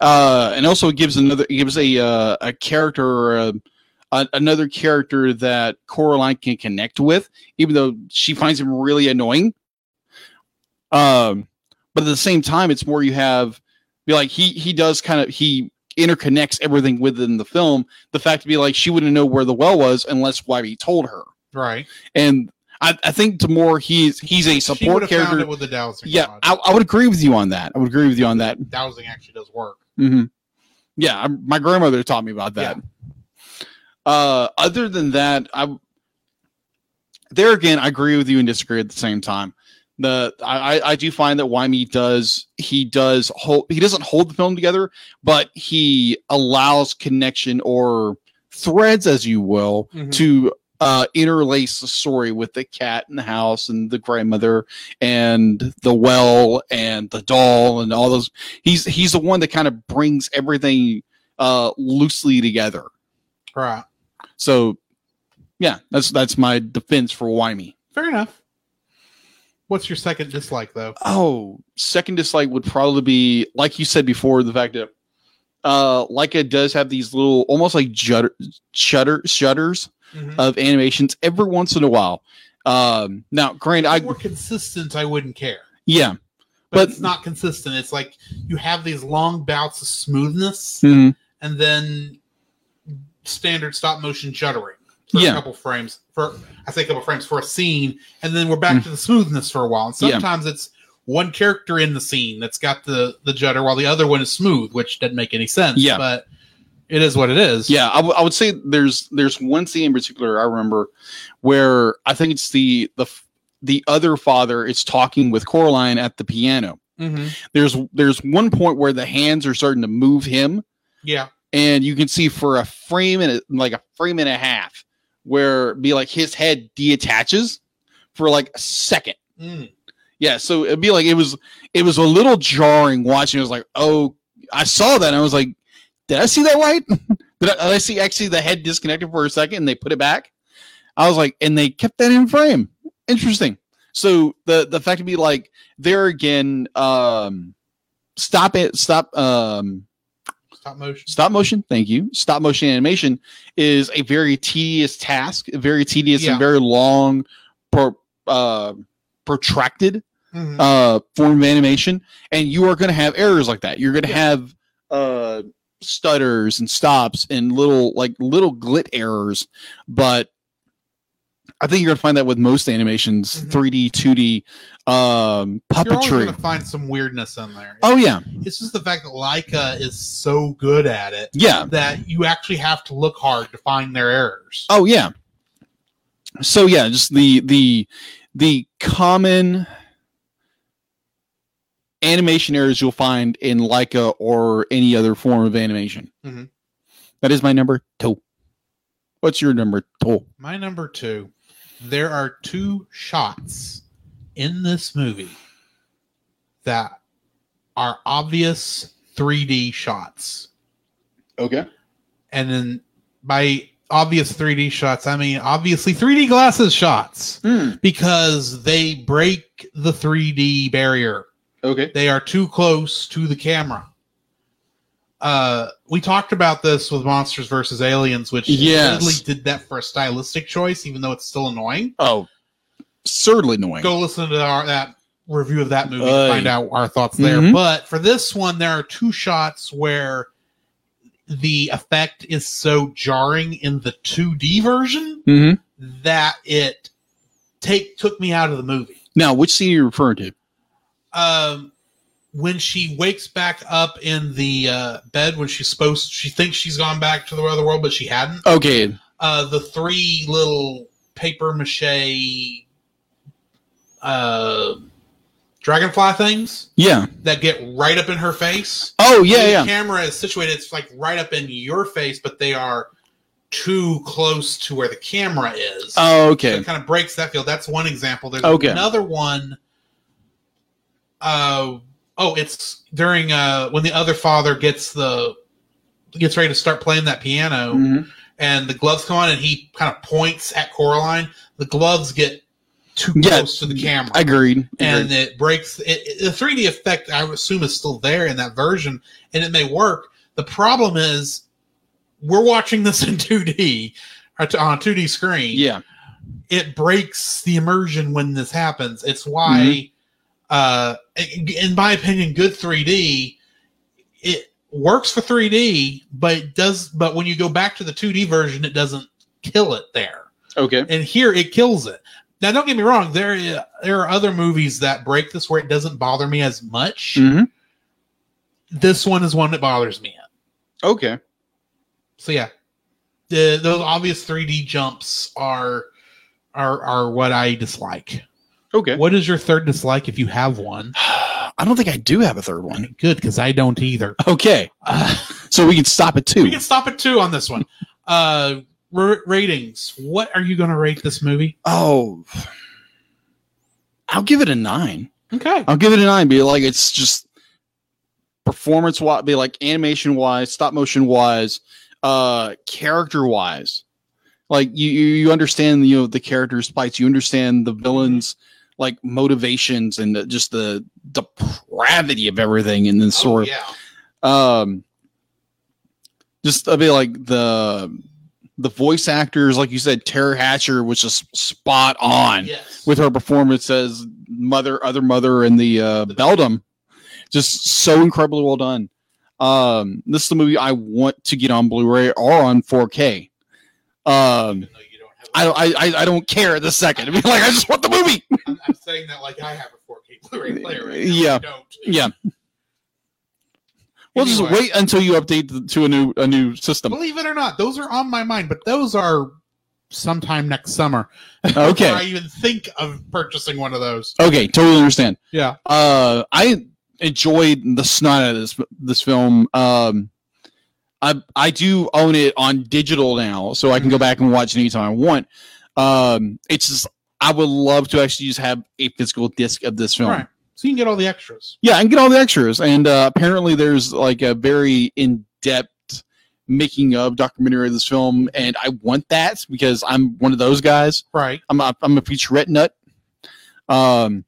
[SPEAKER 2] Uh, and also it gives another it gives a uh, a character or a, a, another character that Coraline can connect with, even though she finds him really annoying. Um, but at the same time, it's more you have be like he he does kind of he interconnects everything within the film. The fact to be like she wouldn't know where the well was unless YB told her,
[SPEAKER 1] Right.
[SPEAKER 2] and I, I think to more he's he's a support character.
[SPEAKER 1] it with the dowsing.
[SPEAKER 2] yeah,
[SPEAKER 1] rod.
[SPEAKER 2] I, I would agree with you on that. I would agree with you on that.
[SPEAKER 1] dowsing actually does work.
[SPEAKER 2] hmm Yeah, I, my grandmother taught me about that. Uh, other than that, I there again, I agree with you and disagree at the same time. The I, I- I do find that Wyme does he does hold he doesn't hold the film together, but he allows connection or threads, as you will, to uh, interlace the story with the cat and the house and the grandmother and the well and the doll and all those. He's he's the one that kind of brings everything uh, loosely together.
[SPEAKER 1] Right.
[SPEAKER 2] So, yeah, that's that's my defense for Wyme.
[SPEAKER 1] Fair enough. What's your second dislike though?
[SPEAKER 2] Oh, second dislike would probably be like you said before the fact that uh, Leica does have these little almost like judder, shutter shutters
[SPEAKER 1] Mhm.
[SPEAKER 2] of animations every once in a while. Um, now, granted,
[SPEAKER 1] I
[SPEAKER 2] I
[SPEAKER 1] were consistent, I wouldn't care.
[SPEAKER 2] yeah,
[SPEAKER 1] But,
[SPEAKER 2] But-
[SPEAKER 1] it's not consistent. It's like you have these long bouts of smoothness
[SPEAKER 2] Mhm.
[SPEAKER 1] and then standard stop motion juddering for
[SPEAKER 2] Yeah.
[SPEAKER 1] a couple frames for I say a couple frames for a scene, and then we're back to the smoothness for a while. And
[SPEAKER 2] Mm. Yeah.
[SPEAKER 1] sometimes it's one character in the scene that's got the the judder while the other one is smooth, which doesn't make any sense.
[SPEAKER 2] Yeah.
[SPEAKER 1] But it is what it is.
[SPEAKER 2] yeah. I, w- I would say there's there's one scene in particular I remember where I think it's the the f- the other father is talking with Coraline at the piano.
[SPEAKER 1] hmm
[SPEAKER 2] There's there's one point where the hands are starting to move him,
[SPEAKER 1] Yeah.
[SPEAKER 2] and you can see for a frame and a, like a frame and a half where be like his head deattaches for like a second
[SPEAKER 1] Mm.
[SPEAKER 2] yeah so it'd be like it was it was a little jarring watching it was like oh i saw that and i was like did i see that right <laughs> did, I, did I see actually the head disconnected for a second and they put it back i was like and they kept that in frame interesting so the the fact to be like there again um stop it stop um
[SPEAKER 1] Stop motion.
[SPEAKER 2] stop motion thank you stop motion animation is a very tedious task very tedious
[SPEAKER 1] Yeah.
[SPEAKER 2] and very long pro, uh, protracted
[SPEAKER 1] Mhm.
[SPEAKER 2] uh, form of animation and you are going to have errors like that you're going to
[SPEAKER 1] Yeah.
[SPEAKER 2] have uh, stutters and stops and little like little glit errors but i think you're going to find that with most animations
[SPEAKER 1] Mhm.
[SPEAKER 2] 3d 2d um,
[SPEAKER 1] You're always
[SPEAKER 2] puppetry
[SPEAKER 1] gonna find some weirdness in there.
[SPEAKER 2] oh yeah
[SPEAKER 1] It's just the fact that Leica is so good at it
[SPEAKER 2] yeah
[SPEAKER 1] that you actually have to look hard to find their errors.
[SPEAKER 2] Oh yeah. So yeah, just the the the common animation errors you'll find in Leica or any other form of animation.
[SPEAKER 1] Mhm.
[SPEAKER 2] That is my number two. What's your number two?
[SPEAKER 1] My number two, there are two shots in this movie that are obvious 3D shots.
[SPEAKER 2] Okay.
[SPEAKER 1] And then by obvious 3D shots, I mean obviously 3D glasses shots
[SPEAKER 2] Hmm.
[SPEAKER 1] because they break the 3D barrier.
[SPEAKER 2] okay.
[SPEAKER 1] They are too close to the camera. Uh, we talked about this with Monsters vs. Aliens, which
[SPEAKER 2] Yes.
[SPEAKER 1] admittedly did that for a stylistic choice, even though it's still annoying.
[SPEAKER 2] Oh, absurdly annoying.
[SPEAKER 1] Go listen to our, that review of that movie to
[SPEAKER 2] Aye.
[SPEAKER 1] find out our thoughts there.
[SPEAKER 2] Mhm.
[SPEAKER 1] But for this one, there are two shots where the effect is so jarring in the 2D version
[SPEAKER 2] Mhm.
[SPEAKER 1] that it take took me out of the movie.
[SPEAKER 2] Now, which scene are you referring to?
[SPEAKER 1] um when she wakes back up in the uh, bed when she's supposed she thinks she's gone back to the other world but she hadn't
[SPEAKER 2] Okay.
[SPEAKER 1] uh the three little paper mache uh dragonfly things
[SPEAKER 2] Yeah.
[SPEAKER 1] that get right up in her face
[SPEAKER 2] Oh yeah,
[SPEAKER 1] the
[SPEAKER 2] yeah.
[SPEAKER 1] camera is situated it's like right up in your face but they are too close to where the camera is
[SPEAKER 2] Oh,
[SPEAKER 1] so
[SPEAKER 2] okay.
[SPEAKER 1] it kind of breaks that field. That's one example. There's
[SPEAKER 2] Okay.
[SPEAKER 1] another one. Uh oh, it's during uh when the other father gets the gets ready to start playing that piano
[SPEAKER 2] Mhm.
[SPEAKER 1] and the gloves come on and he kind of points at Coraline. The gloves get too
[SPEAKER 2] Yeah.
[SPEAKER 1] close to the camera.
[SPEAKER 2] Agreed.
[SPEAKER 1] and it breaks it, it- the 3D effect. I would assume is still there in that version, and it may work. The problem is, we're watching this in 2D or t- on a 2D screen
[SPEAKER 2] yeah.
[SPEAKER 1] it breaks the immersion when this happens. It's why, uh, in my opinion, good 3D it works for 3D, but it does. But when you go back to the 2D version, it doesn't kill it there.
[SPEAKER 2] Okay.
[SPEAKER 1] And here it kills it. Now, don't get me wrong. There, there are other movies that break this where it doesn't bother me as much.
[SPEAKER 2] Mhm.
[SPEAKER 1] This one is one that bothers me.
[SPEAKER 2] Okay.
[SPEAKER 1] So yeah, the those obvious 3D jumps are are are what I dislike.
[SPEAKER 2] Okay.
[SPEAKER 1] What is your third dislike if you have one?
[SPEAKER 2] <sighs> I don't think I do have a third one.
[SPEAKER 1] Good, because I don't either.
[SPEAKER 2] <laughs>
[SPEAKER 1] <laughs>
[SPEAKER 2] Okay,
[SPEAKER 1] Uh,
[SPEAKER 2] so we can stop at two.
[SPEAKER 1] we can stop at two on this one. Uh, r- ratings. What are you going to rate this movie?
[SPEAKER 2] Oh, I'll give it a nine.
[SPEAKER 1] Okay.
[SPEAKER 2] I'll give it a nine. Be like it's just performance wise, be like animation wise, stop motion wise, uh, character wise. Like you, you, you understand you know the characters' fights. You understand the villains' like motivations and the, just the depravity of everything in this sort of
[SPEAKER 1] Oh, yeah.
[SPEAKER 2] um just i mean like the the voice actors, like you said, Tara Hatcher was just spot on
[SPEAKER 1] Yes.
[SPEAKER 2] with her performance as mother, other mother, and the uh, Beldam. Just so incredibly well done. Um, this is the movie I want to get on Blu-ray or on 4K. Um, I, I I- I don't care at the second. <laughs> I mean, like I just want the movie.
[SPEAKER 1] I'm, I'm saying that like I have a 4K Blu-ray player right now.
[SPEAKER 2] Yeah.
[SPEAKER 1] I don't.
[SPEAKER 2] Yeah. Well, just
[SPEAKER 1] Anyway.
[SPEAKER 2] wait until you update to a new a new system.
[SPEAKER 1] <laughs> Believe it or not, those are on my mind, but those are sometime next summer. Before I
[SPEAKER 2] Okay,
[SPEAKER 1] even think of purchasing one of those.
[SPEAKER 2] okay, totally understand.
[SPEAKER 1] Yeah.
[SPEAKER 2] Uh, I enjoyed the snot out of this this film. Um, I I do own it on digital now, so I can go back and watch it anytime I want. Um, it's just I would love to actually just have a physical disc of this film.
[SPEAKER 1] All right. So you can get all the extras.
[SPEAKER 2] Yeah, and get all the extras. And uh, apparently, there's like a very in depth making of documentary of this film, and I want that because I'm one of those guys.
[SPEAKER 1] Right.
[SPEAKER 2] I'm a, I'm a featurette nut. Um,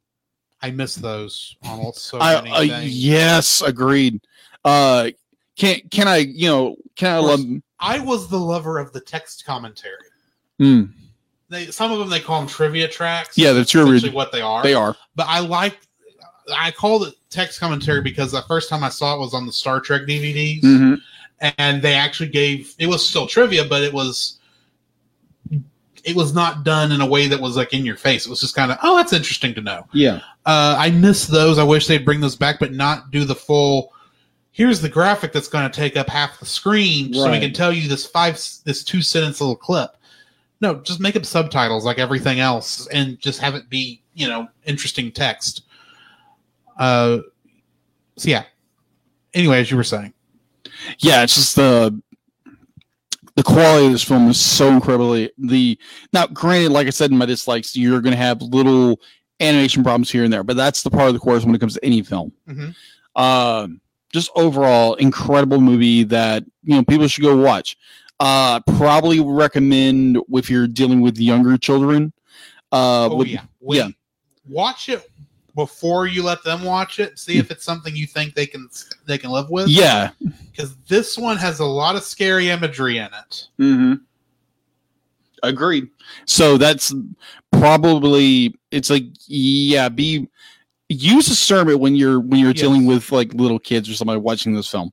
[SPEAKER 1] I miss those on all- so
[SPEAKER 2] I,
[SPEAKER 1] many
[SPEAKER 2] uh,
[SPEAKER 1] things.
[SPEAKER 2] yes, agreed. Uh, can can I you know can I
[SPEAKER 1] Of
[SPEAKER 2] love?
[SPEAKER 1] course. I was the lover of the text commentary.
[SPEAKER 2] Hmm.
[SPEAKER 1] They, some of them they call them trivia tracks.
[SPEAKER 2] yeah, the true
[SPEAKER 1] essentially what they are.
[SPEAKER 2] they are.
[SPEAKER 1] But I like. I called it text commentary because the first time I saw it was on the Star Trek DVDs.
[SPEAKER 2] Mhm.
[SPEAKER 1] and they actually gave it was still trivia but it was it was not done in a way that was like in your face it was just kind of oh that's interesting to know
[SPEAKER 2] Yeah,
[SPEAKER 1] uh, i miss those i wish they'd bring those back but not do the full here's the graphic that's going to take up half the screen so we
[SPEAKER 2] Right.
[SPEAKER 1] can tell you this five this two sentence little clip no just make up subtitles like everything else and just have it be you know interesting text uh so yeah anyway as you were saying
[SPEAKER 2] yeah. It's just the the quality of this film is so incredibly the. Now, granted, like I said in my dislikes, you're going to have little animation problems here and there, but that's the part of the course when it comes to any film.
[SPEAKER 1] Mhm.
[SPEAKER 2] Um, just overall, incredible movie that you know people should go watch. Uh, probably recommend if you're dealing with younger children. Uh,
[SPEAKER 1] Oh
[SPEAKER 2] with-
[SPEAKER 1] yeah, Wait.
[SPEAKER 2] yeah.
[SPEAKER 1] Watch it before you let them watch it. See if it's something you think they can they can live with.
[SPEAKER 2] yeah.
[SPEAKER 1] because this one has a lot of scary imagery in it.
[SPEAKER 2] Mm-hmm. Agreed. So that's probably it's like yeah, be use a sermon when you're when you're
[SPEAKER 1] Yes.
[SPEAKER 2] dealing with like little kids or somebody watching this film.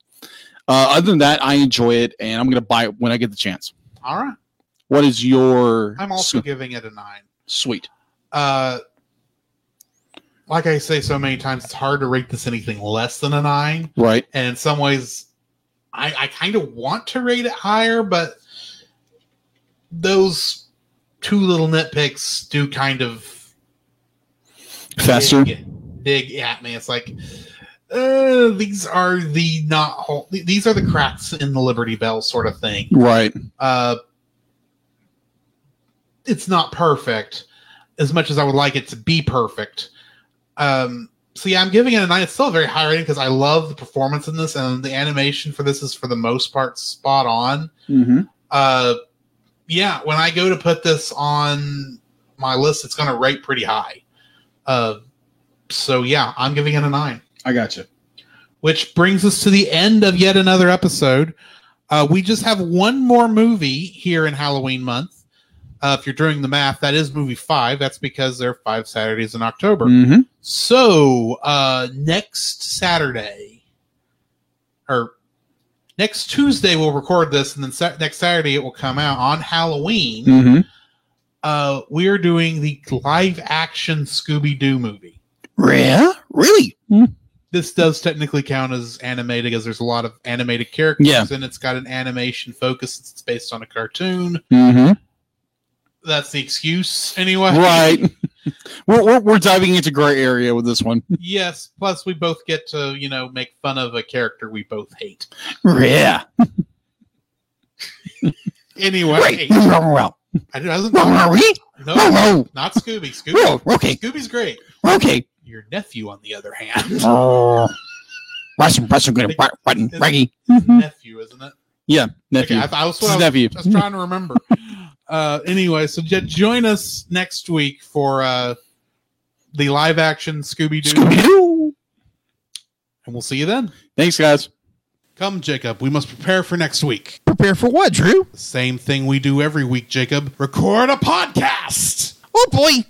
[SPEAKER 2] Uh, other than that, I enjoy it and I'm gonna buy it when I get the chance.
[SPEAKER 1] All right,
[SPEAKER 2] What is your
[SPEAKER 1] I'm also
[SPEAKER 2] s-
[SPEAKER 1] giving it a nine.
[SPEAKER 2] sweet?
[SPEAKER 1] Uh, like I say so many times, it's hard to rate this anything less than a nine.
[SPEAKER 2] Right.
[SPEAKER 1] And in some ways, I I kind of want to rate it higher, but those two little nitpicks do kind of
[SPEAKER 2] Faster.
[SPEAKER 1] dig, dig at me. It's like uh, these are the not whole, th- these are the cracks in the Liberty Bell sort of thing.
[SPEAKER 2] Right.
[SPEAKER 1] Uh, it's not perfect as much as I would like it to be perfect. Um, so yeah, I'm giving it a nine. It's still a very high rating because I love the performance in this, and the animation for this is for the most part spot on
[SPEAKER 2] Mm-hmm.
[SPEAKER 1] uh yeah when i go to put this on my list it's going to rate pretty high uh so yeah i'm giving it a nine
[SPEAKER 2] I got you.
[SPEAKER 1] which brings us to the end of yet another episode uh we just have one more movie here in halloween month uh, if you're doing the math that is movie five that's because there are five saturdays in october
[SPEAKER 2] Mm-hmm.
[SPEAKER 1] so uh next Saturday or next Tuesday we'll record this and then sa- next Saturday it will come out on Halloween.
[SPEAKER 2] Mm-hmm.
[SPEAKER 1] Uh we are doing the live action Scooby Doo movie.
[SPEAKER 2] Yeah. Really?
[SPEAKER 1] This does technically count as animated because there's a lot of animated characters
[SPEAKER 2] Yeah.
[SPEAKER 1] and it's got an animation focus. It's based on a cartoon. <laughs>
[SPEAKER 2] Mm-hmm.
[SPEAKER 1] That's the excuse anyway.
[SPEAKER 2] Right. we're, we're we're diving into gray area with this one.
[SPEAKER 1] <laughs> yes. Plus we both get to, you know, make fun of a character we both hate.
[SPEAKER 2] Yeah.
[SPEAKER 1] Anyway.
[SPEAKER 2] Right. Well,
[SPEAKER 1] I doesn't
[SPEAKER 2] well, <laughs> are we?
[SPEAKER 1] no
[SPEAKER 2] oh,
[SPEAKER 1] Not Scooby. Scooby.
[SPEAKER 2] oh, okay.
[SPEAKER 1] Scooby's great.
[SPEAKER 2] Okay.
[SPEAKER 1] Your nephew, on the other
[SPEAKER 2] <laughs>
[SPEAKER 1] hand,
[SPEAKER 2] Oh, Russian, Russian, good
[SPEAKER 1] Like,
[SPEAKER 2] button,
[SPEAKER 1] it's-
[SPEAKER 2] Reggie.
[SPEAKER 1] nephew, isn't it? Okay,
[SPEAKER 2] Nephew.
[SPEAKER 1] I, I was,
[SPEAKER 2] This
[SPEAKER 1] I
[SPEAKER 2] is
[SPEAKER 1] was
[SPEAKER 2] nephew.
[SPEAKER 1] just trying to remember. uh, anyway, so j- join us next week for uh, the live action Scooby Doo,
[SPEAKER 2] Scooby-Doo.
[SPEAKER 1] and we'll see you then.
[SPEAKER 2] Thanks, guys.
[SPEAKER 1] Come, Jacob, we must prepare for next week.
[SPEAKER 5] Prepare for what, Drew?
[SPEAKER 1] The same thing we do every week, Jacob record a podcast.
[SPEAKER 5] Oh boy.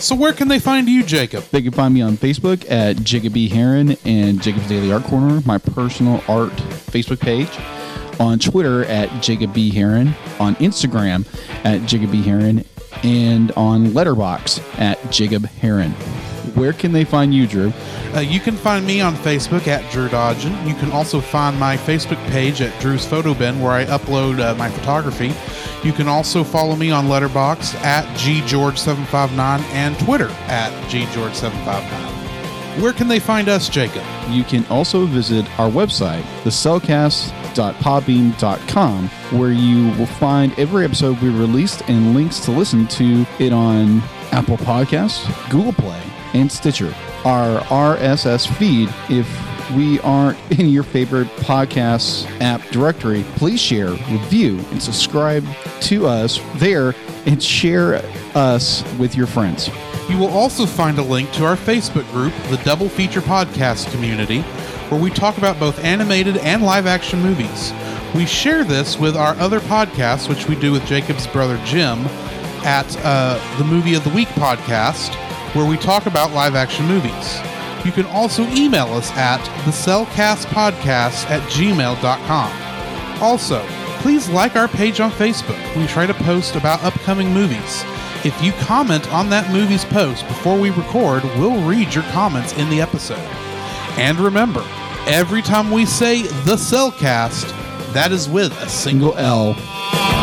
[SPEAKER 1] So, where can they find you, Jacob?
[SPEAKER 2] They can find me on Facebook at Jacob B. Heron and Jacob's Daily Art Corner, my personal art Facebook page. On Twitter at Jacob B. Heron. On Instagram at Jacob B. Heron. And on Letterbox at Jacob Heron. Where can they find you, Drew?
[SPEAKER 1] Uh, you can find me on Facebook at Drew Dodgen. You can also find my Facebook page at Drew's Photo Bin, where I upload uh, my photography. You can also follow me on Letterboxd at ggeorge759 and Twitter at ggeorge759. Where can they find us, Jacob?
[SPEAKER 2] You can also visit our website, thecellcast.podbeam.com, where you will find every episode we released and links to listen to it on Apple Podcasts, Google Play, and Stitcher. Our RSS feed, if we aren't <laughs> in your favorite podcast app directory, please share, review, and subscribe to us there and share us with your friends.
[SPEAKER 1] You will also find a link to our Facebook group, the Double Feature Podcast Community, where we talk about both animated and live action movies. We share this with our other podcasts, which we do with Jacob's brother Jim at uh, the Movie of the Week podcast, where we talk about live action movies. You can also email us at thecellcastpodcast at gmail.com. Also, please like our page on Facebook. We try to post about upcoming movies. If you comment on that movie's post before we record, we'll read your comments in the episode. And remember, every time we say the Cellcast, that is with a single
[SPEAKER 2] Single L.
[SPEAKER 1] L.